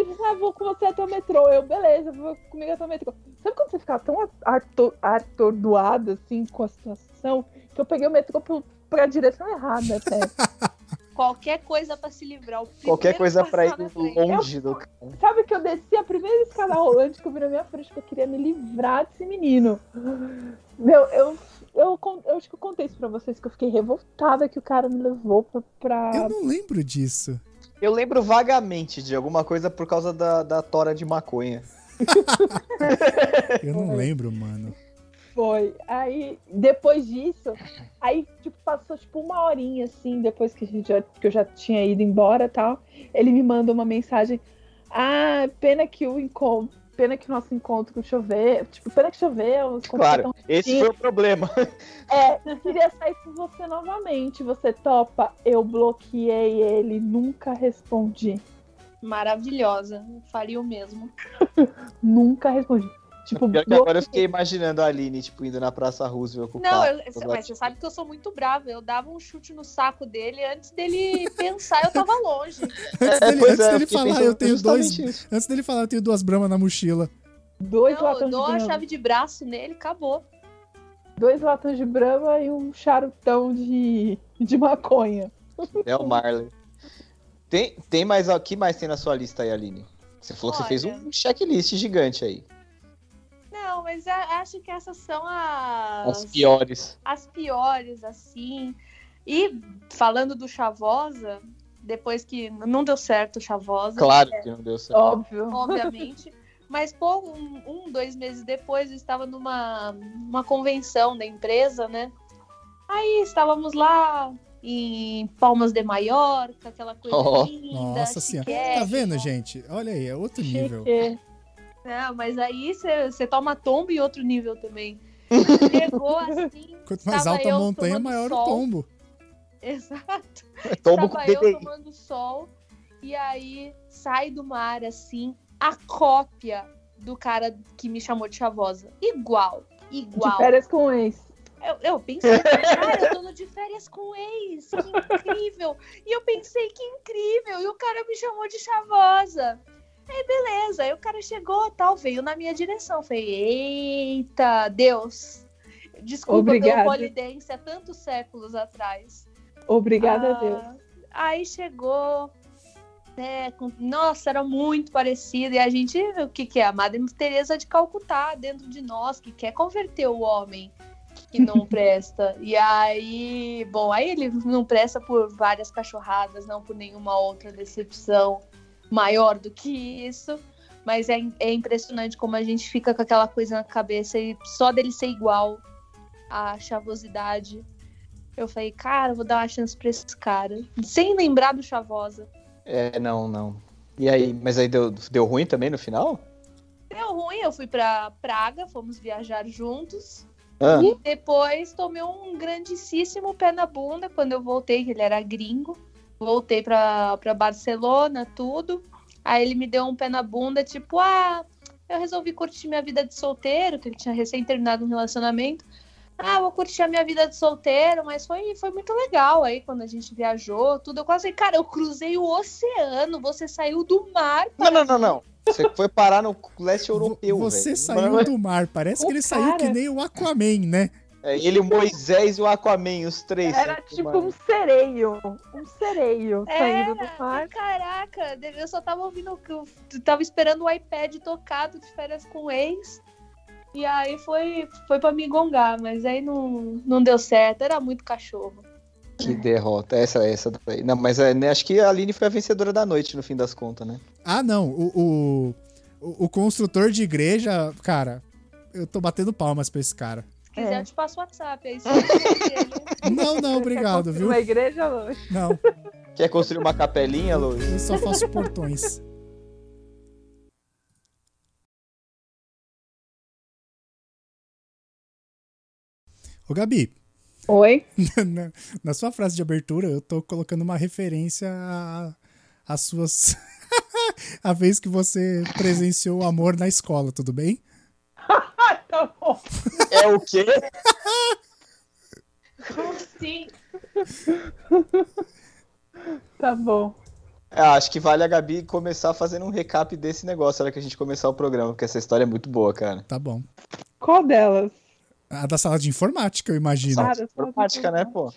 S4: ele disse, ah, vou com você até o metrô. Eu, beleza, vou comigo até o metrô. Sabe quando você fica tão a- ato- atordoado, assim, com a situação, que eu peguei o metrô pro, pra direção errada até.
S1: Qualquer coisa pra se livrar. O primeiro
S3: Qualquer coisa
S1: que
S3: pra ir
S1: passar na
S2: assim.
S1: frente.
S3: longe do cara.
S4: Sabe que eu desci a primeira escada rolante que eu vi na minha frente, que eu queria me livrar desse menino. Meu, eu, eu, con- eu acho que eu contei isso pra vocês, que eu fiquei revoltada que o cara me levou pra... pra-
S2: Eu não lembro disso.
S3: Eu lembro vagamente de alguma coisa por causa da, da tora de maconha.
S2: Eu não lembro, mano.
S4: Foi. Aí, depois disso, aí, tipo, passou, tipo, uma horinha, assim, depois que, a gente já- que eu já tinha ido embora e tal, ele me manda uma mensagem, ah, pena que o encontro, pena que o nosso encontro choveu, tipo, pena que choveu, os encontros
S3: Claro,
S4: tão-
S2: então,
S3: esse
S4: Sim.
S3: foi o problema.
S4: é, queria sair com você novamente, você topa? Eu bloqueei ele, nunca respondi,
S1: Maravilhosa. Faria o mesmo.
S4: nunca respondi. Tipo,
S3: Pior que
S4: bloqueei.
S3: (laughs) agora eu fiquei imaginando a Aline, tipo, indo na Praça Roosevelt com o
S1: Não,
S3: cara.
S1: eu- mas você sabe que eu sou muito brava. Eu dava um chute no saco dele antes dele (laughs) pensar, eu tava longe.
S2: Antes dele,
S3: pois
S2: antes
S3: é,
S2: dele
S3: fiquei
S2: falar,
S3: pensando
S2: eu tenho dois.
S3: justamente isso.
S2: Antes dele falar, eu tenho duas bramas na mochila.
S4: dois
S1: Não,
S4: latões
S1: eu
S4: de
S1: dou a
S4: Brahma.
S1: chave de braço nele, acabou.
S4: dois latões de brama e um charutão de, de maconha.
S3: É o Marley. Tem, tem mais. O que mais tem na sua lista aí, Aline? Você falou que você fez
S1: Olha.
S3: um checklist gigante aí.
S1: Não, mas eu acho que essas são as,
S3: As piores.
S1: as piores, assim. E falando do Chavosa, depois que não deu certo o Chavosa,
S3: Claro que não deu certo.
S4: Óbvio.
S1: obviamente. Mas pouco, um, um, dois meses depois, eu estava numa uma convenção da empresa, né? Aí estávamos lá em Palmas de Maiorca, aquela coisa
S3: Oh.
S1: linda.
S2: Nossa senhora.
S1: chiquérrima.
S2: Tá vendo, gente? Olha aí, é outro nível.
S4: Chique.
S1: Não, mas aí você toma tombo em outro nível
S3: (laughs)
S1: também. Chegou assim.
S2: Quanto mais
S1: Tava
S2: alta a
S1: eu
S2: montanha,
S1: tomando
S2: maior o
S1: sol.
S2: tombo.
S1: Exato.
S3: (laughs) Tombo com
S1: Tava eu
S3: DDI.
S1: tomando sol e aí sai do mar assim a cópia do cara que me chamou de chavosa. Igual,
S4: De
S1: igual.
S4: férias com o ex.
S1: Eu, eu pensei, cara, eu tô no de férias com o ex, que incrível. E eu pensei, que incrível. E o cara me chamou de chavosa. Aí beleza, aí o cara chegou, tal, veio na minha direção. Eu Falei, eita, Deus. Desculpa
S4: Obrigada.
S1: pela polidência tantos séculos atrás.
S4: Obrigada
S1: Ah,
S4: a Deus.
S1: Aí chegou, né, com- nossa, era muito parecido. E a gente, o que que é? A Madre Teresa de Calcutá dentro de nós, que quer converter o homem que
S4: (laughs)
S1: não presta. E aí, bom, aí ele não presta por várias cachorradas, não por nenhuma outra decepção maior do que isso. Mas é, im- é impressionante como a gente fica com aquela coisa na cabeça e só dele ser igual à chavosidade. Eu falei, cara, vou dar uma chance pra esse cara. Sem lembrar do Chavosa.
S3: É, não, não. E aí, mas aí deu, deu ruim também no final?
S1: Deu É ruim, eu fui pra Praga, fomos viajar juntos.
S3: Ah,
S1: E depois tomei um grandíssimo pé na bunda quando eu voltei, que ele era gringo. Voltei pra, pra Barcelona, tudo. Aí ele me deu um pé na bunda, tipo, ah, eu resolvi curtir minha vida de solteiro, que ele tinha recém terminado um relacionamento. Ah, vou curtir a minha vida de solteiro, mas foi, foi muito legal aí quando a gente viajou, tudo. Eu quase falei, cara, eu cruzei o oceano, você saiu do mar.
S3: Não, não, não, não. Você foi parar no leste europeu,
S2: Vo- Você
S3: velho.
S2: saiu do mar, parece
S4: O
S2: que ele saiu que
S4: cara-
S2: nem o Aquaman, né?
S3: É, ele, o Moisés e o Aquaman, os três.
S4: Era
S3: Mano.
S4: tipo um sereio. Um sereio
S1: É,
S4: saindo do mar.
S1: Caraca, eu só tava ouvindo, eu tava esperando o iPad tocado de férias com o ex. E aí foi, foi pra me gongar, mas aí não, não deu certo, era muito cachorro.
S3: Que derrota. Essa, essa daí. Não, mas é, né, acho que a Aline foi a vencedora da noite, no fim das contas, né?
S2: Ah, não, o, o, o- o construtor de igreja, cara, eu tô batendo palmas pra esse cara.
S1: Se quiser,
S4: É.
S1: eu te passo o WhatsApp, aí você né? me
S2: Não,
S1: (laughs)
S2: não, obrigado, viu?
S4: Uma igreja longe.
S2: Não,
S3: Quer construir uma capelinha, Luiz?
S2: eu só faço portões. Ô, Gabi,
S4: Oi? (laughs)
S2: (laughs) na, na sua frase de abertura, eu tô colocando uma referência a- às suas. (laughs) a vez que você presenciou o amor na escola, tudo bem?
S4: Ah, tá bom.
S3: É o quê?
S1: Como assim?
S4: Tá bom.
S3: Ah, acho que vale a Gabi começar fazendo um recap desse negócio na hora que a gente começar o programa, porque essa história é muito boa, cara.
S2: Tá bom.
S4: Qual delas?
S2: A da sala de informática, eu imagino.
S3: Ah,
S4: Claro,
S3: Informática, né, pô?